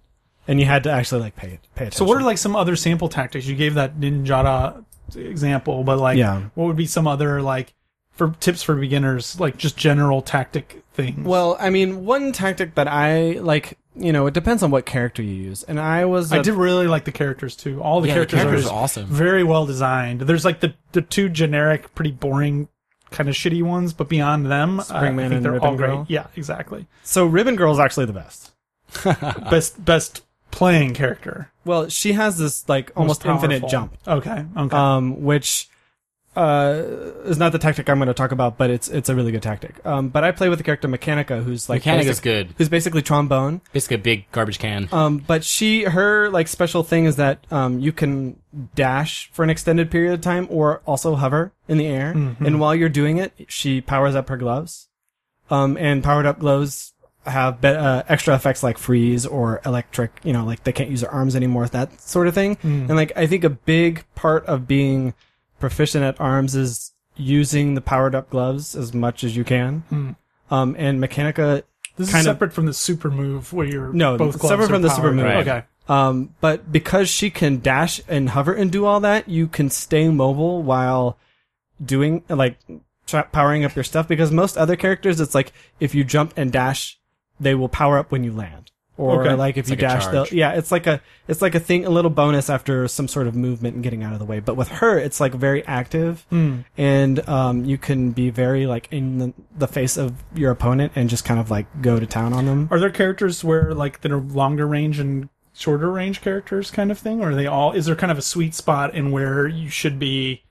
And you had to actually like pay pay attention. So what are like some other sample tactics? You gave that ninjata example, but like Yeah. what would be some other like for tips for beginners, like just general tactic things? Well, I mean, one tactic that I like, you know, it depends on what character you use. And I was, I a- did really like the characters too. All the Yeah, the characters, characters are are awesome. Very well designed. There's like the the two generic, pretty boring kind of shitty ones, but beyond them, uh, I Springman think and they're Ribbon all great. Girl. Yeah, exactly. so Ribbon Girl's actually the best. best best playing character. Well, she has this like almost Most infinite powerful. jump, Okay. Okay. um, which uh, is not the tactic I'm going to talk about, but it's it's a really good tactic. Um, but I play with the character Mechanica, who's like Mechanic is basic- good. who's basically trombone. Basically, a big garbage can. Um, but she, her like special thing is that um, you can dash for an extended period of time, or also hover in the air. And while you're doing it, she powers up her gloves. Um, and powered up gloves have be- uh, extra effects like freeze or electric. You know, like they can't use their arms anymore, that sort of thing. And like I think a big part of being proficient at arms is using the powered up gloves as much as you can. Um, and Mechanica this is kind of- separate from the super move where you're No, both gloves separate are from the super powered. move. Right. Okay. Um, but because she can dash and hover and do all that, you can stay mobile while doing like tra- powering up your stuff. Because most other characters, it's like if you jump and dash, they will power up when you land, or Okay. like if you like a dash, they'll, charge. yeah, it's like a it's like a thing, a little bonus after some sort of movement and getting out of the way. But with her, it's like very active, and um, you can be very like in the, the face of your opponent and just kind of like go to town on them. Are there characters where like that are longer range and shorter range characters kind of thing, or are they all? Is there kind of a sweet spot in where you should be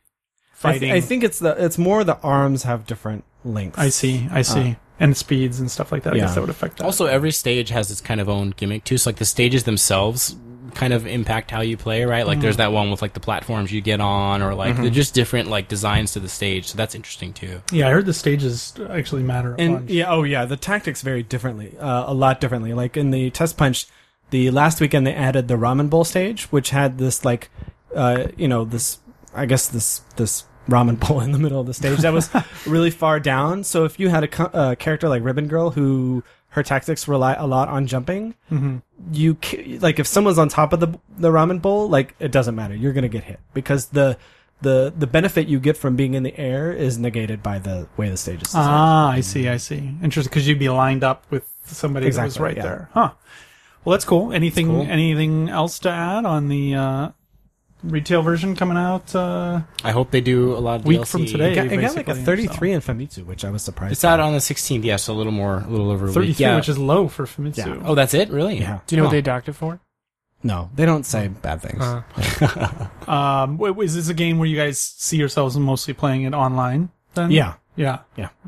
I, th- fighting? I think it's the it's more the arms have different lengths. I see. I see. and speeds and stuff like that. I Uh. Yeah. guess that would affect that. Also, every stage has its kind of own gimmick too. So, like the stages themselves kind of impact how you play, right? Like there's Mm-hmm. that one with like the platforms you get on, or like they're just different like designs to the stage. So that's interesting too. yeah, I heard the stages actually matter a and bunch. yeah, oh yeah, the tactics vary differently, uh, a lot differently. Like in the test punch, the last weekend they added the ramen bowl stage, which had this like, uh, you know, this I guess this this ramen [laughs] bowl in the middle of the stage that was really far down. So if you had a co- uh, character like Ribbon Girl who her tactics rely a lot on jumping. You ca- like if someone's on top of the the ramen bowl, like it doesn't matter. You're gonna get hit because the the the benefit you get from being in the air is negated by the way the stage is designed. Ah, I see, I see. Interesting, because you'd be lined up with somebody that was Exactly, right yeah. there, huh? Well, that's cool. Anything, cool. anything else to add on the uh, retail version coming out? Uh, I hope they do a lot of Week DLC. from today. It got, it got like a basically, 33 in Famitsu, which I was surprised. It's out on the 16th. Yeah, so a little more, a little over a Thirty-three, week. Yeah. which is low for Famitsu. oh, that's it, really? Yeah. Do you know Huh. what they docked it for? No, they don't say bad things. Uh, Um, wait, is this a game where you guys see yourselves mostly playing it online? Then yeah, yeah.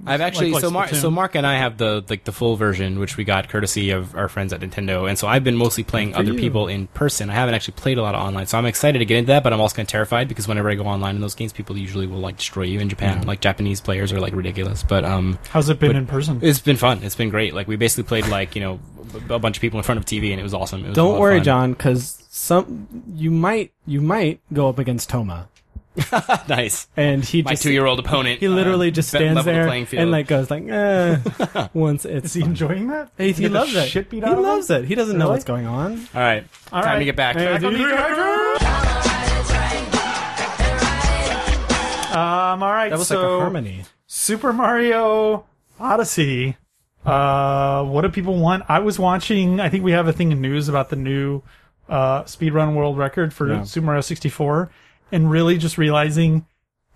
I've actually Like- like so Mark Splatoon. so Mark and I have the like the full version which we got courtesy of our friends at Nintendo and so I've been mostly playing other you. people in person. I haven't actually played a lot of online. So I'm excited to get into that, but I'm also kind of terrified because whenever I go online in those games people usually will like destroy you in Japan. Like Japanese players are like ridiculous, but um How's it been But- in person? it's been fun. It's been great. Like we basically played like, you know, a bunch of people in front of TV and it was awesome. It was a lot don't of worry, fun. John, because some you might you might go up against Toma, [laughs] nice. and he My just 2-year-old opponent. he literally uh, just be- stands leveled the there playing field. and like goes like, eh, [laughs] once it's is he fun. enjoying that? He, Did he you get the loves it. Shit beat he out of him? loves it. He doesn't know Really? what's going on. All right. All time right. to get back. Back on the Um, all right, That was so like a harmony. Super Mario Odyssey. Uh, what do people want? I was watching. I think we have a thing in news about the new uh, speedrun world record for Yeah. Super Mario 64, and really just realizing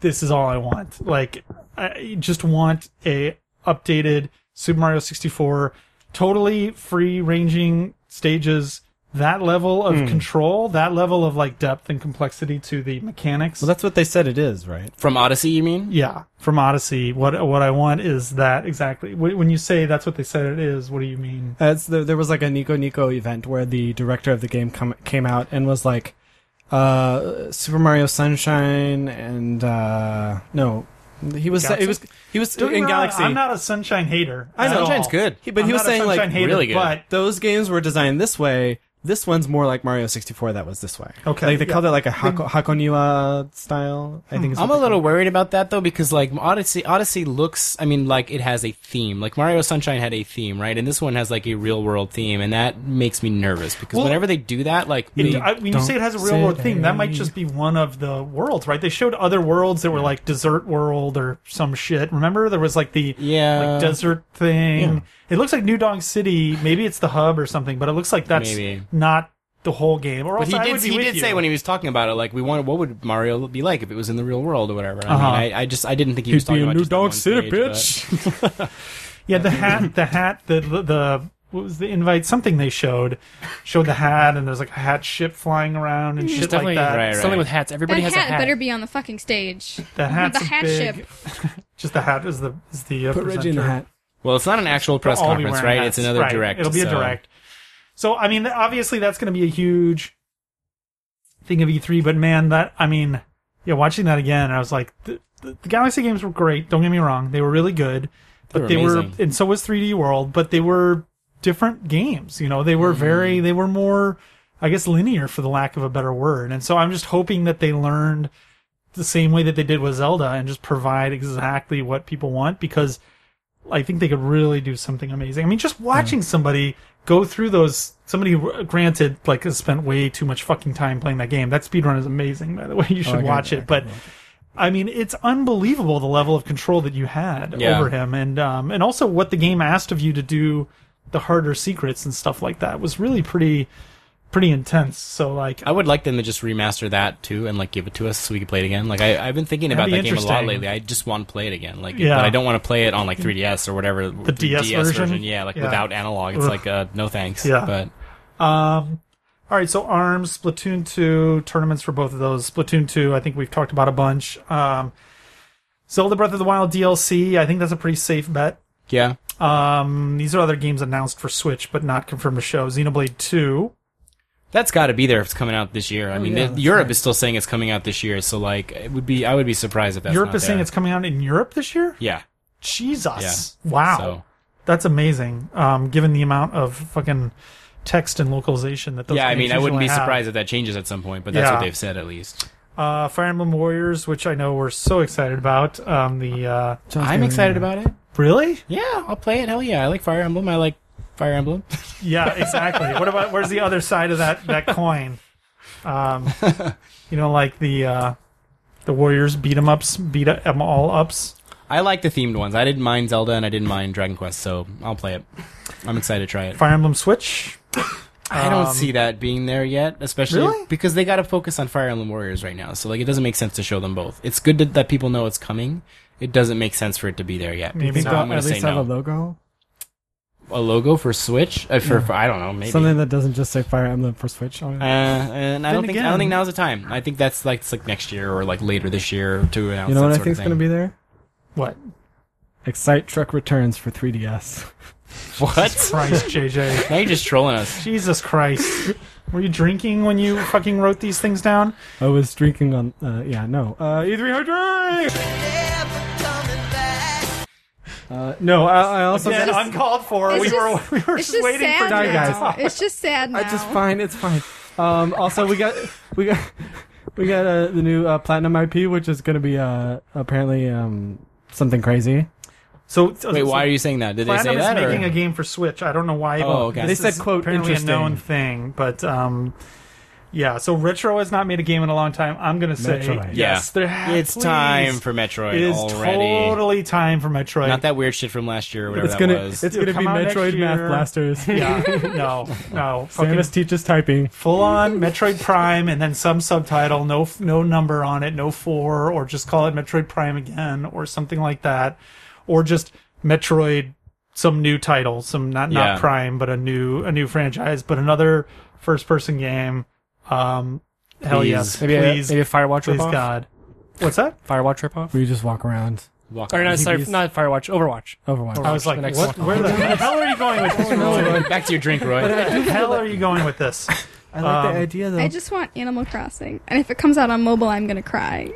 this is all I want. Like, I just want a updated Super Mario 64, totally free ranging stages. That level of control, that level of like depth and complexity to the mechanics. Well, that's what they said it is, right? From Odyssey, you mean? Yeah, from Odyssey. What what I want is that exactly. Wh- When you say that's what they said it is, what do you mean? That's the, there was like a Nico Nico event where the director of the game come, came out and was like, uh, Super Mario Sunshine and uh, no, he was Galaxy? he was he was Don't get me in wrong, Galaxy. I'm not a Sunshine hater. I at know. all. Sunshine's good. He- but I'm he was not a saying like Sunshine hater, really good. But those games were designed this way. This one's more like Mario 64. That was this way. Okay, like they yeah. called it like a Hako, Hakoniwa style. I think. Is Hmm. I'm what a they little worried about that though because like Odyssey Odyssey looks I mean like it has a theme. Like Mario Sunshine had a theme, right? And this one has like a real world theme and that makes me nervous because Well, whenever they do that like it, they- I, when you say it has a real say world that. theme, that might just be one of the worlds, right? They showed other worlds that were like Desert World or some shit. Remember, there was like the Yeah. like desert thing. It looks like New Dong City. Maybe it's the hub or something, but it looks like that's Maybe. not the whole game. Or but else he I did would be he with did you. say when he was talking about it like we want what would Mario be like if it was in the real world or whatever. I Uh-huh. mean I, I just I didn't think he was talking about just the one stage, but- Yeah, the hat, the hat, the the what was the invite? Something they showed showed the hat, and there's like a hat ship flying around and There's shit like definitely that. Right, something right. with hats. Everybody that has hat, a hat. better be on the fucking stage. The hat's the hat big. ship. [laughs] Just the hat is the is the uh, Put Reggie in the presenter. hat. Well, it's not an actual press All be conference, wearing right? hats. It's another Right, direct. It'll be a so- direct. So I mean, obviously that's going to be a huge thing of E3. But man, that I mean, yeah, watching that again, I was like, the, the, the Galaxy games were great. Don't get me wrong, they were really good, but were they were, amazing. and so was 3D World, but they were different games. You know, they Mm-hmm. were very, they were more, I guess, linear for the lack of a better word. And so I'm just hoping that they learned the same way that they did with Zelda and just provide exactly what people want because I think they could really do something amazing. I mean, just watching Mm. somebody go through those. Somebody, who, granted, like has spent way too much fucking time playing that game. That speedrun is amazing, by the way. [laughs] You should Oh, I can- watch I it. can But watch I mean, it's unbelievable the level of control that you had Yeah. over him, and um, and also what the game asked of you to do, the harder secrets and stuff like that was really pretty, pretty intense. So like, I would like them to just remaster that too and like give it to us so we can play it again. Like I, I've been thinking about That'd be that game a lot interesting. lately. I just want to play it again. Like, Yeah. but I don't want to play it on like 3ds or whatever the DS version? Yeah, like Yeah. without analog, it's Ugh. like uh, no thanks. Yeah. but Um, all right, so Arms, Splatoon 2, tournaments for both of those. Splatoon 2, I think we've talked about a bunch. Um, Zelda Breath of the Wild DLC, I think that's a pretty safe bet. yeah, Um, these are other games announced for Switch but not confirmed to show. Xenoblade 2. that's got to be there if it's coming out this year. I mean, yeah, th- that's Europe is still saying it's coming out this year, so like it would be I would be surprised if that's Europe not is saying there. it's coming out in Europe this year? yeah. Jesus. Yeah. Wow. So That's amazing, um, given the amount of fucking text and localization that those yeah, I games mean, I wouldn't usually be have. surprised if that changes at some point, but that's Yeah. what they've said at least. Uh, Fire Emblem Warriors, which I know we're so excited about. Um, the uh, John's I'm gonna- excited about it. Really? Yeah, I'll play it. Hell yeah, I like Fire Emblem. I like Fire Emblem. Yeah, exactly. what about where's the other side of that that coin? Um, you know, like the uh, the Warriors beat 'em ups, beat 'em all ups. I like the themed ones. I didn't mind Zelda and I didn't mind Dragon Quest, so I'll play it. I'm excited to try it. Fire Emblem Switch. I don't Um, see that being there yet, especially Really? because they got to focus on Fire Emblem Warriors right now. So like, it doesn't make sense to show them both. It's good that- that people know it's coming. It doesn't make sense for it to be there yet. Maybe so they'll I'm gonna at say least no. have a logo, a logo for Switch uh, for, for I don't know maybe. something that doesn't just say Fire Emblem for Switch. Oh, on uh, it. and I Then don't think I again- don't think now's the time. I think that's like it's like next year or like later this year to announce. you know that what I sort of think's thing. going to be there? What? Excite Truck returns for 3DS. [laughs] what? Christ, JJ. now you're just trolling us. Jesus Christ. Were you drinking when you fucking wrote these things down? I was drinking on. Uh, yeah, no. Uh, E300. Uh, no, I, I also. Then uncalled for. It's we just- were we were It's just, just waiting sad for now. you guys. It's just sad [laughs] now. I just fine. It's fine. Um, also, we got we got [laughs] we got uh, the new uh, platinum IP, which is going to be uh, apparently um, something crazy. So Wait, why are you saying that? Did they say Platinum is that? Or? making a game for Switch. I don't know why. Oh, but okay. this They said, is quote, apparently a interesting. known thing, but um, yeah. So Retro has not made a game in a long time. I'm gonna say Metroid. yes. There ha- it's please. time for Metroid It is already. totally time for Metroid. Not that weird shit from last year or whatever It's that gonna was. it's It'll gonna be come out next Metroid Math year. [laughs] Blasters. yeah. No. No. Fucking Samus teaches typing. full on Metroid Prime, and then some subtitle. No. No number on it. No four, or just call it Metroid Prime again, or something like that, or just Metroid. Some new title, some not not Yeah. Prime, but a new a new franchise, but another first person game. Um, hell Please. yes, Maybe please, a, maybe a Firewatch please ripoff. God. What's that? Firewatch ripoff. Where you just walk around. Walk- Or not, sorry, Maybe- not Firewatch. Overwatch. Overwatch. I was the like, next what? one. Where the hell are you going with this? [laughs] Back to your drink, Roy. Where the hell are you going with this? I like Um, the idea though. I just want Animal Crossing, and if it comes out on mobile, I'm gonna cry.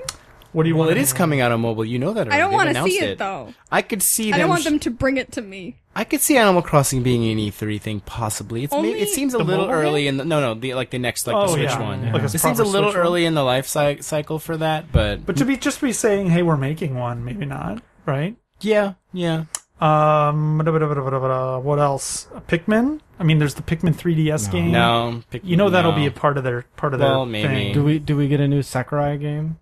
What do you well, want? it is coming out on mobile. You know that. Already. I don't want want to see it, though. I could see I them don't want sh- them to bring it to me. I could see Animal Crossing being an E3 thing, possibly. It's Only maybe, it seems a the little mobile early in the no, no, the, like the next, like Oh, the Switch yeah. one. Like a it seems proper a little Switch one. early in the life cy- cycle for that, but, But to be just be saying, hey, we're making one, maybe not, right? yeah, yeah. Um, what else? Pikmin? I mean, there's the Pikmin 3DS game. No, pick, you know that'll no. be a part of their part of Well, their maybe. thing. do we do we get a new Sakurai game?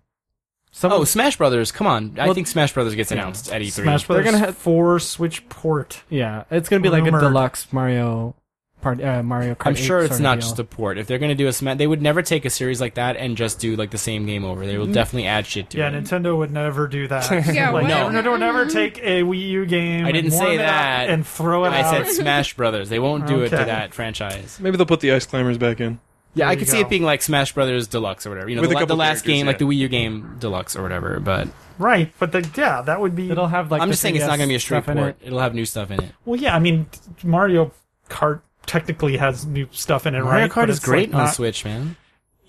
Someone, Oh, Smash Brothers! Come on, I Well, think Smash Brothers gets yeah. announced at E E3. Smash Brothers gonna have- four Switch port. yeah, it's gonna be like Rumored. a deluxe Mario part uh, Mario Kart. I'm sure 8 it's sorta not deal. just a port. If they're gonna do a Smash, they would never take a series like that and just do like the same game over. They will definitely add shit to Mm-hmm. Yeah, it. Nintendo would never do [laughs] that. Yeah, like, No. Nintendo would never take a Wii U game. I didn't and warm say it up that. And throw it I out. [laughs] said Smash Brothers. They won't do it Okay. to that franchise. [laughs] Maybe they'll put the ice climbers back in. Yeah, There I you could see go. it being like Smash Brothers Deluxe or whatever. You know, With the, a la- the couple last characters, game, like the yeah. Wii U game Deluxe or whatever. But right, but the, yeah, that would be. It'll have like I'm the just saying it's not 3DS going to be a straight stuff in port. it. It. will have new stuff in it. Well, yeah, I mean, Mario Kart technically has new stuff in it, Mario right? Kart But is it's, great like, on not- Switch, man.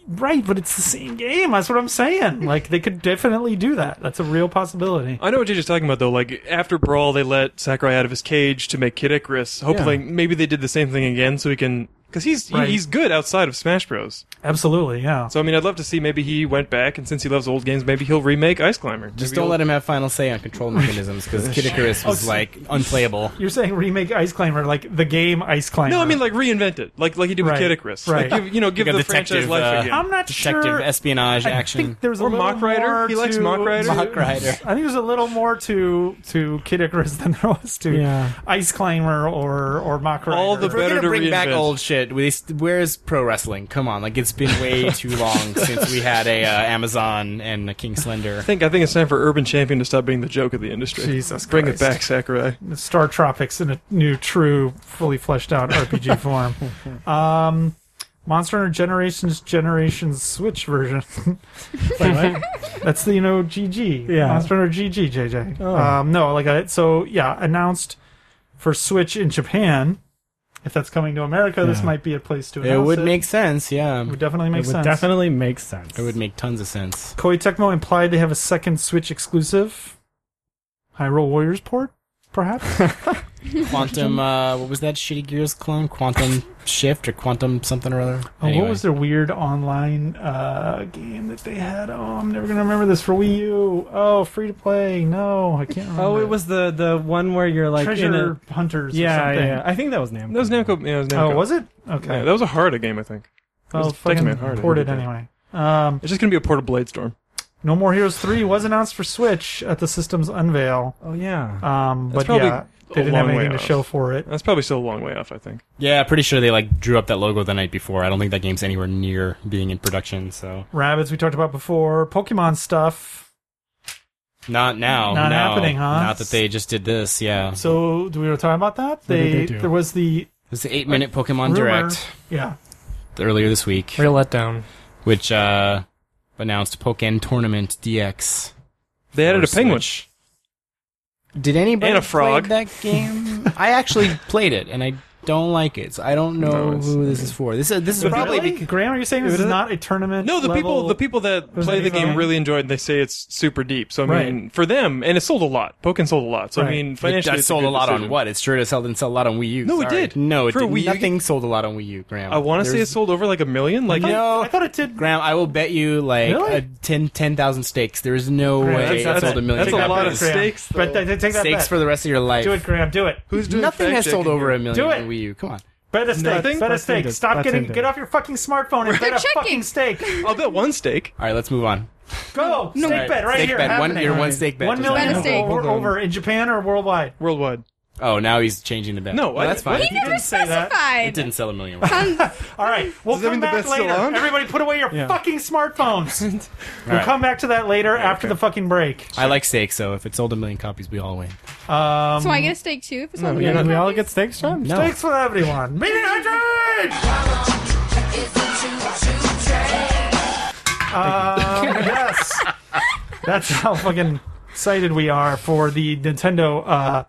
Right, but it's the same game. That's what I'm [laughs] saying. Like, they could definitely do that. That's a real possibility. I know what you're just talking about though. Like after Brawl, they let Sakurai out of his cage to make Kid Icarus. Hopefully, maybe they did the same thing again, so he can because he's he- Right. he's good outside of Smash Bros. Absolutely, yeah. So I mean, I'd love to see maybe he went back, and since he loves old games, maybe he'll remake Ice Climber. Just don't let him have final say [laughs] on control mechanisms because Kid Oh, Icarus was like unplayable. You're saying remake Ice Climber, like the game Ice Climber. No, I mean like reinvent it, like like he did with Right. Kid Icarus. Right. Like, give, you know, give Like a the franchise detective, life uh, again. I'm not Detective sure. espionage I action. think there's a Or little Mock Rider. more He likes to- Mock Rider. Mock Rider. I think there's a little more to to Kid Icarus than there was to Yeah. Ice Climber or or Mock Rider. All If we're Better gonna to bring back reinvent. old shit. we- Where's pro wrestling? Come on, like it's been way too long since we had a uh, Amazon and a King Slender. I think I think it's time for Urban Champion to stop being the joke of the industry. Jesus Bring Christ. it back, Sakurai. Star Tropics in a new, true, fully fleshed out [laughs] RPG form. Um, Monster Hunter Generations Generations Switch version. [laughs] Like, That's the you know GG. Yeah. Monster Hunter GG JJ. Oh. Um, no, like I, so yeah, announced for Switch in Japan. If that's coming to America, this Yeah. might be a place to It announce would it. make sense. Yeah, It would definitely It make would sense. definitely make sense. it would make tons [laughs] of sense. Koei Tecmo implied they [laughs] have a second Switch exclusive. Hyrule Warriors port, perhaps. Oh, Quantum. uh, what was that shitty Gears clone? Quantum Shift or Quantum something or other. Oh, Anyway. What was their weird online uh, game that they had? Oh, I'm never gonna remember this for Wii U. Oh, free to play. No, I can't remember. Oh, it was the the one where you're like in a- Treasure Hunters. yeah, or something. yeah. I think that was Namco. That was Namco. Yeah, it was Namco. Oh, was it? Okay. Yeah, that was a Harda game, I think. was oh, fucking Tekken Hard, I port it think. anyway. Um, It's just gonna be a port of Bladestorm. no More Heroes Three was announced for Switch at the system's unveil, Oh yeah. um, That's but probably yeah, a they didn't long have way anything to off. show for it. That's probably still a long way off. I think. Yeah, pretty sure they like drew up that logo the night before. I don't think that game's anywhere near being in production. So Rabbits we talked about before. Pokemon stuff. not now. Not no. happening, huh? Not that they just did this. Yeah. So So do we want to talk about that? did They, they do? there was the it's the eight minute Pokemon rumor- Direct yeah earlier this week, Real letdown. which uh, announced Pokemon Tournament DX. They added Or a penguin. Switch. Did anybody And a frog. play that game? [laughs] I actually played it, and I don't like it. So I don't know No, it's- who this is for. This is this is But probably really? bec- Graham. Are you saying this Is is it? not a tournament? No, the people level- the people that was play that the game design? really enjoyed. it. They say it's super deep. So I Right. mean, for them, and it sold a lot. Pokemon sold a lot. So Right. I mean, It financially, it's sold a, good lot decision. on what? It sure as hell didn't sell a lot on Wii U. No, it Sorry. did. No, it For a didn't. Wii U- Nothing sold a lot on Wii U, Graham. I want to say it There's- sold over like a million. Like No. I thought it did. Graham, I will bet you like Really? a 10 10,000 stakes. There is no Graham, way that's- it sold a million. that's a lot of copies. stakes. But th- th- take that Stakes bet. for the rest of your life. do it, Graham. Do it. who's doing Nothing has fact-checking sold over here? a million Do it. on Wii U. Come on. Bet a stake. Nothing? Bet a That's stake. ended. Stop That's getting. ended. Get off your fucking smartphone and bet a checking. fucking stake. I'll bet one stake. All right, let's move on. Go. stake All right, bet right stake here. bet. One, happening. your one stake bet. One Just million Bet a stake. over, over in Japan or worldwide. Worldwide. Oh, now he's changing the bet. No, well, I- that's fine. He It never didn't say that. specified. didn't sell a million. Um, All right, we'll Does that come mean the back bet's still later. on? Everybody, put away your Yeah. fucking smartphones. we'll right. come back to that later after the fucking break. I like stakes, so if it sold a million copies, we all win. Um, so I get a steak too? If it's no, Yeah, we all get steaks from. No. Thanks for everyone. Meeting hundred. Um, yes, that's how fucking excited we are for the Nintendo uh,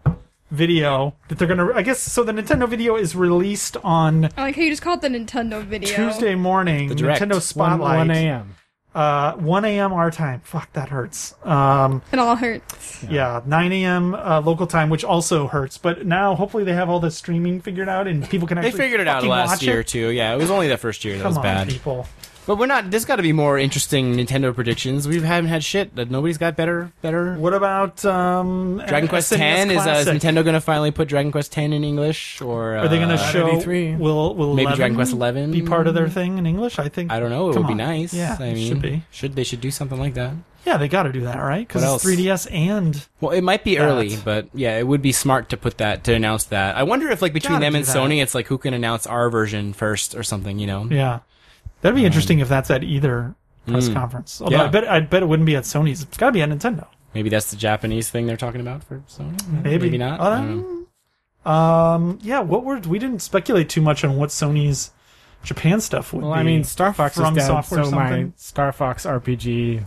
video that they're gonna. I guess so. The Nintendo video is released on I like how you just called the Nintendo video. Tuesday morning. The Direct. Nintendo One, Spotlight. one a.m. Uh, 1 a.m. our time. Fuck, that hurts. Um, It all hurts. yeah, 9 a.m. Uh, local time, which also hurts. But now, hopefully, they have all the streaming figured out and people can They actually figured it out fucking last watch year It. too. Yeah, it was only that first year that Come was on, bad. people. But we're not. There's got to be more interesting Nintendo predictions. We haven't had shit. That nobody's got better. Better. What about um, Dragon Quest SNES Ten is, uh, is Classic? Nintendo going to finally put Dragon Quest Ten in English or uh, Are they going to I show? E3. Will will Maybe 11 Dragon Quest 11? be part of their thing in English? I think. I don't know. It Come would be on. nice. Yeah, I it mean, should be. Should they should do something like that? Yeah, they got to do that, right? Because What it's else? 3DS and Well, it might be That. early, but yeah, it would be smart to put that to announce that. I wonder if like between Gotta them do and that. Sony, it's like who can announce our version first or something. You know? yeah, that'd be interesting if that's at either press Mm. conference. Although I Um, Yeah. bet I bet it wouldn't be at Sony's. It's got to be at Nintendo. Maybe that's the Japanese thing they're talking about for Sony. [laughs] [laughs] Maybe, Maybe not. I don't know. Um, um, yeah. What were we didn't speculate too much on what Sony's Japan stuff would Well, be. I mean, Star Fox is From dead, software so my something? Star Fox RPG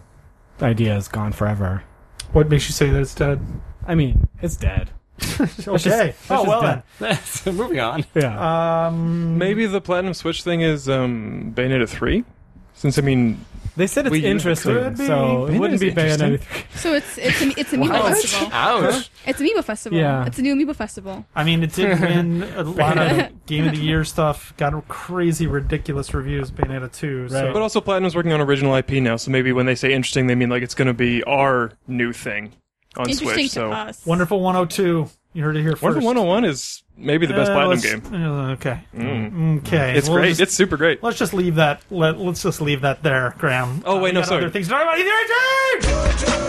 idea is gone forever. what makes you say that it's dead? I mean, it's dead. just- Okay. that's Oh just well dead. So Moving [laughs] on. Yeah. then. Um, Maybe the Platinum Switch thing is um, Bayonetta three, since I mean, they said it's we- interesting, could be. so it wouldn't Bayonetta's be Bayonetta interesting. 3. So it's it's an, it's Amiibo Festival. Ouch. It's Amiibo Festival. Yeah. It's a new Amiibo Festival. I mean, it did win a lot of Game of the Year stuff. Got crazy, ridiculous reviews. Bayonetta two. So. but also Platinum's working on original IP now. So maybe when they say interesting, they mean like it's going to be our new thing on Interesting Switch. to So us. Wonderful 102. You heard it here first. Wonderful one hundred and one is maybe the best Uh, Platinum let's- game. uh, okay. Mm. Okay. It's we'll great. just- it's super great. let's just leave that. Let, let's just leave that there, Graham. Uh, Oh, wait, we no, got sorry. Other things to talk about. Either way,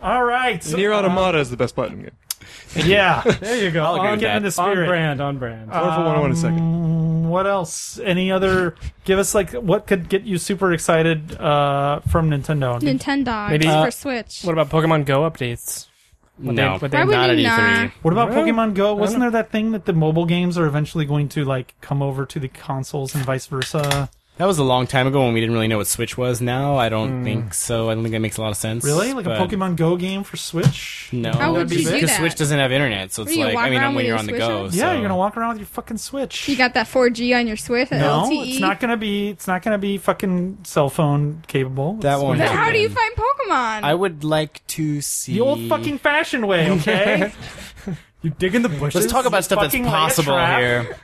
All right. so- Near Automata is the best Platinum game. Yeah, [laughs] there you go. agree on, with get that. in the On spirit. brand, on brand. Wonderful one hundred and one is second. Mm, What else? Any other? give us like what could get you super excited uh, from Nintendo? Nintendo Maybe- it's Uh, for Switch. What about Pokemon Go updates? What No. They, what Why they, would Not at E you E3. not? What about Well, Pokemon Go? Wasn't know. there that thing that the mobile games are eventually going to like come over to the consoles and vice versa? That was a long time ago when we didn't really know what Switch was. Now I don't think so. I don't think that makes a lot of sense. Hmm. Really? Like a but- Pokemon Go game for Switch? No, How would you do because that? Switch doesn't have internet, so it's What, you like walk I mean, around when with you're your on the Switch go, on? Yeah, so- you're gonna walk around with your fucking Switch. You got that 4G on your Switch E? at no, LTE. it's not gonna be. It's not gonna be fucking cell phone capable. That It's- won't Then happen. how do you find Pokemon? I would like to see The old fucking fashioned way, okay? [laughs] you dig in the bushes. Let's talk about stuff that's fucking lay a possible trap. here.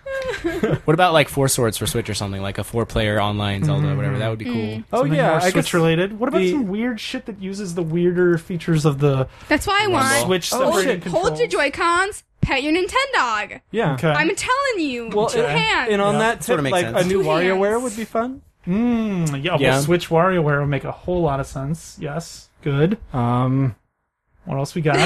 [laughs] what about like four swords for Switch or something like a four-player online Zelda, Mm-hmm. whatever? That would Mm. be cool. Oh Something yeah, more I Switch guess related. What about the- some weird shit that uses the weirder features of the That's why I want. Switch Oh, separated shit. controls? Hold your Joy Cons. Pet your Nintendog. yeah. Okay. I'm telling you. Well, two and, hands. and on Yeah. that tip, Sorta makes like sense. a new Two WarioWare hands. would be fun. Mm, yeah, Yeah. Well, Switch WarioWare would make a whole lot of sense. Yes, good. Um, What else we got?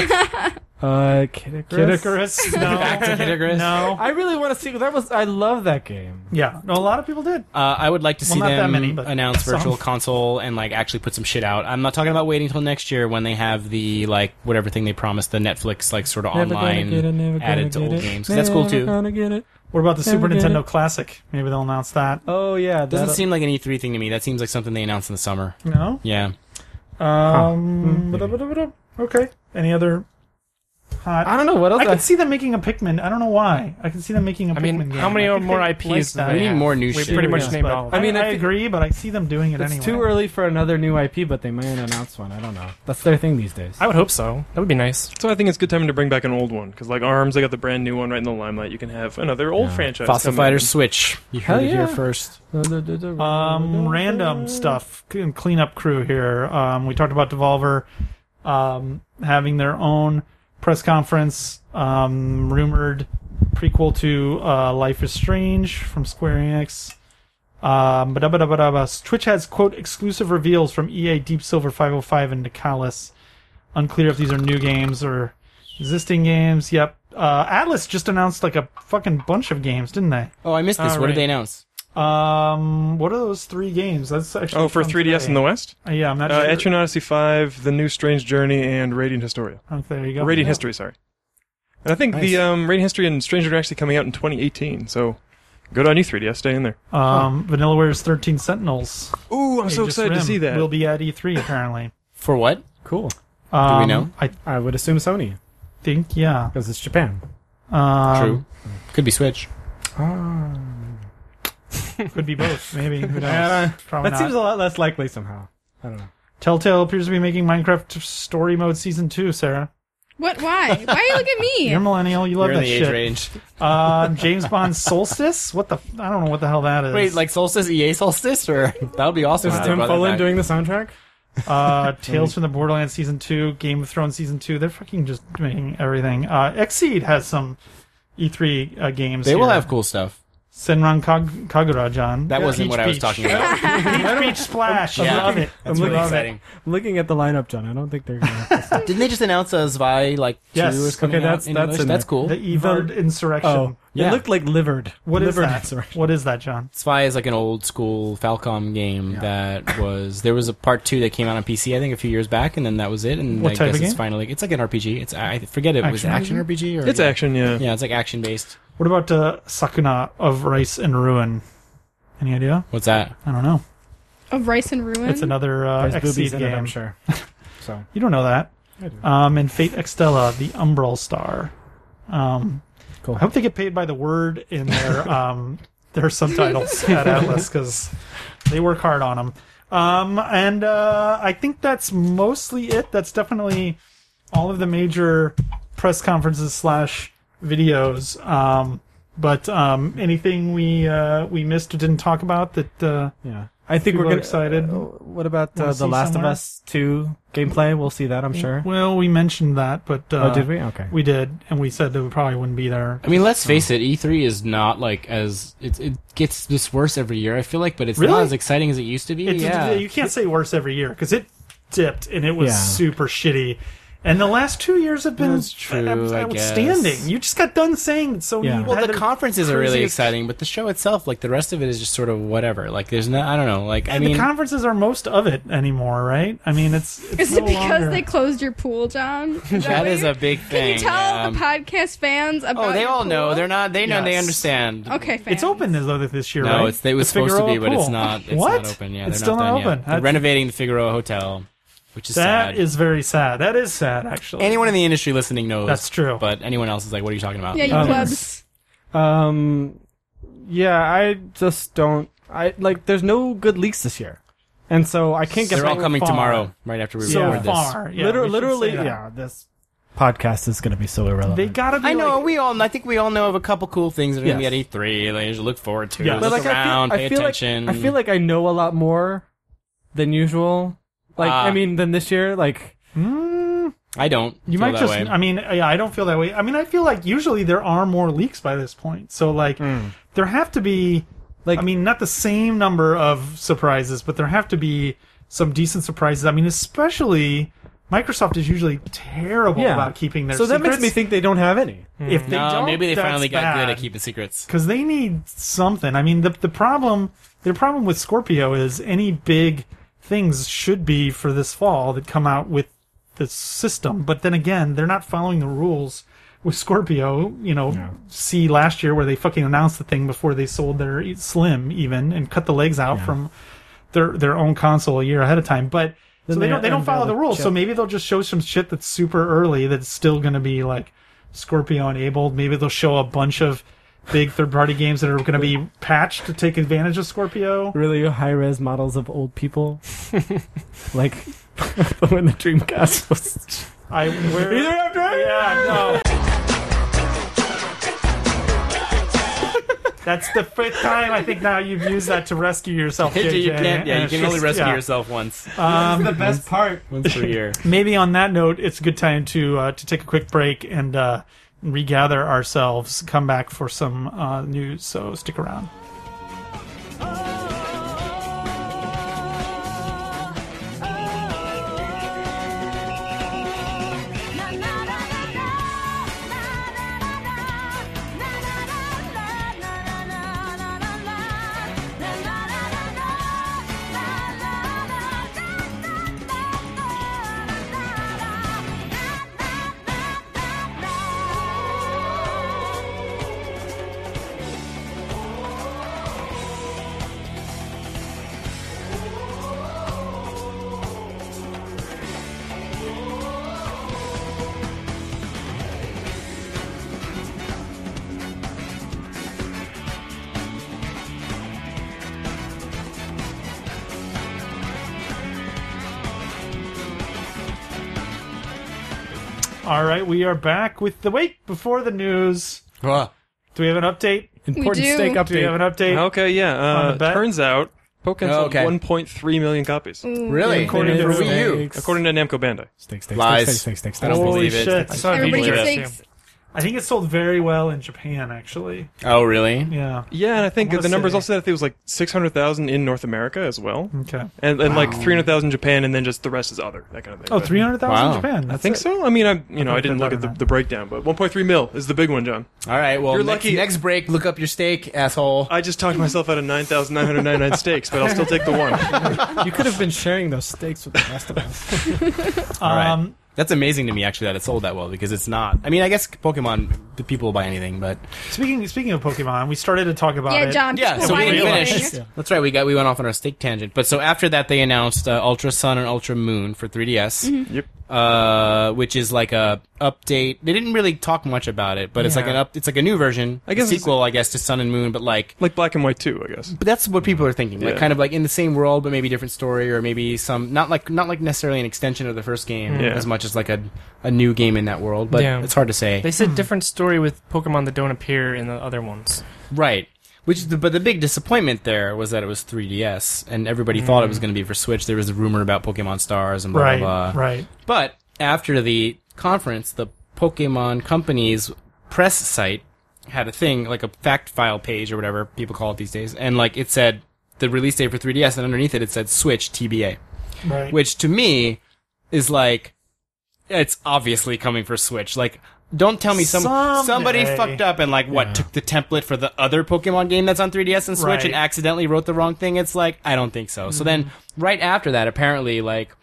uh, Kid Icarus. Kid Icarus. No. Back to Kid Icarus? No. I really want to see that was. I love that game. Yeah. No, a lot of people did. Uh, I would like to Well, see not that them many, but announce some. Virtual Console and like actually put some shit out. I'm not talking about waiting until next year when they have the like whatever thing they promised the Netflix like sort of Never gonna online get it, never gonna added to get old it, games. 'Cause that's cool never too. gonna get it. What about the Super Never get Nintendo it. Classic? Maybe they'll announce that. Oh yeah, Doesn't that'll- seem like an E3 thing to me. That seems like something they announced in the summer. No. Yeah. Um. ba-da-ba-da-ba-da. Okay. Any other hot? I don't know what else. I can see them making a Pikmin. I don't know why. I can see them making a I Pikmin mean, game. how many I think more they IPs like do that. they We need Yeah. more new We shit. pretty much Yes, named but all. of I them. mean, mean, I, I think- agree, but I see them doing it it's anyway. too early for another new IP, but they might announce one. I don't know. That's their thing these days. I would hope so. That would be nice. So I think it's good time to bring back an old one because, like Arms, they got the brand new one right in the limelight. You can have another old Yeah. franchise. Fossil come Fighter in. Switch. You Hell heard it yeah. here first. Um, random stuff. Clean- Cleanup crew here. Um, we talked about Devolver um, having their own press conference. Um, rumored prequel to uh, Life is Strange from Square Enix. Um, ba-da-ba-da-ba-da-ba. Twitch has quote exclusive reveals from EA Deep Silver 505 and Nicalis. Unclear if these are new games or existing games. Yep. Uh, Atlas just announced like a fucking bunch of games, didn't they? Oh, I missed this. All What right. did they announce? Um, what are those three games? That's actually Oh, for from 3DS in the today. West, Uh, yeah, I'm not uh, sure. Etrian Odyssey Five, The New Strange Journey, and Radiant Historia. Oh, there you go. Or Radiant History, sorry. And I think the um, Radiant History and Stranger are actually coming out in 2018. So good on you, 3DS. Stay in there. Um, Vanillaware's 13 Sentinels. Ooh, I'm so Aegis excited to Rim see that. Will be at E3 apparently. For what? Cool. Um, know? I I would assume Sony think yeah. because it's Japan. Um, True. Could be Switch. Could be both. Maybe. [laughs] Who knows? Yeah, uh, Probably That not. seems a lot less likely somehow. I don't know. Telltale appears to be making Minecraft Story Mode Season Two. Sarah, What? Why? Why are you looking at me? [laughs] you're a millennial. You love You're in that the shit. age range. Uh, James Bond Solstice. What the? f- I don't know what the hell that is. Wait, like Solstice, EA Solstice, or [laughs] that would be awesome. Is if they Tim brought that Poland back. doing the soundtrack? Uh, Tales from the Borderlands season two, Game of Thrones season two. They're fucking just making everything. Uh, Exceed has some E3 uh, games. They will here. have cool stuff. Senran Kag- Kagura, John. That Yeah. wasn't Peach what I was Peach. talking about. [laughs] Peach Peach Splash. I Yeah. love it. That's I really love it. exciting. I'm looking at the lineup, John. I don't think they're [laughs] gonna. Didn't they just announce a Zvi like Yes. two is coming Okay, that's- out in that's English? in That's there. cool. The Evil Insurrection. oh, Yeah. it looked like livered. What is livered that? [laughs] insurrection. What is that, John? Zvi is like an old school Falcom game that was there was a part two that came out on PC I think a few years back and then that was it and What I type guess of it's game? finally it's like an RPG. It's I forget it was it Action action RPG or it's action, yeah. yeah it's like action based. What about uh, Sakuna of Rice and Ruin? Any idea? What's that? I don't know. Of rice and ruin. It's another uh, There's Exceed boobies game. in it, I'm sure. So You don't know that. I do. Um, and Fate Extella, the Umbral Star. Um, Cool. I hope they get paid by the word in [laughs] their um, their subtitles at Atlas because they work hard on them. Um, and uh, I think that's mostly it. That's definitely all of the major press conferences slash videos. Um, but um, anything we uh, we missed or didn't talk about that uh, yeah, I think People we're are gonna, excited. uh, what about Wanna uh, see the Last somewhere? of Us Two gameplay? We'll see that. I'm sure. well we mentioned that, but uh, oh, did we? Okay. We did, and we said that we probably wouldn't be there I mean, let's face it, E3 is not like as it, it gets this worse every year. I feel like, but it's Really? not as exciting as it used to be. It's, yeah, You can't say worse every year because it dipped and it was Yeah. super shitty. And the last two years have been That's true, ab- I guess. outstanding. You just got done saying it, so Yeah. you Well, had the to- conferences are really craziest- exciting, but the show itself, like the rest of it, is just sort of whatever. Like there's no, I don't know. Like I and mean, the conferences are most of it anymore, right? I mean, it's, it's Is it no because longer- they closed your [laughs] pool, John? Is that what is you're- a big Can thing. you tell um, the podcast fans about? oh, they your all pool? know. They're not. They know. They Yes. understand. Okay, fans. It's open this other this year, No, right? it's, it was The supposed to be, Figueroa but it's Pool. not. It's what? not open. Yeah, it's they're still not, not, done yet. open. They're renovating the Figueroa Hotel, which is That sad. is very sad. That is sad, actually. anyone in the industry listening knows. That's true. But anyone else is like, what are you talking about? Yeah, you Um, plebs. Um, yeah, I just don't. I like. There's no good leaks this year, and so I can't get. They're all my- coming far. tomorrow, right after we so record this. far. Yeah, we Liter- should literally, say that. yeah. This podcast is going to be so irrelevant. They gotta be. I know Like, we all. I think we all know of a couple cool things that are gonna be Yes. at E three. Like, you should look forward to. Yeah. Look But, like, around. I feel, pay I feel attention. Like, I feel like I know a lot more than usual. Like, Ah. I mean, than this year. Like, mm, I don't. you feel might that just. Way. I mean, yeah, I don't feel that way. I mean, I feel like usually there are more leaks by this point. So like, there have to be. Hmm. Like- I mean, not the same number of surprises, but there have to be some decent surprises. I mean, especially Microsoft is usually terrible yeah, about keeping their. So that makes secrets. me think Hmm. they don't have any. if they no, don't, maybe they that's finally got bad. good at [laughs] keeping secrets. because they need something. I mean, the the problem their problem with Scorpio is any big things should be for this fall that come out with the system, but then again, they're not following the rules with Scorpio. You know, see last year where they fucking announced the thing before they sold their e- Slim even and cut the legs out from their their own console a year ahead of time, but. So Then they they don't they don't unveil follow the the rules. So chip. maybe they'll just show some shit that's super early that's still going to be like Scorpio enabled. Maybe they'll show a bunch of big third party games that are going to be patched to take advantage of Scorpio. Really high res models of old people, [laughs] like [laughs] when the Dreamcast [laughs] was. I where, Either after [laughs] yeah no. That's the fifth time I think now you've used that to rescue yourself. JJ. you can't. And Yeah, you it's can only just- rescue yeah. yourself once. Um, the best part. once per [laughs] year. maybe on that note, it's a good time to uh, to take a quick break and uh, regather ourselves. Come back for some uh, news, so stick around. All right, we are back with the wait before the news. Do we have an update? Important do. stake Do we have update. an update? Okay, yeah. On Uh, the back? turns out Pokemon Oh, sold Okay. 1.3 million copies, Really? According to Wii U. according to Namco Bandai. Stake, stake, Lies. Stake, stake, stake, stake, I don't Holy believe it. shit! I saw a Everybody video gets Everybody of it. stakes. I think it sold very well in Japan, actually. Oh, really? Yeah. Yeah, and I think I wanna the numbers say- also said I think it was like 600,000 in North America as well, Okay. and, and like 300,000 in Japan, and then just the rest is other that kind of thing. Oh, But- 300,000 Wow. in Japan. I That's think it. so. I mean, I you know I think didn't they're look at better the, than the breakdown, but 1.3 mil is the big one, John. All right. Well, You're next, lucky- next break, look up your stake, asshole. I just talked myself out of 9,999 stakes, but I'll still take the one. You could have been sharing those stakes with the rest [laughs] of us. All right. Um, That's amazing to me, actually, that it sold that well because it's not. I mean, I guess Pokemon, the people will buy anything, but Speaking speaking of Pokemon, we started to talk about Yeah, it. John. yeah. people So we buy didn't anything. finish. That's right. We got we went off on our stake tangent, but so after that, they announced uh, Ultra Sun and Ultra Moon for 3DS. Mm-hmm. yep. uh, which is like a update. They didn't really talk much about it, but it's like Yeah. an up. It's like a new version, I guess it's- sequel, I guess, to Sun and Moon. But like, Like Black and White too, I guess. but that's what people are thinking. Like, Yeah. kind of like in the same world, but maybe different story, or maybe some not like not like necessarily an extension of the first game Yeah. as much as like a a new game in that world. But Yeah. it's hard to say, They Hmm. said different story with Pokemon that don't appear in the other ones. right? Which is the, but the big disappointment there was that it was 3DS, and everybody thought it Hmm. was going to be for Switch. There was a rumor about Pokemon Stars and blah Right. blah blah. Right. But after the conference, the Pokemon Company's press site had a thing, like a fact file page or whatever people call it these days, and like it said the release date for 3DS, and underneath it it said Switch TBA, Right. which to me is like it's obviously coming for Switch. Like, don't tell me some Someday. somebody fucked up and like what took the template for the other Pokemon game that's on 3DS and Switch Right. Mm-hmm. and accidentally wrote the wrong thing. It's like I don't think so. So then right after that, apparently like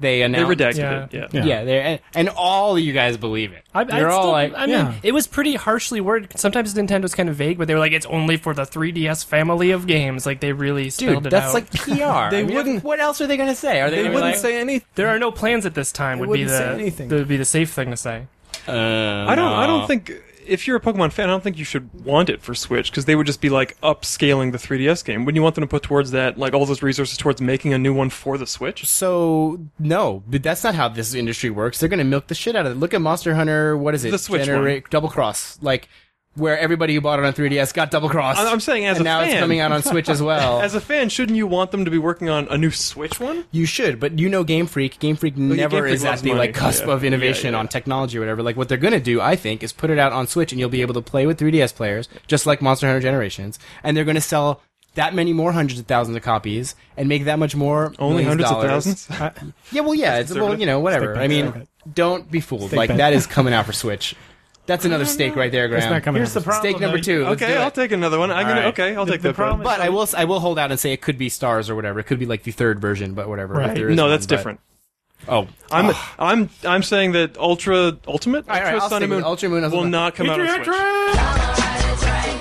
they They announced redacted Yeah. it. Yeah. Yeah, they and, and all you guys believe it. I, You're I all still- like, I mean, yeah. it was pretty harshly worded. Sometimes Nintendo's kind of vague, but they were like, it's only for the 3DS family of games. Like, they really spelled dude, it that's out. [laughs] like PR. They I mean, wouldn't- What else are they gonna say? Are they, They gonna be wouldn't like, say anything. there are no plans at this time. They Would be wouldn't say the anything. that would be the safe thing to say. Uh, I don't. I no. don't think if you're a Pokemon fan, I don't think you should want it for Switch because they would just be like upscaling the 3DS game. Wouldn't you want them to put towards that like all those resources towards making a new one for the Switch? So no, but that's not how this industry works. They're gonna milk the shit out of it. Look at Monster Hunter. What is it? The Switch Double Cross. Like where everybody who bought it on 3DS got Double Cross. I- I'm saying as and a now it's fan. coming out on Switch [laughs] as well. As a fan, shouldn't you want them to be working on a new Switch one? you should, but you know Game Freak. Game Freak yeah, never Game Freak is at loves the money. like cusp Yeah. of innovation Yeah, yeah. on technology or whatever. Like what they're gonna do, I think, is put it out on Switch, and you'll be able to play with 3DS players, just like Monster Hunter Generations, and they're gonna sell. That many more hundreds of thousands of copies and make that much more Only millions hundreds of dollars. thousands. Yeah, well, yeah, it's well, conservative. you know, whatever. Stick I mean, back. don't be fooled. Stick like back. that is coming out for Switch. That's another stake right there, Graham. It's not coming. Here's the out. problem. Stake number though. two. Let's do Okay, it. I'll take another one. I'm All gonna, right. Okay, I'll The- take the that. problem bet. But I will, s- I will hold out and say it could be stars or whatever. It could be like the third version, but whatever. if Right. there is no, one, that's but- different. Oh, I'm I'm I'm saying that Ultra Ultimate right, Ultra I'll Sun stick with and Moon Ultra Moon, Ultra will Moon. not come out on Patriot Switch. Trail!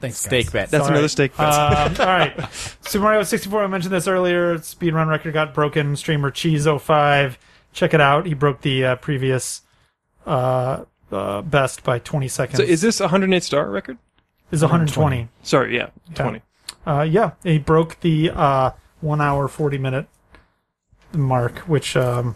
Thanks, guys. stake bet. That's Sorry. another stake bet. Um, all right. [laughs] Super Mario 64, I mentioned this earlier. Speedrun record got broken. Streamer Cheese05, check it out. He broke the uh, previous uh, uh, best by 20 seconds. so is this a 108 star record? It's 120. Sorry, yeah, 20. Uh, yeah, he broke the uh, 1 hour 40 minute mark, which um,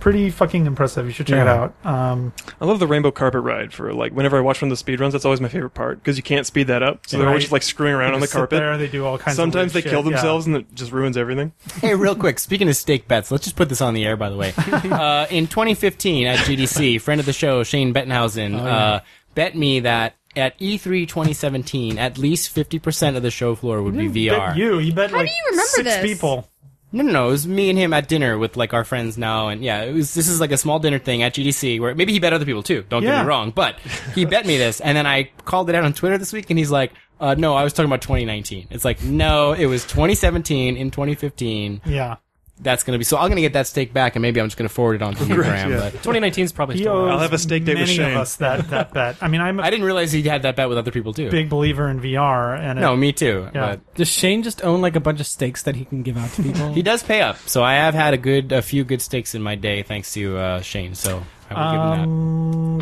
pretty fucking impressive. You should check it Yeah. out. Um, I love the rainbow carpet ride for like whenever I watch one of the speed runs. That's always my favorite part because you can't speed that up, so they're Right. always just like screwing around on the sit carpet. There, they do all kinds Sometimes of they weird kill shit, yeah. themselves and it just ruins everything. Hey, real quick, speaking of stake bets, let's just put this on the air, [laughs] by the way. uh, in 2015 at GDC, friend of the show, Shane Bettenhausen, Oh, uh, bet me that at E E3 2017, at least 50% of the show floor would be He VR. bet you. He bet How like do you remember six this? people. No, no, no. It was me and him at dinner with like our friends now, and yeah, it was. This is like a small dinner thing at GDC where maybe he bet other people too. Don't get Yeah. me wrong, but he bet me this, and then I called it out on Twitter this week, and he's like, uh, "No, I was talking about 2019." It's like, no, it was 2017 in 2015. Yeah. That's gonna be so. I'm gonna get that stake back, and maybe I'm just gonna forward it on [laughs] to you, Graham. But 2019 is probably He still owes around. I'll have a steak date with many Shane. of us that, that bet. I mean, I'm I a didn't realize he had that bet with other people too. big believer in VR, and no, it, me too. Yeah. But Does Shane just own like a bunch of stakes that he can give out to people? [laughs] he does pay up, so I have had a good, a few good stakes in my day thanks to uh, Shane. So I will give him that.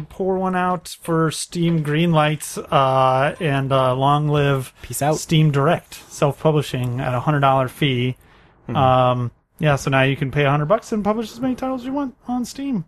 um, pour one out for Steam Greenlight uh, and uh, long live Peace out. Steam Direct self-publishing at a hundred dollar fee. Hmm. Um, yeah, so now you can pay a hundred bucks and publish as many titles as you want on Steam.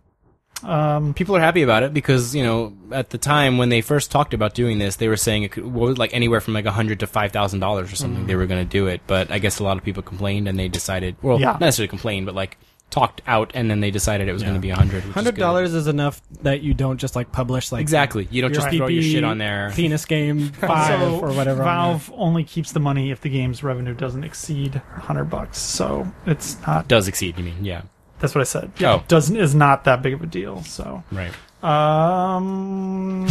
people are happy about it because you know at the time when they first talked about doing this they were saying it could well, like anywhere from like a hundred to five thousand dollars or something they were going to do it but i guess a lot of people complained and they decided well Yeah. not necessarily complained but like talked out and then they decided it was going to be a hundred which is Hundred good. dollars is enough that you don't just like publish like exactly you don't just right. throw your PP shit on there [laughs] Penis game five so or whatever. on Valve only keeps the money if the game's revenue doesn't exceed a hundred bucks. So it's not. does exceed you mean yeah That's what I said. Yeah, Oh. doesn't is not that big of a deal. So. right Um,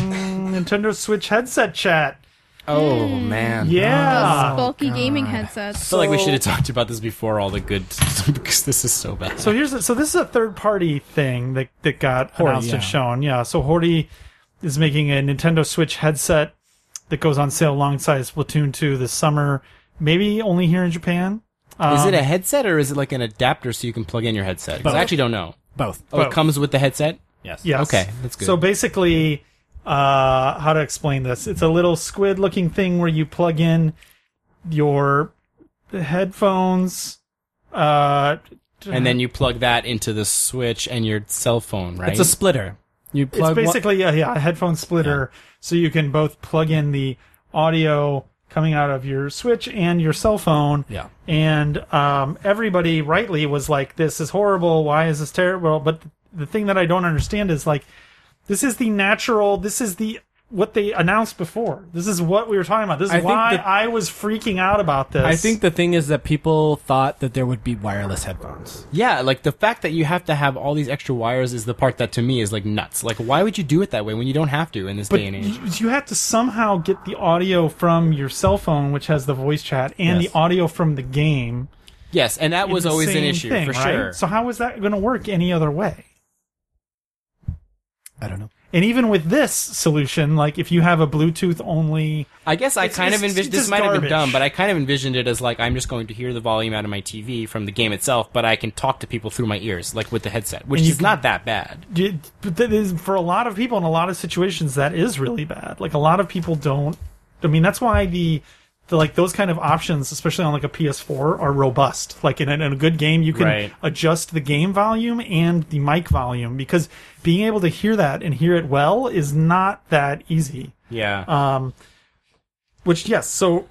Nintendo Switch headset chat. oh man Those Yeah. bulky gaming headsets. I feel like we should have talked about this before all the good [laughs] because this is so bad. So here's a, so this is a third party thing that that got announced and yeah. shown. Yeah. So Horty is making a Nintendo Switch headset that goes on sale alongside Splatoon 2 this summer. Maybe only here in Japan. is um, it a headset or is it like an adapter so you can plug in your headset? 'Cause I actually don't know. both. Oh, it Both. comes with the headset. Yes. Yes. Okay, that's good. So basically, uh, how to explain this? It's a little squid-looking thing where you plug in your headphones. Uh, and then you plug that into the switch and your cell phone, right? It's a splitter. You it's plug one, basically yeah, yeah, a headphone splitter, so you can both plug in the audio coming out of your Switch and your cell phone. Yeah. And um, everybody rightly was like, "This is horrible. Why is this terrible?" But the thing that I don't understand is like, this is the natural. This is the what they announced before. This is what we were talking about. This is I think why that- I was freaking out about this. I think the thing is that people thought that there would be wireless headphones. Yeah, like the fact that you have to have all these extra wires is the part that to me is like nuts. Like, why would you do it that way when you don't have to in this but day and age? you, you have to somehow get the audio from your cell phone, which has the voice chat, and Yes. the audio from the game. Yes, and that It's was the always an same issue thing, for right? sure. So how is that going to work any other way? I don't know. And even with this solution, like if you have a Bluetooth only, I guess I It's- kind of it's- envisioned it's just this might have been garbage. dumb, but I kind of envisioned it as like I'm just going to hear the volume out of my TV from the game itself, but I can talk to people through my ears, like with the headset, which And you is can- not that bad. you- but that is for a lot of people in a lot of situations that is really bad. Like a lot of people don't. I mean, that's why the. The, like those kind of options, especially on like a PS4, are robust. Like in a, in a good game, you can Right. adjust the game volume and the mic volume because being able to hear that and hear it well is not that easy. Yeah. Um, which yes, so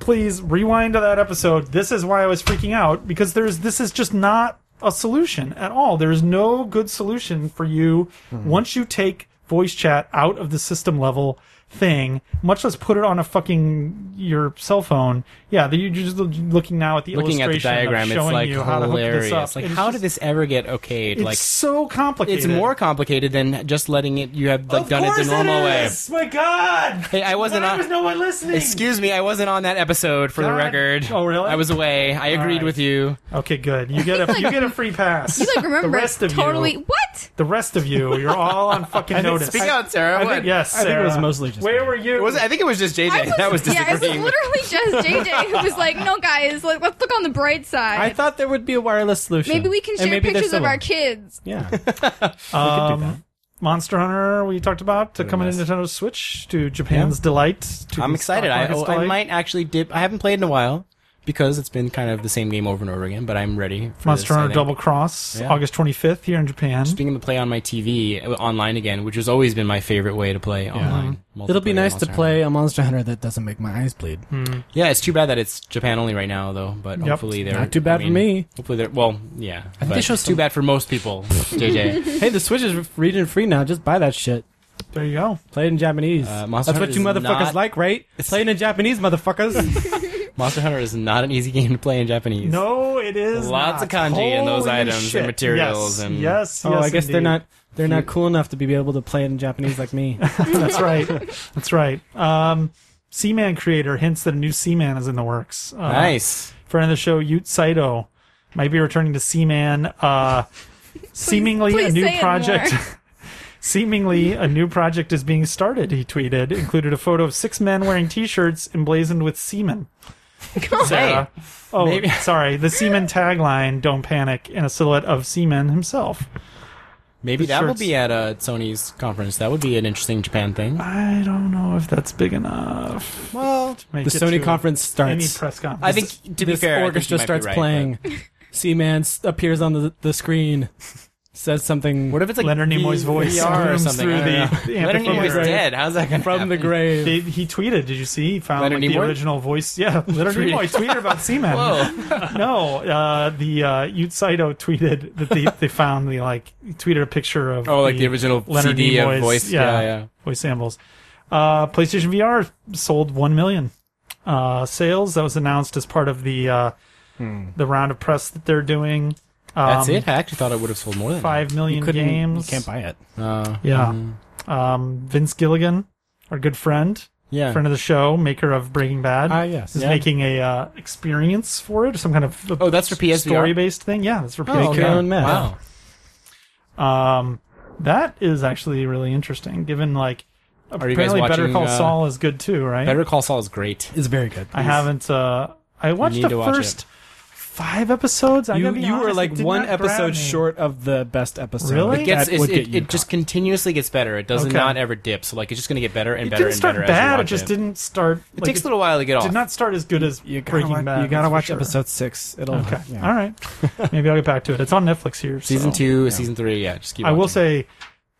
please rewind to that episode. This is why I was freaking out because there's this is just not a solution at all. There is no good solution for you once you take voice chat out of the system level thing, much less put it on a fucking your cell phone. Yeah, the- you're just looking now at the Looking at the illustration diagram, of it's showing like you how to hook hilarious. this up. like, And it's how just- did this ever get okayed? It's Like, so complicated. it's more complicated than just letting it. You have like Of done it the course normal way. is! My God! Hey, I wasn't Why on- was no one listening? Excuse me, I wasn't on that episode for the God. record. Oh, really? I was away. I agreed right. with you. Okay, good. You [laughs] get a you get a free pass. You like remember the rest it's of totally you, what? the rest of you, you're all on [laughs] fucking notice. Speak out, Sarah. I What? think yes. I think it was Sarah. mostly just Where me. were you? It was, I think it was just JJ I [laughs] that was yeah, it was disagreeing. with- literally just JJ who was like, "No, guys, like, let's look on the bright side. I thought there would be a wireless solution. maybe we can And share maybe there pictures of still our are. kids." Yeah. um, that. Monster Hunter we talked about to a come in mess. Nintendo Switch to Japan's delight. To I'm the excited. stock I, market's oh, I delight. might actually dip. I haven't played in a while because it's been kind of the same game over and over again. But I'm ready. For this, Monster I Hunter think. Double Cross Yeah. August 25th here in Japan. Just being able to play on my TV uh, online again, which has always been my favorite way to play online. [laughs] It'll be multiplayer nice Monster to Hunter. Hmm. play a Monster Hunter that doesn't make my eyes bleed. Yeah, it's too bad that it's Japan only right now, though. But Yep. hopefully they're Not too bad I for me. Hopefully they're well, yeah. I think they show too some- bad for most people. [laughs] JJ, hey, the Switch is region free now. Just buy that shit. There you go. Play it in Japanese. Uh, Monster That's what Hunter you is motherfuckers not- like, right? Play it in Japanese, [laughs] motherfuckers. Monster Hunter is not an easy game to play in Japanese. No, it is Lots of not. kanji in those Holy items and shit. materials Yes, and- yes, oh, yes, I guess they're indeed. not they're [laughs] not cool enough to be able to play it in Japanese like me. That's right. That's right. Um, Seaman creator hints that a new Seaman is in the works. Uh, Nice. Friend of the show, Ute Saito, might be returning to Seaman. Uh, seemingly [laughs] please a new say it project. [laughs] [laughs] more. seemingly a new project is being started. He tweeted, included a photo of six men wearing T-shirts emblazoned with semen. Sarah. Oh, [laughs] Maybe- sorry. The semen tagline, "Don't panic," and a silhouette of seaman himself. Maybe The that will shirts. be at uh, Sony's conference. That would be an interesting Japan thing. I don't know if that's big enough. well, to make the it Sony to conference Any starts. press conference. I think to be this fair, I think orchestra you might be starts right, playing. but- [laughs] Seaman s- appears on the the screen, says something What if it's like Leonard V- Nimoy's voice VR or comes something? through I don't the know. Leonard amphitheater. Nimoy's dead. How's that going to from the grave. They, he tweeted. Did you see? He found Leonard like, the Nimoy? original voice. Yeah, [laughs] Leonard Tweeted. Nimoy tweeted [laughs] about Seaman. Whoa! No, uh, the uh, Ute Saito tweeted that they, they found the like he tweeted a picture of Oh, like the original Leonard CD of Nimoy's- voice. Yeah, yeah. voice samples. Uh, PlayStation VR sold one million uh, sales. That was announced as part of the uh, the round of press that they're doing. Um, That's it. I actually thought it would have sold more than Five You million couldn't. games. You can't buy it. That. Uh, Yeah. mm, Um, Vince Gilligan, our good friend, yeah. friend of the show, maker of Breaking Bad, Ah, yes. is Yeah. making a uh, experience for it, some kind of Oh, that's for PSVR? story based thing. Yeah, that's Oh, for Make your PSVR. own mess. Wow. Um, that is actually really interesting. Given like Are you guys apparently Better watching, Call uh, Saul is good too, right? Better Call Saul is great. It's very good. I haven't. Uh, I watched need the to watch first five episodes. I'm You, gonna be you honest, were it like did one not grab episode me. short of the best episode. Really? That It Gets, would it, get it, you it just caught. continuously gets better. It does Okay. not ever dip. So like it's just going to get better and It better didn't and start better. as you bad. It watch just didn't start. It like, takes a little while to get off. Did not start as good as You gotta Breaking watch, Bad. You gotta that's for watch sure. episode six. It'll. Okay. yeah. All [laughs] right. Maybe I'll get back to it. It's on Netflix here. so- season two, season three. Yeah, just keep. I will watching. say,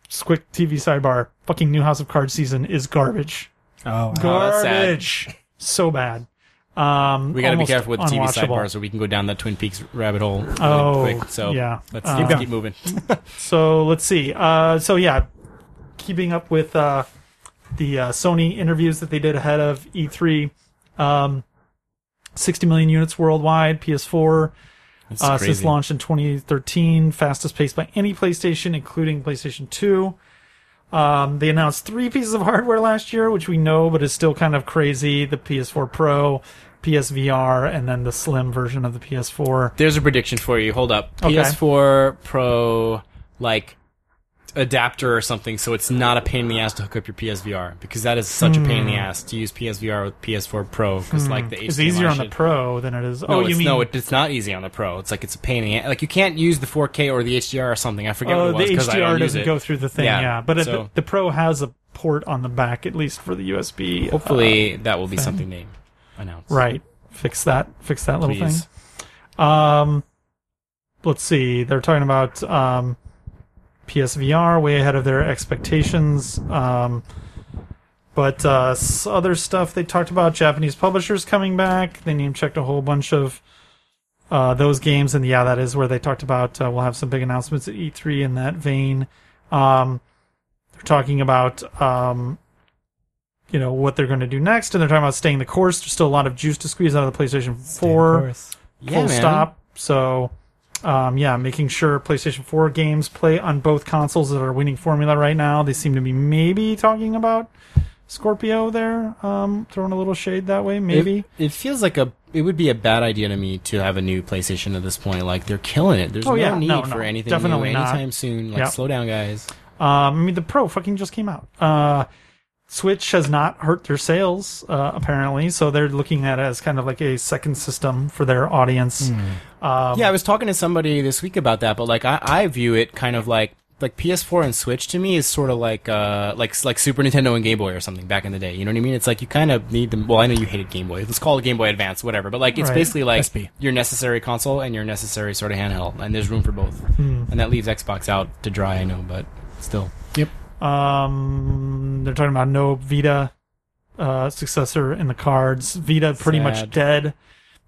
just quick TV sidebar: fucking new House of Cards season is garbage. Oh, wow. Oh, that's sad. Garbage. so bad. Um, we got to be almost careful with TV unwatchable. sidebars, or we can go down that Twin Peaks rabbit hole. Really Oh, quick. so yeah. let's Uh, let's Keep keep moving. So let's see. Uh, so yeah, keeping up with uh, the uh, Sony interviews that they did ahead of E3. Um, 60 million units worldwide, PS4 It's uh, since crazy. launch in 2013, fastest paced by any PlayStation, including PlayStation 2. Um, they announced three pieces of hardware last year, which we know, but is still kind of crazy: the PS4 Pro, PSVR, and then the slim version of the PS4. There's a prediction for you. Hold up. Okay. PS4 Pro, like, adapter or something, so it's not a pain in the ass to hook up your PSVR because that is such a pain Hmm. in the ass to use PSVR with PS4 Pro because like the It's HDMI Hmm. easier on the shit- Pro than it is. No, oh, it's, you mean no? It, it's not easy on the Pro. It's like it's a pain in the ass. Like you can't use the 4K or the HDR or something. I forget oh, what it the was 'cause I don't HDR use doesn't it. go through the thing. Yeah, Yeah, but it- so- the, Pro has a port on the back, at least for the USB. uh, Hopefully, that will be something they announce. right. Fix that. Fix that little Please. thing. Um, let's see. They're talking about um, PSVR way ahead of their expectations. Um, but uh, s- other stuff they talked about Japanese publishers coming back. They name checked a whole bunch of uh, those games, and yeah, that is where they talked about. Uh, we'll have some big announcements at E3 in that vein. Um, they're talking about. Um, you know what they're going to do next, and they're talking about staying the course. There's still a lot of juice to squeeze out of the PlayStation 4 Yeah, full man. stop. So, um, yeah, making sure PlayStation 4 games play on both consoles that are winning formula right now. They seem to be maybe talking about Scorpio there, um, throwing a little shade that way, maybe. It, it feels like a it would be a bad idea to me to have a new PlayStation at this point. Like they're killing it. There's Oh, no yeah. need No, no. for anything Definitely new not. anytime soon. Like Yeah. slow down, guys. Um, I mean, the Pro fucking just came out. Uh, Switch has not hurt their sales, uh, apparently, so they're looking at it as kind of like a second system for their audience. Um, yeah, I was talking to somebody this week about that, but like I, I view it kind of like like PS4 and Switch to me is sort of like uh like like Super Nintendo and Game Boy or something back in the day. You know what I mean? It's like you kind of need them. Well, I know you hated Game Boy. Let's call it Game Boy Advance, whatever. But like it's Right. basically like SP. your necessary console and your necessary sort of handheld, and there's room for both. Hmm. And that leaves Xbox out to dry. I know, but still. Hmm. Um, they're talking about no Vita uh, successor in the cards. Vita pretty much Sad. dead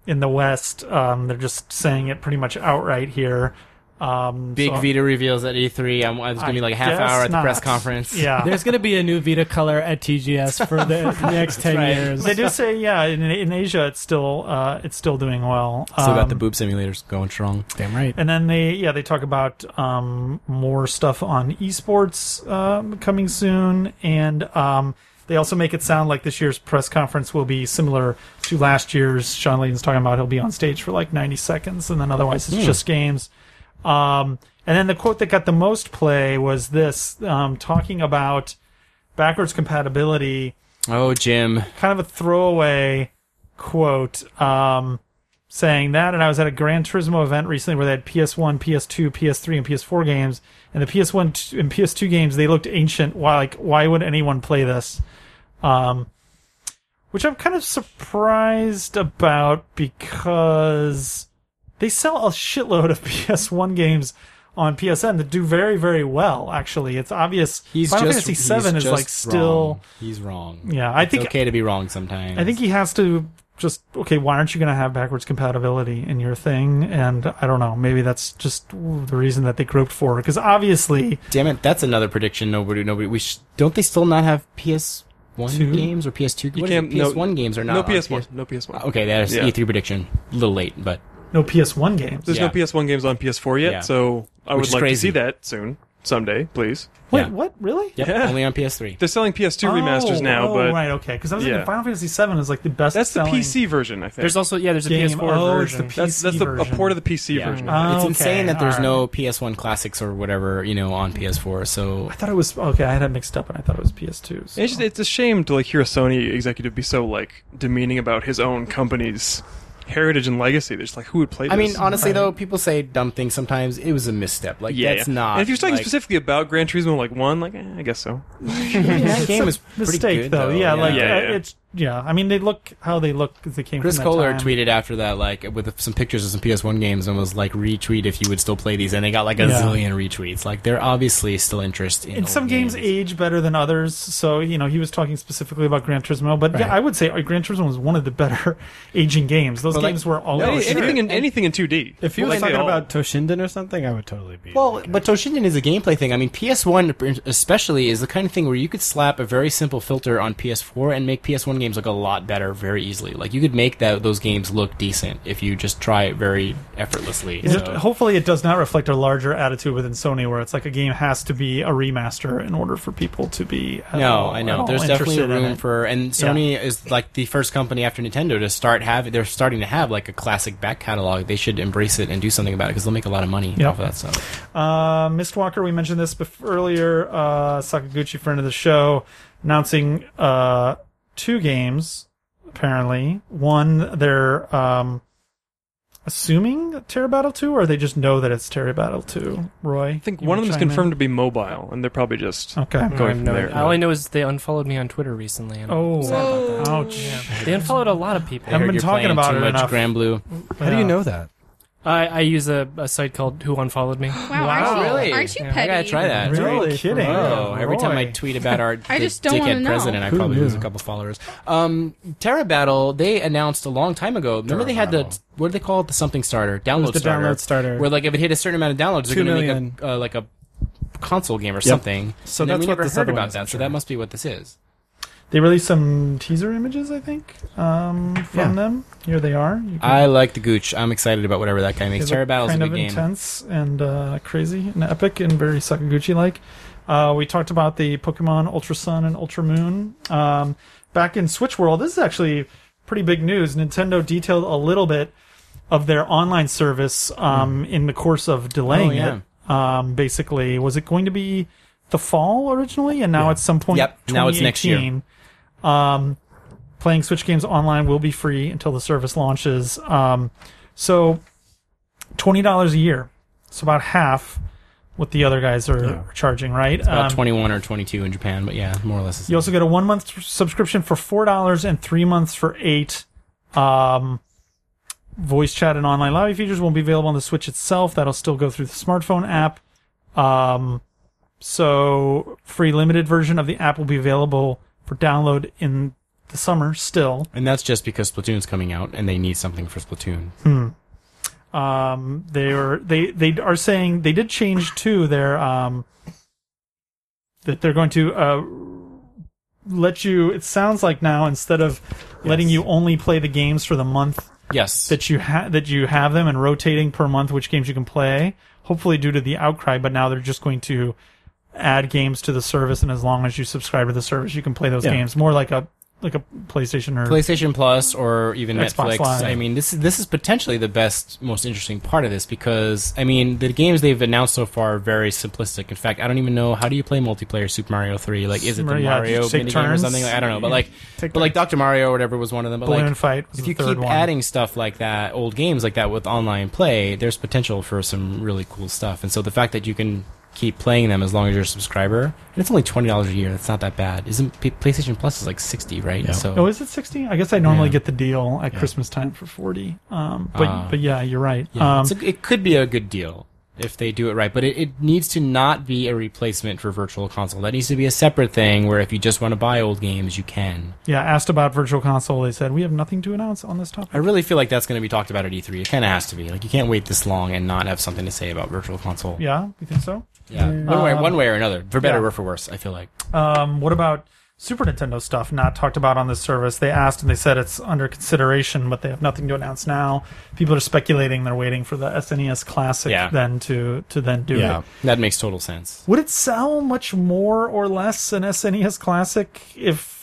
in the West. Um, they're just saying it pretty much outright here. Um, Big so- Vita reveals at E E3. I'm, I was going to be like a half guess hour at the not. press conference. Yeah. [laughs] There's going to be a new Vita color at TGS for the next 10 right. years. they do say, yeah, in, in Asia it's still uh, it's still doing well. Still got Um, the boob simulators going strong. Damn right. And then they, yeah, they talk about um, more stuff on esports um, coming soon, and um, they also make it sound like this year's press conference will be similar to last year's. Sean Layden's talking about he'll be on stage for like 90 seconds, and then otherwise it's just games. Um, and then the quote that got the most play was this, um, talking about backwards compatibility Oh, Jim. kind of a throwaway quote um, saying that. And I was at a Gran Turismo event recently where they had PS1, PS2, PS3, and PS4 games. And the PS1 t- and PS2 games they looked ancient. Why like why would anyone play this? Um, which I'm kind of surprised about because they sell a shitload of [laughs] PS1 games on PSN that do very very well. Actually, it's obvious. He's Final just Fantasy he's VII is just like still. wrong. He's wrong. Yeah, I It's think okay to be wrong sometimes. I think he has to just okay. Why aren't you going to have backwards compatibility in your thing? And I don't know. Maybe that's just the reason that they groped for because obviously Damn it, that's another prediction. Nobody, nobody. We sh- don't they still not have PS One Two? games or PS Two? You games? can't- no- PS One games are not no on Oh, PS1. PS No PS1. Okay, that's Yeah. E3 prediction. A little late, but no PS1 games. There's Yeah. no PS1 games on PS4 yet, Yeah. so I Which would is like crazy. to see that soon, someday, please. Wait, yeah. what? Really? Yep, Yeah. only on PS3. They're selling PS2 remasters Oh, now, oh, but right, okay. Because I was Yeah. thinking Final Fantasy VII is like the best. that's the selling PC version, I think. There's also yeah, there's a game. PS4 oh, version. it's the PC that's that's the, a version. port of the PC Yeah. version. Ah, it's okay, insane that there's alright. no PS One classics or whatever you know on PS4. So I thought it was okay. I had it mixed up, and I thought it was PS2. so- It's, just, it's a shame to like hear a Sony executive be so like demeaning about his own company's heritage and legacy. They're just like, who would play? This? I mean, honestly though, people say dumb things sometimes. It was a misstep. Like yeah, that's yeah. not. And if you're talking like, specifically about Gran Turismo, like one, like eh, I guess so. that game It's a is pretty mistake good, though. Yeah, like Yeah, uh, yeah. it's yeah, I mean they look how they look because they came. Chris from that Kohler time. tweeted after that, like with some pictures of some PS1 games, and was like, "Retweet if you would still play these." And they got like a Yeah. zillion retweets. Like they're obviously still interested in. And old some games age better than others, so you know he was talking specifically about Gran Turismo, but Right. yeah, I would say uh, Gran Turismo was one of the better [laughs] aging games. Those Well, like- games were all Any- over. anything in anything in 2D. If he Well, was they talking all- about Toshinden or something, I would totally be. Well, but Toshinden is a gameplay thing. I mean, PS1 especially is the kind of thing where you could slap a very simple filter on PS4 and make PS1 games look a lot better very easily. Like you could make that those games look decent if you just try it very effortlessly. Is it- So- hopefully, it does not reflect a larger attitude within Sony, where it's like a game has to be a remaster in order for people to be. At no, all- I at know. all There's definitely interested in room it. for, and Sony is like the first company after Nintendo to start having. They're starting to have like a classic back catalog. They should embrace it and do something about it because they'll make a lot of money Yeah. off of that stuff. Uh, Mistwalker, we mentioned this bef- earlier. Uh, Sakaguchi, friend of the show, announcing uh, two games, apparently. One, they're um, assuming Terra Battle 2, or they just know that it's Terra Battle 2. Roy? I think one of them is confirmed to be mobile, and they're probably just Oh, Okay. going I from know- there. All I know is they unfollowed me on Twitter recently. And Oh, Whoa. ouch. They unfollowed a lot of people. Haven't been you're talking playing about too it much enough. Granblue. How do you know that? I, I use a, a site called Who Unfollowed Me. Wow, Wow. aren't you, Really? aren't you Yeah, I petty? I gotta try that. Really Really? kidding. Oh, every time I Roy. tweet about [laughs] our I d- just don't wanna dickhead know. president, I uh, Who probably lose a knew? couple followers. Um, Terra Battle, they announced a long time ago. Remember, they had the Battle. what do they call it? The something starter, download the starter, download starter. Where like if it hit a certain amount of downloads, they're Two gonna million. make a uh, like a console game or something. So And then we that's what never this heard other one about is, I'm that. So sure. that must be what this is. They released some teaser images, I think, um, from Yeah. them. Here they are. You can- I like the Gooch. I'm excited about whatever that guy They makes. look Terra Battle's a kind good of game. intense and uh, crazy and epic and very Sakaguchi like. Uh, we talked about the Pokemon Ultra Sun and Ultra Moon. Um, back in Switch World, this is actually pretty big news. Nintendo detailed a little bit of their online service um, in the course of delaying Hmm. Oh, yeah. it. Um, basically, was it going to be the fall originally, and now it's some point? Yep, now it's next year. 2018. Um, playing Switch games online will be free until the service launches. Um, so twenty dollars a year. It's about half what the other guys are Yeah. charging, right? About Um, 21 or 22 in Japan, but yeah, more or less. it's- you also get a one month subscription for four dollars and three months for eight. Um, voice chat and online lobby features won't be available on the Switch itself. That'll still go through the smartphone app. Um, so free limited version of the app will be available for download in the summer still. And that's just because Splatoon's coming out and they need something for Splatoon. Hmm. um they are they they are saying they did change to their um that they're going to uh let you it sounds like now instead of letting you only play the games for the month Yes. that you ha- that you have them and rotating per month which games you can play hopefully due to the outcry but now they're just going to add games to the service and as long as you subscribe to the service you can play those Yeah. games more like a like a PlayStation or PlayStation Plus or even Xbox Netflix. Live. I mean, this is this is potentially the best, most interesting part of this because I mean, the games they've announced so far are very simplistic. In fact, I don't even know how do you play multiplayer Super Mario Three. Like, is it the Mario- yeah, Mario just take minigame or turns. something? Like, I don't know, but like, Take but like Doctor Mario or whatever was one of them. But Balloon like, Fight was if the you third keep one. adding stuff like that, old games like that with online play, there's potential for some really cool stuff. And so the fact that you can keep playing them as long as you're a subscriber, and it's only twenty dollars a year. That's not that bad. Isn't P- PlayStation Plus is like sixty, right? Yeah. So Oh, is it sixty? I guess I normally Yeah. get the deal at Yeah. Christmas time for forty. Um, but Ah. but yeah, you're right. Yeah, um, it's a, it could be a good deal if they do it right, but it, it needs to not be a replacement for Virtual Console. That needs to be a separate thing where if you just want to buy old games, you can. yeah. Asked about Virtual Console, they said we have nothing to announce on this topic. I really feel like that's going to be talked about at E3. It kind of has to be. Like you can't wait this long and not have something to say about Virtual Console. Yeah, you think so? Yeah. One way, Um, one way or another, for better yeah. or for worse. I feel like. Um, what about Super Nintendo stuff not talked about on this service? They asked and they said it's under consideration, but they have nothing to announce now. People are speculating; they're waiting for the SNES Classic Yeah. then to to then do it. That makes total sense. Would it sell much more or less an SNES Classic if?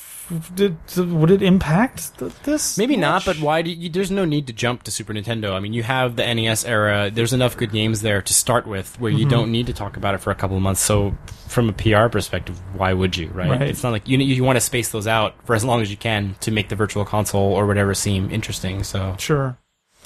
Did, would it impact th- this? Maybe not, much? but why do you, there's no need to jump to Super Nintendo. I mean, you have the NES era. There's enough good games there to start with where Mm-hmm. you don't need to talk about it for a couple of months. So, from a PR perspective, why would you, right? Right. It's not like you you want to space those out for as long as you can to make the virtual console or whatever seem interesting. So, Sure.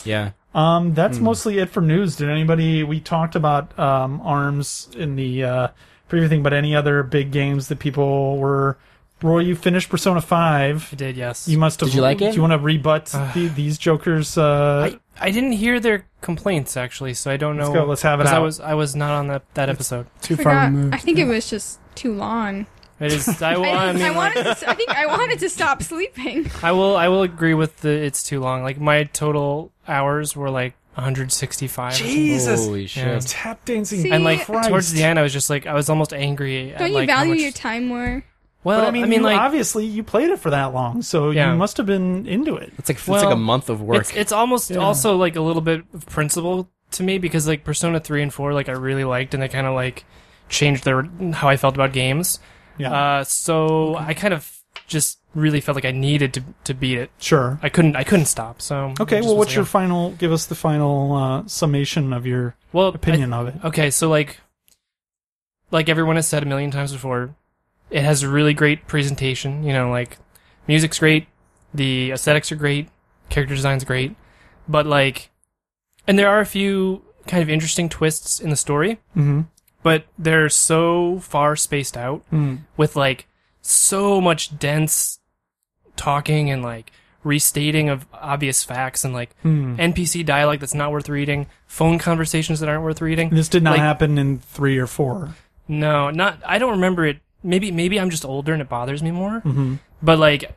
yeah. Um, that's mostly it for news. Did anybody? We talked about um, arms in the uh, previous thing, but any other big games that people were Roy, you finished Persona Five. I did, yes. You must have. Did you like it? Do you want to [sighs] rebut the, these jokers? Uh, I, I didn't hear their complaints actually, so I don't know. let's go. Let's have it 'cause I out. was I was not on that that episode. Too far Forgot. removed. I think it was just too long. It is. [laughs] I, will- I, I, mean, I like, wanted. To, I think I wanted to stop sleeping. I will. I will agree with the. It's too long. Like my total hours were like 165. or something. Jesus, Holy shit. Yeah. tap dancing. See, And like Christ. towards the end, I was just like I was almost angry. At, Don't you like, how value much- your time more? Well, but I mean, you like obviously you played it for that long, so Yeah. you must have been into it. It's like it's Well, like a month of work. It's, it's almost also like a little bit of principle to me because like Persona three and four, like I really liked, and they kind of like changed their how I felt about games. Yeah, Uh, so I kind of just really felt like I needed to to beat it. sure. I couldn't I couldn't stop. So I Okay, well, just was what's like, your oh. final? Give us the final uh, summation of your well I- opinion of it. okay, so like like everyone has said a million times before, it has a really great presentation. You know, like music's great, the aesthetics are great, character design's great, but like, and there are a few kind of interesting twists in the story, Mhm. but they're so far spaced out Mm. with like so much dense talking and like restating of obvious facts and like Mm. NPC dialogue that's not worth reading, phone conversations that aren't worth reading. This did not Like- happen in three or four. No, not. I don't remember it. Maybe maybe I'm just older and it bothers me more. But like,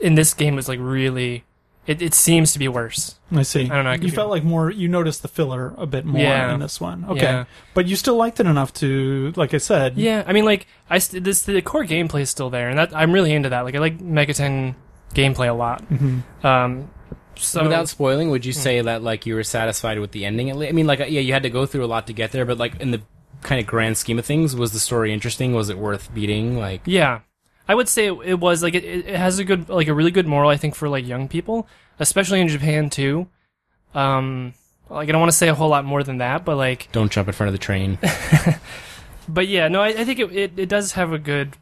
in this game, it was like really. It it seems to be worse. I see. I don't know, I could you be felt like more. You noticed the filler a bit more Yeah. in this one. Okay, Yeah. but you still liked it enough to, like I said, Yeah, I mean like I st- this the core gameplay is still there, and that I'm really into that. Like I like Megaton gameplay a lot. Um, so Without spoiling, would you Hmm. say that like you were satisfied with the ending? At least? I mean, like uh, yeah, you had to go through a lot to get there, but like in the kind of grand scheme of things, was the story interesting? Was it worth beating? Like Yeah, I would say it, it was like it, it it has a good like a really good moral I think for like young people, especially in Japan too. Um, like I don't want to say a whole lot more than that, but like don't jump in front of the train. but yeah, no, I, I think it, it it does have a good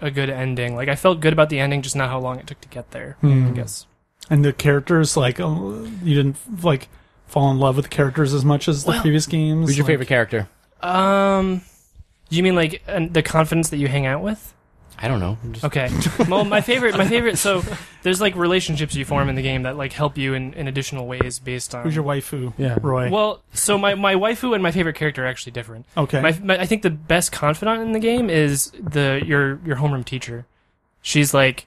a good ending. Like I felt good about the ending, just not how long it took to get there. Hmm. I guess. and the characters, like oh, you didn't like fall in love with the characters as much as the previous games. Who's your Like, favorite character? Um, do you mean like and the confidence that you hang out with? I don't know. [laughs] I'm just- Okay. well, my favorite, my favorite. So there's like relationships you form in the game that like help you in, in additional ways based on. Who's your waifu? Yeah. Roy. well, so my, my waifu and my favorite character are actually different. okay. My, my, I think the best confidant in the game is the your your homeroom teacher. She's like,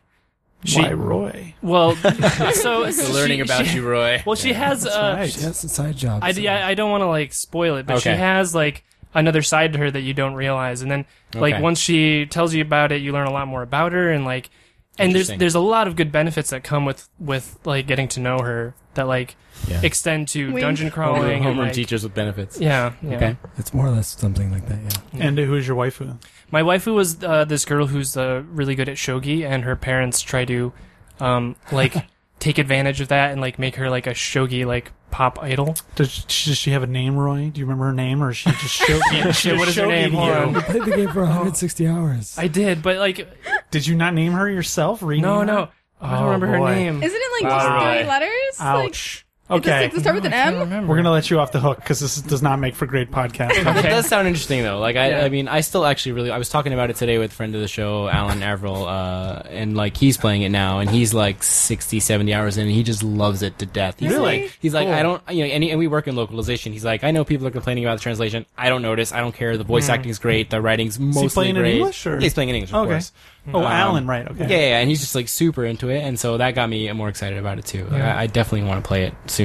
she Why Roy? well, so she- Learning about she- [laughs] you, Roy. Well, she has. Uh, right. She has a side job. I, I, I don't want to like spoil it, but she Okay. has like another side to her that you don't realize, and then like Okay. once she tells you about it, you learn a lot more about her, and like, and there's Interesting. there's a lot of good benefits that come with with like getting to know her that like Yeah. extend to Wink. dungeon Homeroom, crawling. and, homeroom like- teachers with benefits. Yeah, yeah. Okay. It's more or less something like that. Yeah. And who's your waifu? My waifu was uh, this girl who's uh, really good at shogi, and her parents try to um [laughs] like take advantage of that and like make her like a shogi like pop idol. Does she, does she have a name, Roy? Do you remember her name, or is she just [laughs] show? Shit, what is her name? Hold on. I played the game [laughs] for 160 hours. I did, but like Did you not name her yourself? Rename No, her? no. I don't Oh, remember boy. her name. Isn't it like just Wow. three letters? Ouch. Like, does okay. it start with an M? We're gonna let you off the hook because this does not make for great podcast. [laughs] It does sound interesting though. Like I, Yeah. I mean, I still actually really. I was talking about it today with a friend of the show, Alan Averill, uh, and like he's playing it now, and he's like 60, 70 hours in, and he just loves it to death. He's Really? like, he's like, I don't, you know, and, he- and we work in localization. He's like, I know people are complaining about the translation. I don't notice. I don't care. The voice acting's great. The writing's mostly Hmm. playing in great. English, or- Yeah, he's playing in English, of Okay. course. oh, Um, Alan, right? Okay. Yeah, yeah, yeah, and he's just like super into it, and so that got me more excited about it too. Like, I, I definitely want to play it soon.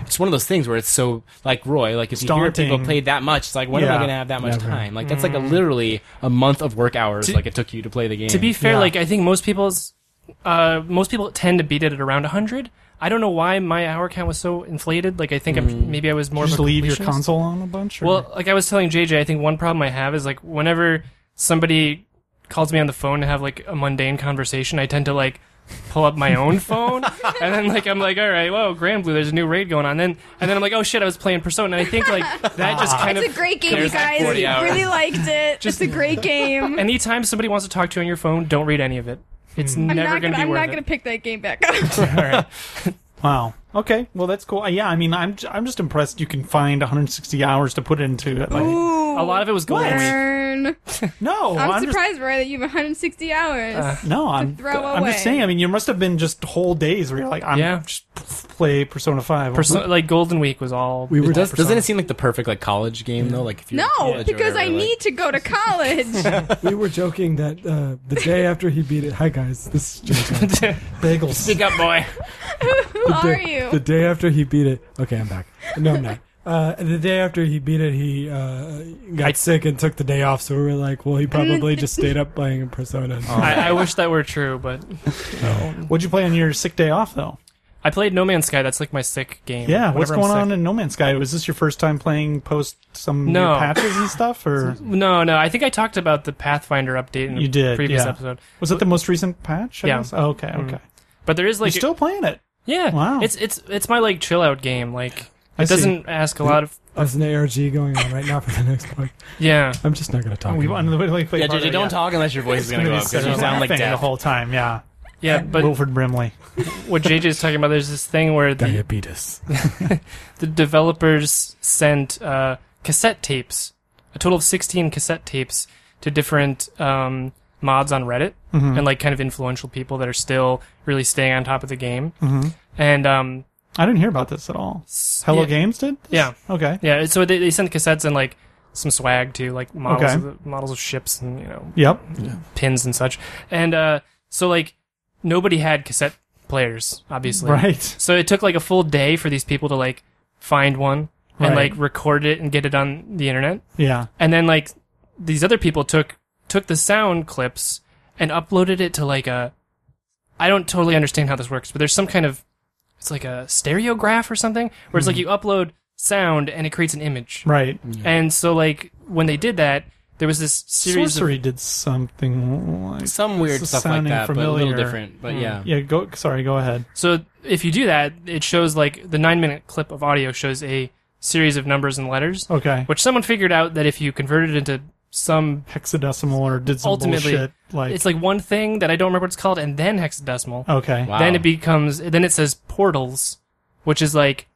It's one of those things where it's so like Roy, like if you hear people daunting. play that much, it's like when am I Yeah. Mm. going to have that much time? Like that's like a literally a month of work hours, To- like it took you to play the game. To be fair, Yeah. like I think most people's uh most people tend to beat it at around 100. I don't know why my hour count was so inflated. Like I think I'm, maybe I was more Hmm. You just of a leave your completionist. console on a bunch. Or? [laughs] Well, like I was telling JJ, I think one problem I have is like whenever somebody calls me on the phone to have like a mundane conversation, I tend to like pull up my [laughs] own phone and then like I'm like, all right, whoa, Grand Blue, there's a new raid going on. Then and then I'm like, oh shit, I was playing Persona, and I think like that just kind It's of a great game, you There's like guys. 40 hours. really liked it. it's a great game. anytime somebody wants to talk to you on your phone, don't read any of it. It's Hmm. I'm never not going gonna. to be I'm worth not it. gonna pick that game back up. [laughs] wow. Okay. Well, that's cool. Uh, Yeah. I mean, I'm j- I'm just impressed you can find 160 hours to put into it. Like, A lot of it was gold. What? week. learn. No, I'm, I'm, just surprised, Roy, that you have 160 hours. Uh, no, I'm throw I'm away. just saying. I mean, you must have been just whole days where you're like, I'm Yeah. just p- play Persona Five. Perso- like Golden Week was all. We were Does, just, doesn't it seem like the perfect like college game though? Like if you're no, in college or because I whatever, like- need to go to college. we were joking that uh, the day after he beat it. Hi guys, this is James. [laughs] bagels. Speak [laughs] up, boy. Who the are day, you? The day after he beat it. Okay, I'm back. No, I'm not. Uh, the day after he beat it, he uh, got sick and took the day off. So we were like, well, he probably just stayed [laughs] up playing a Persona. I, I wish that were true, but What'd you play on your sick day off though? I played No Man's Sky. That's like my sick game. Yeah, what's Whenever I'm going on sick. in No Man's Sky? Was this your first time playing post some No. new patches and stuff, [laughs] or No, no. I think I talked about the Pathfinder update in You the did, previous yeah. episode. was it the most recent patch? I Yeah. guess? Oh, okay. Okay. But there is You're like still playing it? yeah. Wow. It's it's it's my like chill out game. Like it I see. doesn't ask a lot of There's an ARG going on right now for the next part. yeah. I'm just not going to talk. Oh, We about it. literally played. Yeah, part JJ, of it, don't yeah. talk unless your voice is It's gonna gonna go be up because you sitting sound like laughing the death. whole time. Yeah, [laughs] Yeah, but Wilford Brimley. what JJ is talking about, there's this thing where the, diabetes. the developers sent uh, cassette tapes, a total of 16 cassette tapes, to different um, mods on Reddit Mm-hmm. and like kind of influential people that are still really staying on top of the game. Mhm. And um, I didn't hear about this at all. s- Hello yeah, Games did. this? Yeah. Okay. Yeah, so they, they sent cassettes and like some swag too, like models Okay. of the, models of ships and you know Yep. pins and such. And uh, so like nobody had cassette players, obviously. Right. So it took like a full day for these people to like find one and Right. like record it and get it on the internet. Yeah. And then like these other people took took the sound clips and uploaded it to like a I don't totally understand how this works, but there's some kind of it's like a stereograph or something where Hmm. it's like you upload sound and it creates an image. Right. And so like when they did that, there was this series of- Sorcery did something like Some weird This is stuff like sounding that, but a familiar. little different. But yeah. Yeah. Go. Sorry. Go ahead. So if you do that, it shows like the nine minute clip of audio shows a series of numbers and letters, Okay. which someone figured out that if you converted it into some, Hexadecimal or did some Ultimately, bullshit like. it's like one thing that I don't remember what it's called, and then hexadecimal. okay. Wow. Then it becomes, then it says portals, which is like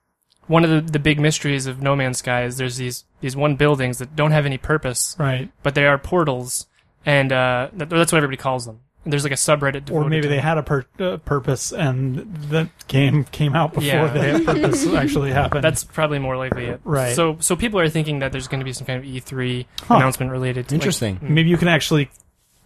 one of the, the big mysteries of No Man's Sky is there's these, these one buildings that don't have any purpose, Right. but they are portals, and uh, that, that's what everybody calls them. And there's like a subreddit devoted Or maybe to they them. had a pur- uh, purpose and that game came out before Yeah. the purpose [laughs] actually happened. That's probably more likely it. Right. So so people are thinking that there's going to be some kind of E3 Huh. announcement related. To, like- Interesting. maybe you can actually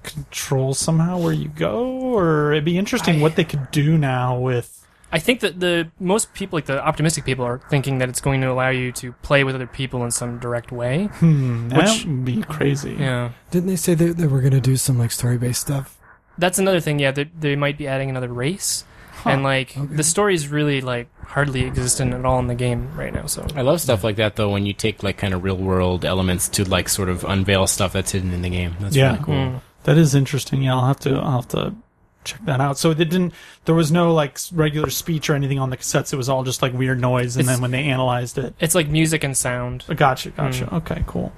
control somehow where you go or it'd be interesting I- what they could do now with I think that the most people, like the optimistic people, are thinking that it's going to allow you to play with other people in some direct way. hmm Which- that would be crazy Yeah. Didn't they say that they were going to do some like story based stuff? That's another thing. Yeah, they, they might be adding another race, and like Okay. the story is really like hardly existent at all in the game right now. So I love stuff like that though when you take like kind of real world elements to like sort of unveil stuff that's hidden in the game. That's Yeah. Hmm. really cool. Mm. that is interesting yeah i'll have to i'll have to check that out so they didn't there was no like s- regular speech or anything on the cassettes it was all just like weird noise and It's- then when they analyzed it it's like music and sound. Gotcha, gotcha. Okay, cool.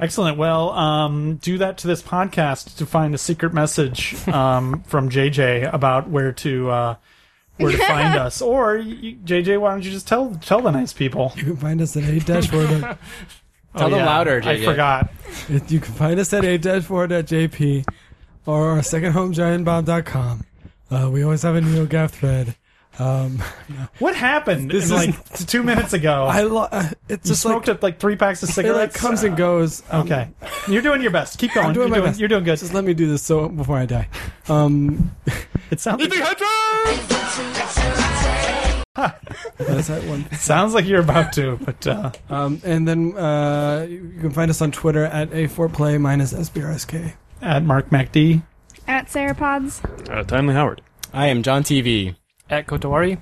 Excellent. Well, um, do that to this podcast to find a secret message um, from JJ about where to uh, where to find us. Or you, JJ, why don't you just tell tell the nice [laughs] people? Oh, You can find us at 8 4. Tell them louder, I JJ. forgot. You can find us at 8 4.jp or our second home, giantbomb.com. Uh, we always have a NeoGAF thread. Um, [laughs] What happened? This in, is- like t- two minutes ago. [laughs] I lo- uh, it's you just like, smoked up like three packs [laughs] of it cigarettes. like comes and goes. Um, Okay, you're doing your best. Keep going. I'm doing you're, my doing, best. you're doing good. Just let me do this so before I die. Um, [laughs] It sounds like, that's that one. sounds like you're about to, but uh, Um, and then uh, you you can find us on Twitter at A4Play minus SBRSK. at Mark MacD. At Sarah Pods. Uh, Timely Howard. I am John TV. At Kotowari,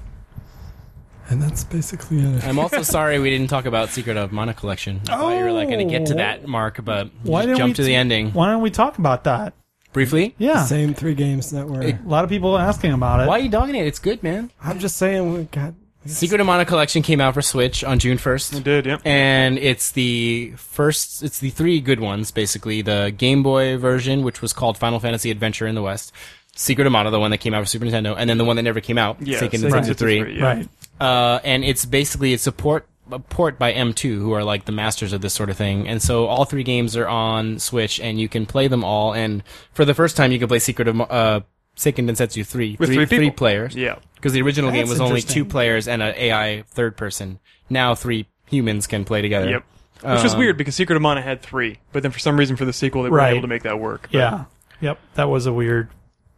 And that's basically it. [laughs] I'm also sorry we didn't talk about Secret of Mana Collection. I thought you were like going to get to Oh. that mark, but you Why just didn't we jump to t- the ending Why don't we talk about that? briefly. Yeah, Same three games that were. a lot of people asking about it. Why are you dogging it? It's good, man. I'm just saying, we got Secret of Mana Collection came out for Switch on June 1st. You did, yeah. and it's the first it's the three good ones basically the game boy version which was called final fantasy adventure in the west secret of mana the one that came out for super nintendo and then the one that never came out Yeah, taken Sega into Fifty three yeah. Right. uh, and it's basically it support a port by M2, who are like the masters of this sort of thing. And so all three games are on Switch, and you can play them all. And for the first time, you can play Secret of Mo- uh, Seiken Densetsu 3. With three people. players. Yeah. Because the original game That's was only interesting. two players and an AI third person. Now three humans can play together. Yep. Which was Um, weird because Secret of Mana had three, but then for some reason for the sequel they weren't Right. able to make that work. But Yeah. Yep. That was a weird.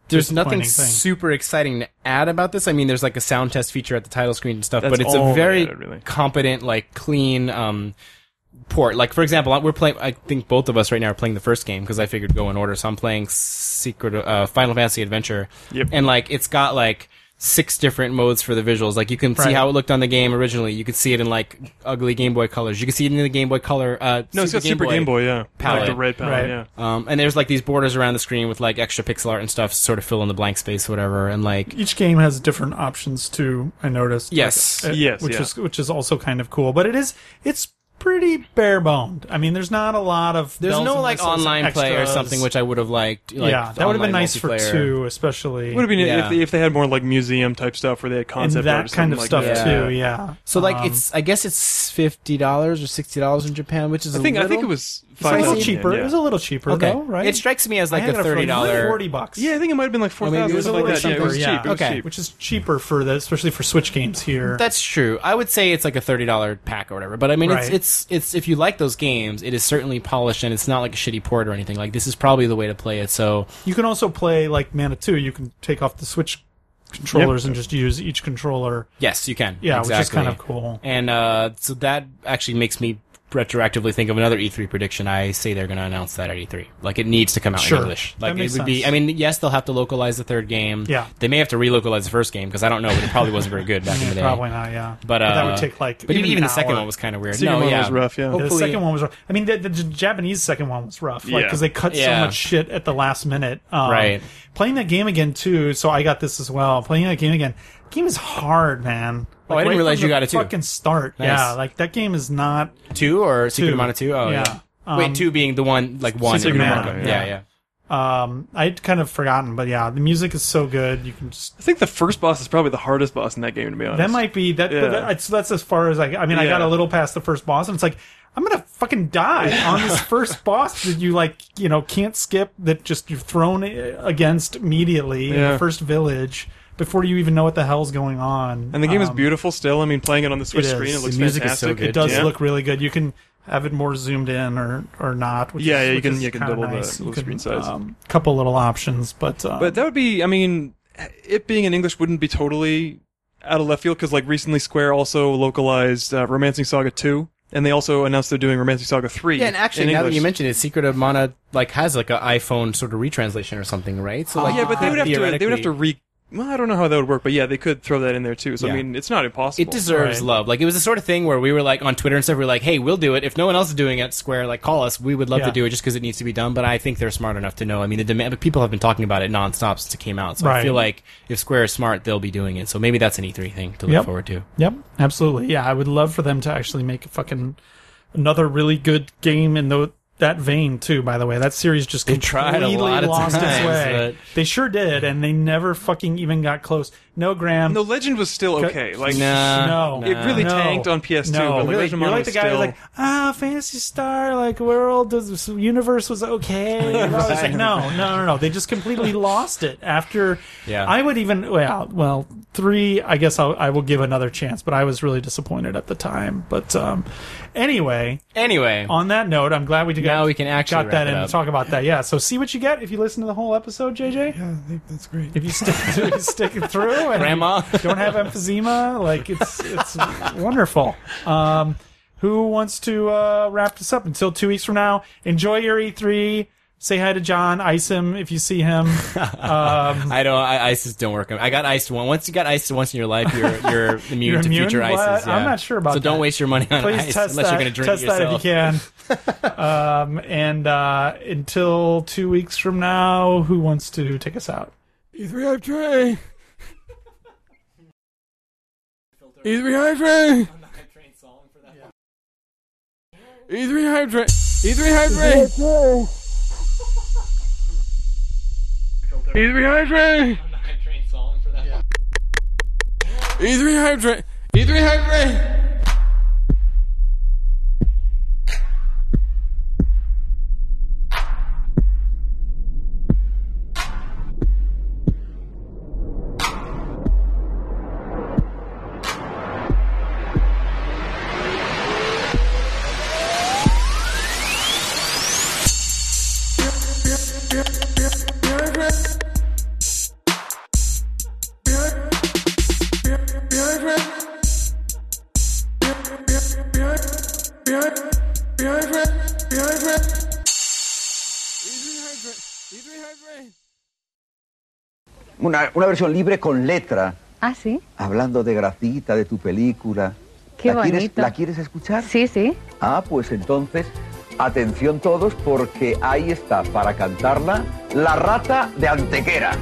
There's nothing disappointing thing. super exciting to add about this. I mean, there's like a sound test feature at the title screen and stuff, That's but it's all a they very added, really. competent, like clean um, port. Like for example, we're playing. I think both of us right now are playing the first game because I figured go in order. So I'm playing Secret uh, Final Fantasy Adventure, Yep. and like it's got like six different modes for the visuals. Like you can see Right. how it looked on the game originally. You can see it in like ugly Game Boy colors. You can see it in the Game Boy color. Uh, No, it's got Super Game Boy, yeah. palette. Like the red palette, Right. yeah. Um, and there's like these borders around the screen with like extra pixel art and stuff, to sort of fill in the blank space, whatever. And like Each game has different options too. I noticed. Yes. Like, uh, Yes, Which yeah. is which is also kind of cool, but it is it's pretty bare boned. I mean, there's not a lot of There's bells no and like whistles and online play or extras. something which I would have liked. Like, yeah, that would have been online nice for multiplayer. two, especially Would have been Yeah. if, they, if they had more like museum type stuff where they had and concept art or that something kind of like stuff that. that. too. Yeah. So like Um, it's I guess it's fifty dollars or sixty dollars in Japan, which is I think a I think it little- was it's a five little thousand yen, cheaper. Yeah. It was a little cheaper okay. though, right? It strikes me as like I had a it for thirty dollar. forty bucks. yeah, I think it might have been like four maybe it thousand. was a something little like that. Yeah, it was cheaper, cheap. It was yeah. Okay. cheap. which is cheaper for the especially for Switch games here. That's true. I would say it's like a thirty dollar pack or whatever. But I mean, Right. it's it's it's if you like those games, it is certainly polished and it's not like a shitty port or anything. Like this is probably the way to play it. So You can also play like Mana 2. You can take off the Switch controllers and just use each controller. yes, you can. Yeah, exactly. which is kind of cool. And uh, so that actually makes me retroactively think of another E3 prediction. I say they're going to announce that at E3. Like it needs to come out Sure. in English. That Like makes it would be. sense. I mean, yes, they'll have to localize the third game. Yeah. they may have to relocalize the first game because I don't know, but it probably wasn't very good back in [laughs] the day. Probably not, yeah. But, uh, that would take like. But even, an even the second hour. one was kind of weird. Secret no, Moon yeah, was rough, yeah. Yeah, the Hopefully- second one was rough. I mean, the, the J- Japanese second one was rough, like Yeah. because they cut Yeah. so much shit at the last minute. Um, Right. Playing that game again too. So I got this as well. Playing that game again. Game is hard, man. Oh, I didn't right realize from you the got it, too. Fucking start. Nice. Yeah, like that game is not. two or Secret Two. Amount of Two. Oh yeah. Yeah. Um, Wait, two being the one like one. Secret that you Amount, remember. yeah. yeah, yeah. Um, I'd kind of forgotten, but yeah, the music is so good. You can just I think the first boss is probably the hardest boss in that game, to be honest. That might be that. Yeah. But that- it's- that's as far as I. I mean, I got Yeah. a little past the first boss, and it's like I'm gonna fucking die on this [laughs] first boss that you like, you know, can't skip. That just you're thrown uh, against immediately in the Yeah. first village before you even know what the hell's going on. And the game is Um, beautiful still. I mean, playing it on the Switch it is. screen, it The looks music is so fantastic. good, It does yeah. look really good. You can have it more zoomed in or or not. Which Yeah, is, yeah, you which can- is you can kinda double the nice. You little can, screen size. Um, couple little options, but uh, But that would be, I mean, it being in English wouldn't be totally out of left field because, like, recently Square also localized uh, Romancing Saga 2, and they also announced they're doing Romancing Saga 3. Yeah, and actually, in now that English. you mentioned it, Secret of Mana like has like an iPhone sort of retranslation or something, right? So like, Ah, yeah, but they would have to, they would have theoretically- to re. Well, I don't know how that would work, but yeah, they could throw that in there too. So Yeah. I mean, it's not impossible. It deserves Right. love. Like it was the sort of thing where we were like on Twitter and stuff. We were like, "Hey, we'll do it. If no one else is doing it, Square, like call us. We would love Yeah. to do it just because it needs to be done." But I think they're smart enough to know. I mean, the demand. But people have been talking about it nonstop since it came out. So I Right. feel like if Square is smart, they'll be doing it. So maybe that's an E3 thing to look Yep. forward to. Yep, absolutely. Yeah, I would love for them to actually make a fucking another really good game in tho- that vein too. By the way, that series just They completely tried a lot of lost its times, way. They sure did, and they never fucking even got close. No, Graham. No, Legend was still okay. Like, Nah. no, It really No. tanked on PS2. No, but like, really, Legend you're Mono like was the guy who's still- like, ah, Fantasy Star, like world, this universe was [laughs] okay. And I was like, no, no, no, no. They just completely lost it after. Yeah. I would even well, well, three. I guess I'll, I will give another chance, but I was really disappointed at the time. But um, anyway, Anyway, on that note, I'm glad we did. Now we can actually got that wrap it in and up. talk about that. Yeah. So see what you get if you listen to the whole episode, JJ. Yeah, I think that's great. If you stick [laughs] to, if you stick it through, and you- grandma. don't have emphysema. Like it's it's wonderful. Um, who wants to uh, wrap this up until two weeks from now? Enjoy your E3. Say hi to John. Ice him if you see [laughs] him. Um, I don't. I, ices don't work. I got iced one. Once you got iced once in your life, [laughs] you're you're immune, You're to immune? future What? ices. I'm yeah. not sure about So that. don't waste your money on please ice test unless that. you're going to drink test it yourself. that if [laughs] you can. um, and uh, until two weeks from now, who wants to take us out? E3 Hype Train! E3 Hype Train! E3 Hype Train! E3 Hype Train! E3 Hype Train! E3 Hype Train! E3 Hype Train! Una, una versión libre con letra, Ah, sí. hablando de grafita, de tu película. Qué ¿La quieres, bonito. ¿La quieres escuchar? Sí, sí. Ah, pues entonces, atención todos, porque ahí está, para cantarla, La Rata de Antequera.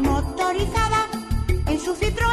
Motorizada en su Citroën